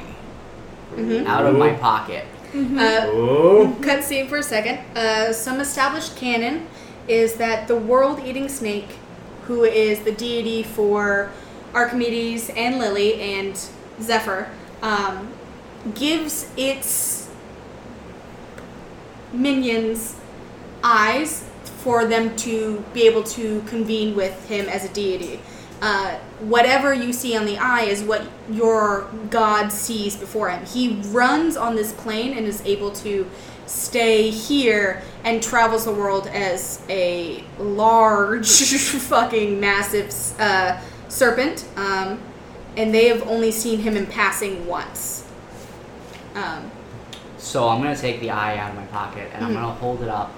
B: Mm-hmm.
D: out of my
E: Ooh.
D: pocket.
B: Uh,
E: Oh.
B: Cut scene for a second. Uh, some established canon is that the world eating snake, who is the deity for Archimedes and Lily and Zephyr, um, gives its minions eyes for them to be able to convene with him as a deity. Uh, whatever you see on the eye is what your god sees before him. He runs on this plane and is able to stay here and travels the world as a large, [laughs] fucking massive uh, serpent. Um, and they have only seen him in passing once. Um,
D: So I'm gonna take the eye out of my pocket
B: Hmm.
D: and I'm gonna hold it up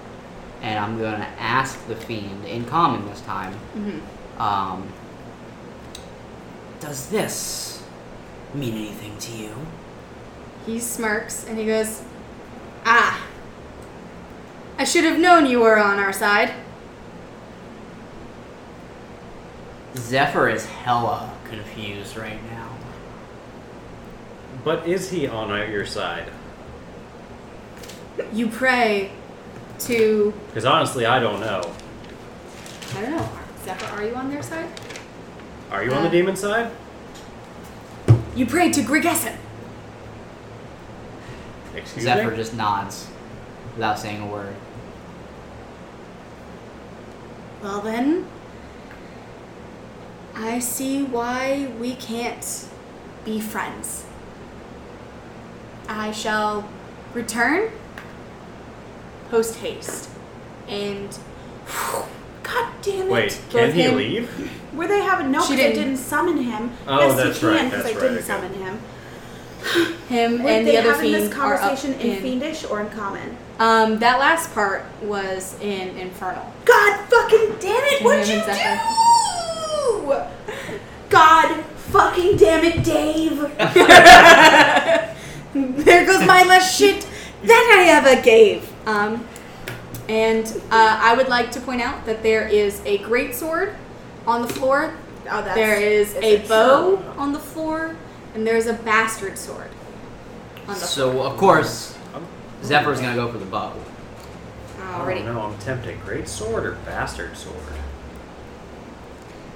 D: and I'm gonna ask the fiend in common this time.
B: Mm-hmm.
D: Um, does this mean anything to you?
B: He smirks and he goes, Ah, I should have known you were on our side.
D: Zephyr is hella confused right now.
E: But is he on your side?
B: You pray to.
E: Because honestly, I don't know.
B: I don't know. Zephyr, are you on their side?
E: Are you on the
B: Uh.
E: demon side?
B: You pray to Grigessen.
E: Excuse
D: Zephyr
E: me.
D: just nods without saying a word.
B: Well then, I see why we can't be friends. I shall return post haste. And
C: God damn it.
E: Wait, can
B: both
E: he
B: him-
E: leave?
C: Were they having no?
B: She
C: Because I
B: didn't.
C: didn't summon him.
E: Oh,
C: yes,
E: that's
C: he can,
E: right,
C: Because
E: that's
C: I
E: right,
C: didn't
E: okay.
C: summon him.
B: him
C: Were
B: and
C: they
B: the other
C: having
B: fiend
C: this
B: are up
C: conversation in,
B: in-
C: fiendish or in common?
B: Um, that last part was in Infernal. [laughs]
C: God fucking damn it!
B: Can
C: What'd
B: you
C: you
B: exactly-
C: do? God fucking damn it,
E: [laughs]
C: Dave!
B: there goes my less shit that I ever gave. Um, and uh, I would like to point out that there is a great sword on the floor.
C: Oh, that's,
B: there is
C: that's
B: a
C: it.
B: bow
C: Sure.
B: on the floor, and there's a bastard sword on the floor.
D: So of course,
E: I'm-
D: Zephyr's gonna go for the bow.
E: I
B: Alrighty.
E: don't know. Oh, I'm tempted. Great sword or bastard sword?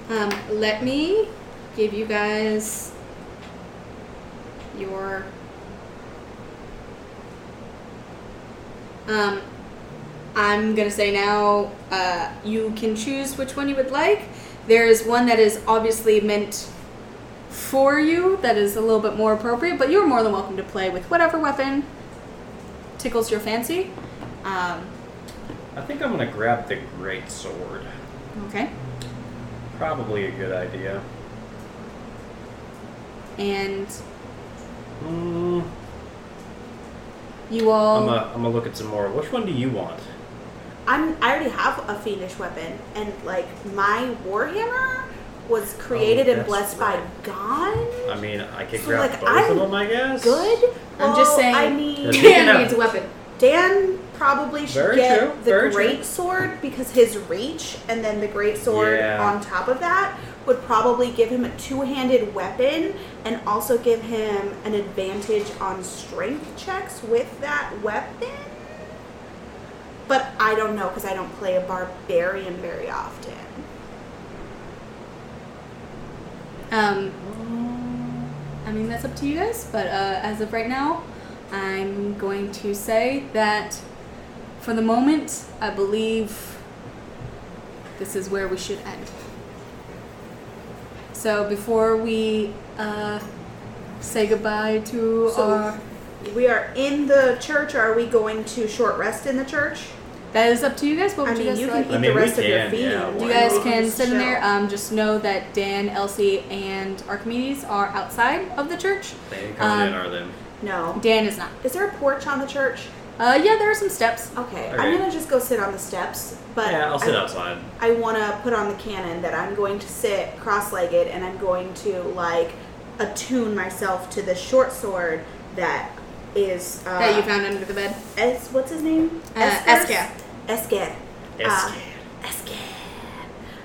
B: Um, let me give you guys your. Um, I'm gonna say now uh, you can choose which one you would like. There is one that is obviously meant for you that is a little bit more appropriate, but you're more than welcome to play with whatever weapon tickles your fancy. Um,
E: I think I'm gonna grab the great sword.
B: okay.
E: Probably a good idea.
B: And
E: Mm,
B: you
E: I'm
B: all.
E: gonna I'm gonna look at some more. Which one do you want?
C: I'm, I already have a fiendish weapon, and like my warhammer was created and
E: Oh, that's
C: blessed by God.
E: I mean, I could
C: So,
E: grab
C: like,
E: both
C: I'm
E: of them, I guess.
C: Good.
B: I'm just
C: Well,
B: saying-
C: I mean,
E: That's-
B: Dan needs a weapon.
C: Dan probably should
E: Very
C: get
E: true,
C: the
E: very true.
C: great sword because his reach and then the great sword
E: Yeah.
C: on top of that would probably give him a two-handed weapon and also give him an advantage on strength checks with that weapon. But I don't know because I don't play a barbarian very often.
B: Um, I mean, that's up to you guys, but uh, as of right now, I'm going to say that for the moment, I believe this is where we should end. So before we uh, say goodbye to
C: So-
B: our.
C: We are in the church. Are we going to short rest in the church?
B: That is up to you guys. What
C: I
B: would Oh, you
C: mean,
B: guys
C: you
B: like?
C: can eat
E: mean,
C: the
E: we
C: rest of your
E: can,
C: feed.
E: yeah,
B: You
E: why
B: guys
C: We
B: can sit in
C: chill.
B: there. Um, just know that Dan, Elsie, and Archimedes are outside of the church.
E: They ain't coming in,
B: Um,
E: are they?
C: No.
B: Dan is not.
C: Is there a porch on the church?
B: Uh, yeah, there are some steps.
C: Okay,
E: Alright.
C: I'm gonna just go sit on the steps, but
E: Yeah, I'll sit
C: I-
E: outside.
C: I want to put on the canon that I'm going to sit cross-legged and I'm going to like attune myself to the short sword that is uh,
B: that you found under the bed.
C: Es, what's his name?
B: Uh,
C: Esthers?
B: Esker.
C: Esker. Uh,
E: Escan.
C: Esker.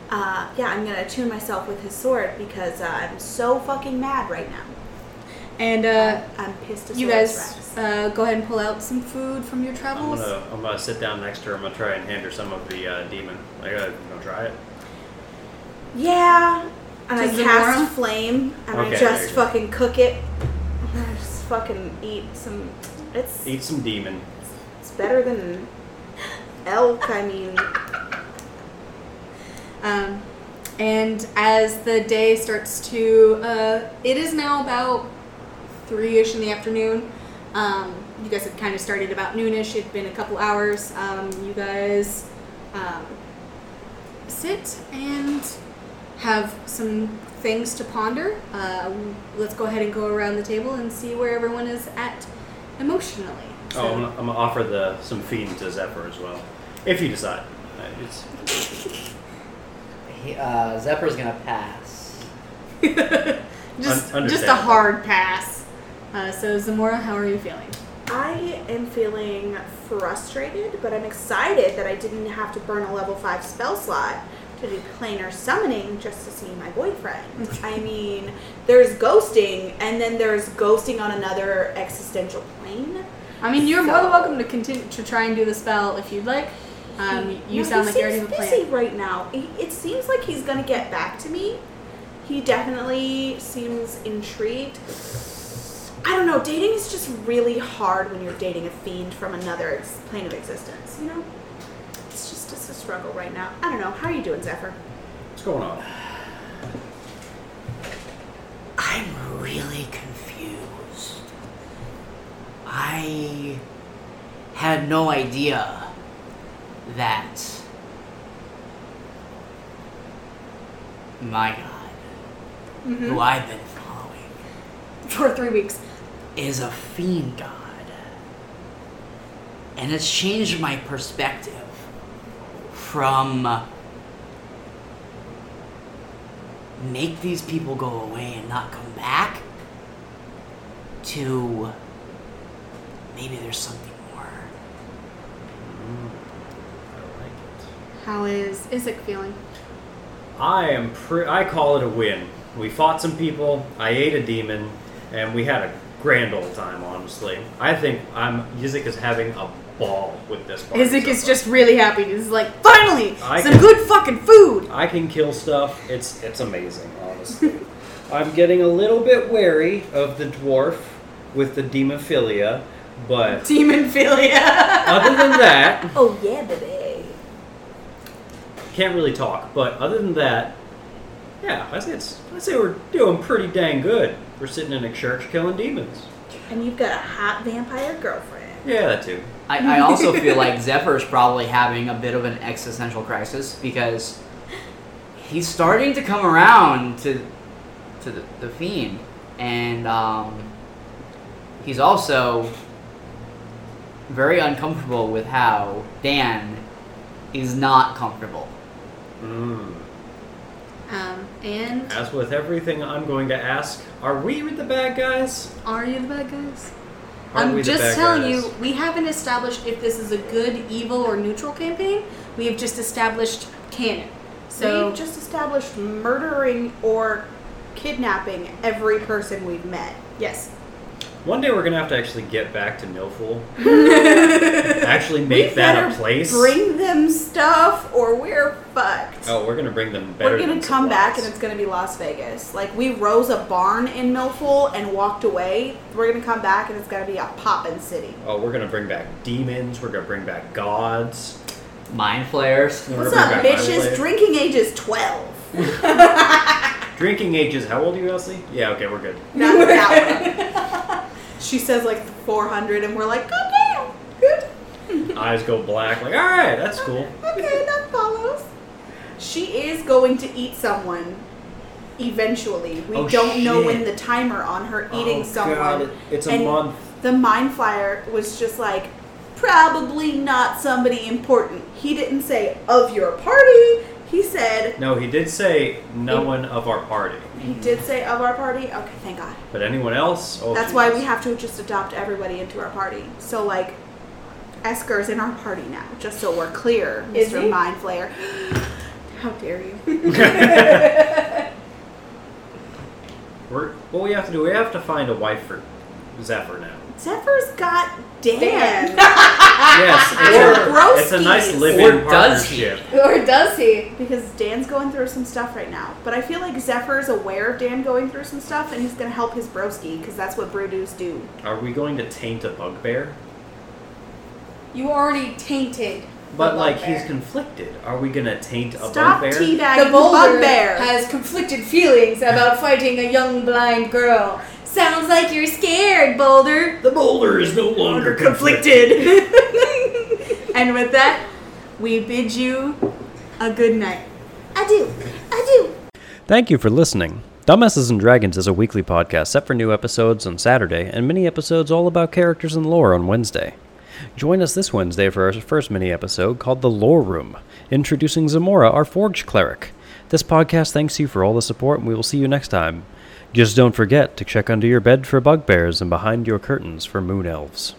C: Uh, yeah, I'm gonna attune myself with his sword because uh, I'm so fucking mad right now.
B: And uh,
C: I'm pissed as
B: you
C: well as
B: guys
C: Rex.
B: uh, go ahead and pull out some food from your
E: I'm
B: travels.
E: gonna, I'm gonna sit down next to her. I'm gonna try and hand her some of the uh, demon. I gotta, I'm gonna try it.
C: Yeah. And
B: Does
C: I
B: it
C: cast
B: warm?
C: flame and
E: Okay,
C: I
E: there
C: just
E: you go.
C: fucking cook it. And I just fucking eat some. It's
E: Eat some demon.
C: it's better than elk. I mean,
B: Um, and as the day starts to, uh, it is now about three ish in the afternoon. Um, you guys had kind of started about noonish. It'd been a couple hours. Um, you guys um, sit and have some things to ponder. Uh, let's go ahead and go around the table and see where everyone is at emotionally.
E: Oh, I'm gonna,
B: [laughs]
E: I'm gonna offer the some feed to Zephyr as well, if you decide. Uh, It's,
D: He, uh, Zephyr's gonna pass.
B: just
E: Un-
B: just a
E: understandable.
B: hard pass. Uh, so Zamora, how are you feeling?
C: I am feeling frustrated, but I'm excited that I didn't have to burn a level five spell slot to do planar summoning just to see my boyfriend. I mean, there's ghosting, and then there's ghosting on another existential plane.
B: I mean, you're more than
C: So-
B: welcome to continue to try and do the spell if you'd like. Um, you
C: No,
B: sound like
C: he
B: you already
C: seems
B: have a
C: busy
B: plan.
C: right now. He- It seems like he's gonna get back to me. He definitely seems intrigued. I don't know. Dating is just really hard when you're dating a fiend from another ex- plane of existence. You know, it's just it's a struggle right now. I don't know. How are you doing, Zephyr?
E: what's going on?
D: I'm really confused. I had no idea that. My God, who I've been following,
B: For three weeks.
D: is a fiend god. And it's changed my perspective from uh, make these people go away and not come back to maybe there's something more.
B: How is Isaac feeling?
E: I am. Pre- I call it a win. We fought some people. I ate a demon, and we had a grand old time. Honestly, I think I'm. Yizik is having a ball with this. party
B: Isaac
E: so
B: is
E: far.
B: just really happy. He's like, finally,
E: I
B: some
E: can-
B: good fucking food.
E: I can kill stuff. It's it's amazing, honestly. [laughs] I'm getting a little bit wary of the dwarf with the demophilia,
B: [laughs]
E: but
B: Demonphilia.
E: other than that,
C: Oh yeah, baby.
E: can't really talk. But other than that, yeah, I say it's I say we're doing pretty dang good. We're sitting in a church killing demons.
C: And you've got a hot vampire girlfriend.
E: Yeah, that too.
D: I, I also feel like Zephyr's probably having a bit of an existential crisis because he's starting to come around to to the, the fiend, and um, he's also very uncomfortable with how Dan is not comfortable.
E: Mm.
B: um, and
E: As with everything, I'm going to ask: Are we with the bad guys?
B: are you the bad guys?
E: Are
B: I'm
E: we the
B: just
E: bad
B: telling
E: guys?
B: you, we haven't established if this is a good, evil, or neutral campaign. We have just established canon. So
C: we've just established murdering or kidnapping every person we've met.
B: yes,
C: [laughs]
E: One day we're gonna have to actually get back to Nilful. actually make
C: We
E: that
C: better
E: a place.
C: Bring them stuff, or we're fucked.
E: oh, we're gonna bring them better.
C: We're gonna
E: than
C: come back and
E: supplies.
C: it's gonna be Las Vegas. Like we rose a barn in Millful and walked away. We're gonna come back and it's gonna be a poppin' city.
E: Oh, we're gonna bring back demons. We're gonna bring back gods.
D: Mind flares.
E: We're
C: What's
E: gonna
C: up,
E: bring back my
C: bitches?
E: blade.
C: Drinking age is twelve.
E: [laughs] Drinking age is how old are you, Elsie? Yeah,
C: [laughs]
E: okay, we're good.
C: Not that one. She says like four hundred, and we're like, God damn, good.
E: Eyes go black. Like, all right, that's cool.
C: Okay, that follows. She is going to eat someone eventually. We
E: Oh,
C: don't know when
E: shit.
C: the timer on her eating
E: Oh,
C: someone.
E: God, it- it's a
C: and
E: month.
C: The mind flyer was just like, probably not somebody important. He didn't say of your party. He said
E: No, he did say no one of our party,
C: he did say of our party. Okay, thank God.
E: but anyone else? Oh,
C: That's why
E: Jesus.
C: we have to just adopt everybody into our party. So like, Esker's in our party now, just so we're clear,
B: Is
C: Mr.
B: he?
C: Mind Flayer. How dare you?
E: We're, what we have to do, we have to find a wife for Zephyr now.
C: Zephyr's got Dan.
E: yes,
C: Or
E: it's a, it's a nice
C: broskies.
E: living
D: Or does he?
E: partnership.
B: Or does he?
C: [laughs] because Dan's going through some stuff right now. But I feel like Zephyr's aware of Dan going through some stuff and he's going to help his broski because that's what Brudos do.
E: Are we going to taint a bugbear?
B: You already tainted.
E: But
B: the
E: like
B: bugbear.
E: he's conflicted. Are we gonna taint a
C: Stop
E: bugbear?
C: teabagging
B: The boulder
C: bugbear.
B: has conflicted feelings about fighting a young blind girl. Sounds like you're scared, Boulder. [laughs]
E: the boulder is no longer
C: and with that, [laughs] we bid you a good night. I do. I do.
A: Thank you for listening. Dumbasses and Dragons is a weekly podcast set for new episodes on Saturday and mini episodes all about characters and lore on Wednesday. Join us this Wednesday for our first mini episode called The Lore Room, introducing Zamora, our Forge Cleric. This podcast thanks you for all the support, and we will see you next time. Just don't forget to check under your bed for bugbears and behind your curtains for moon elves.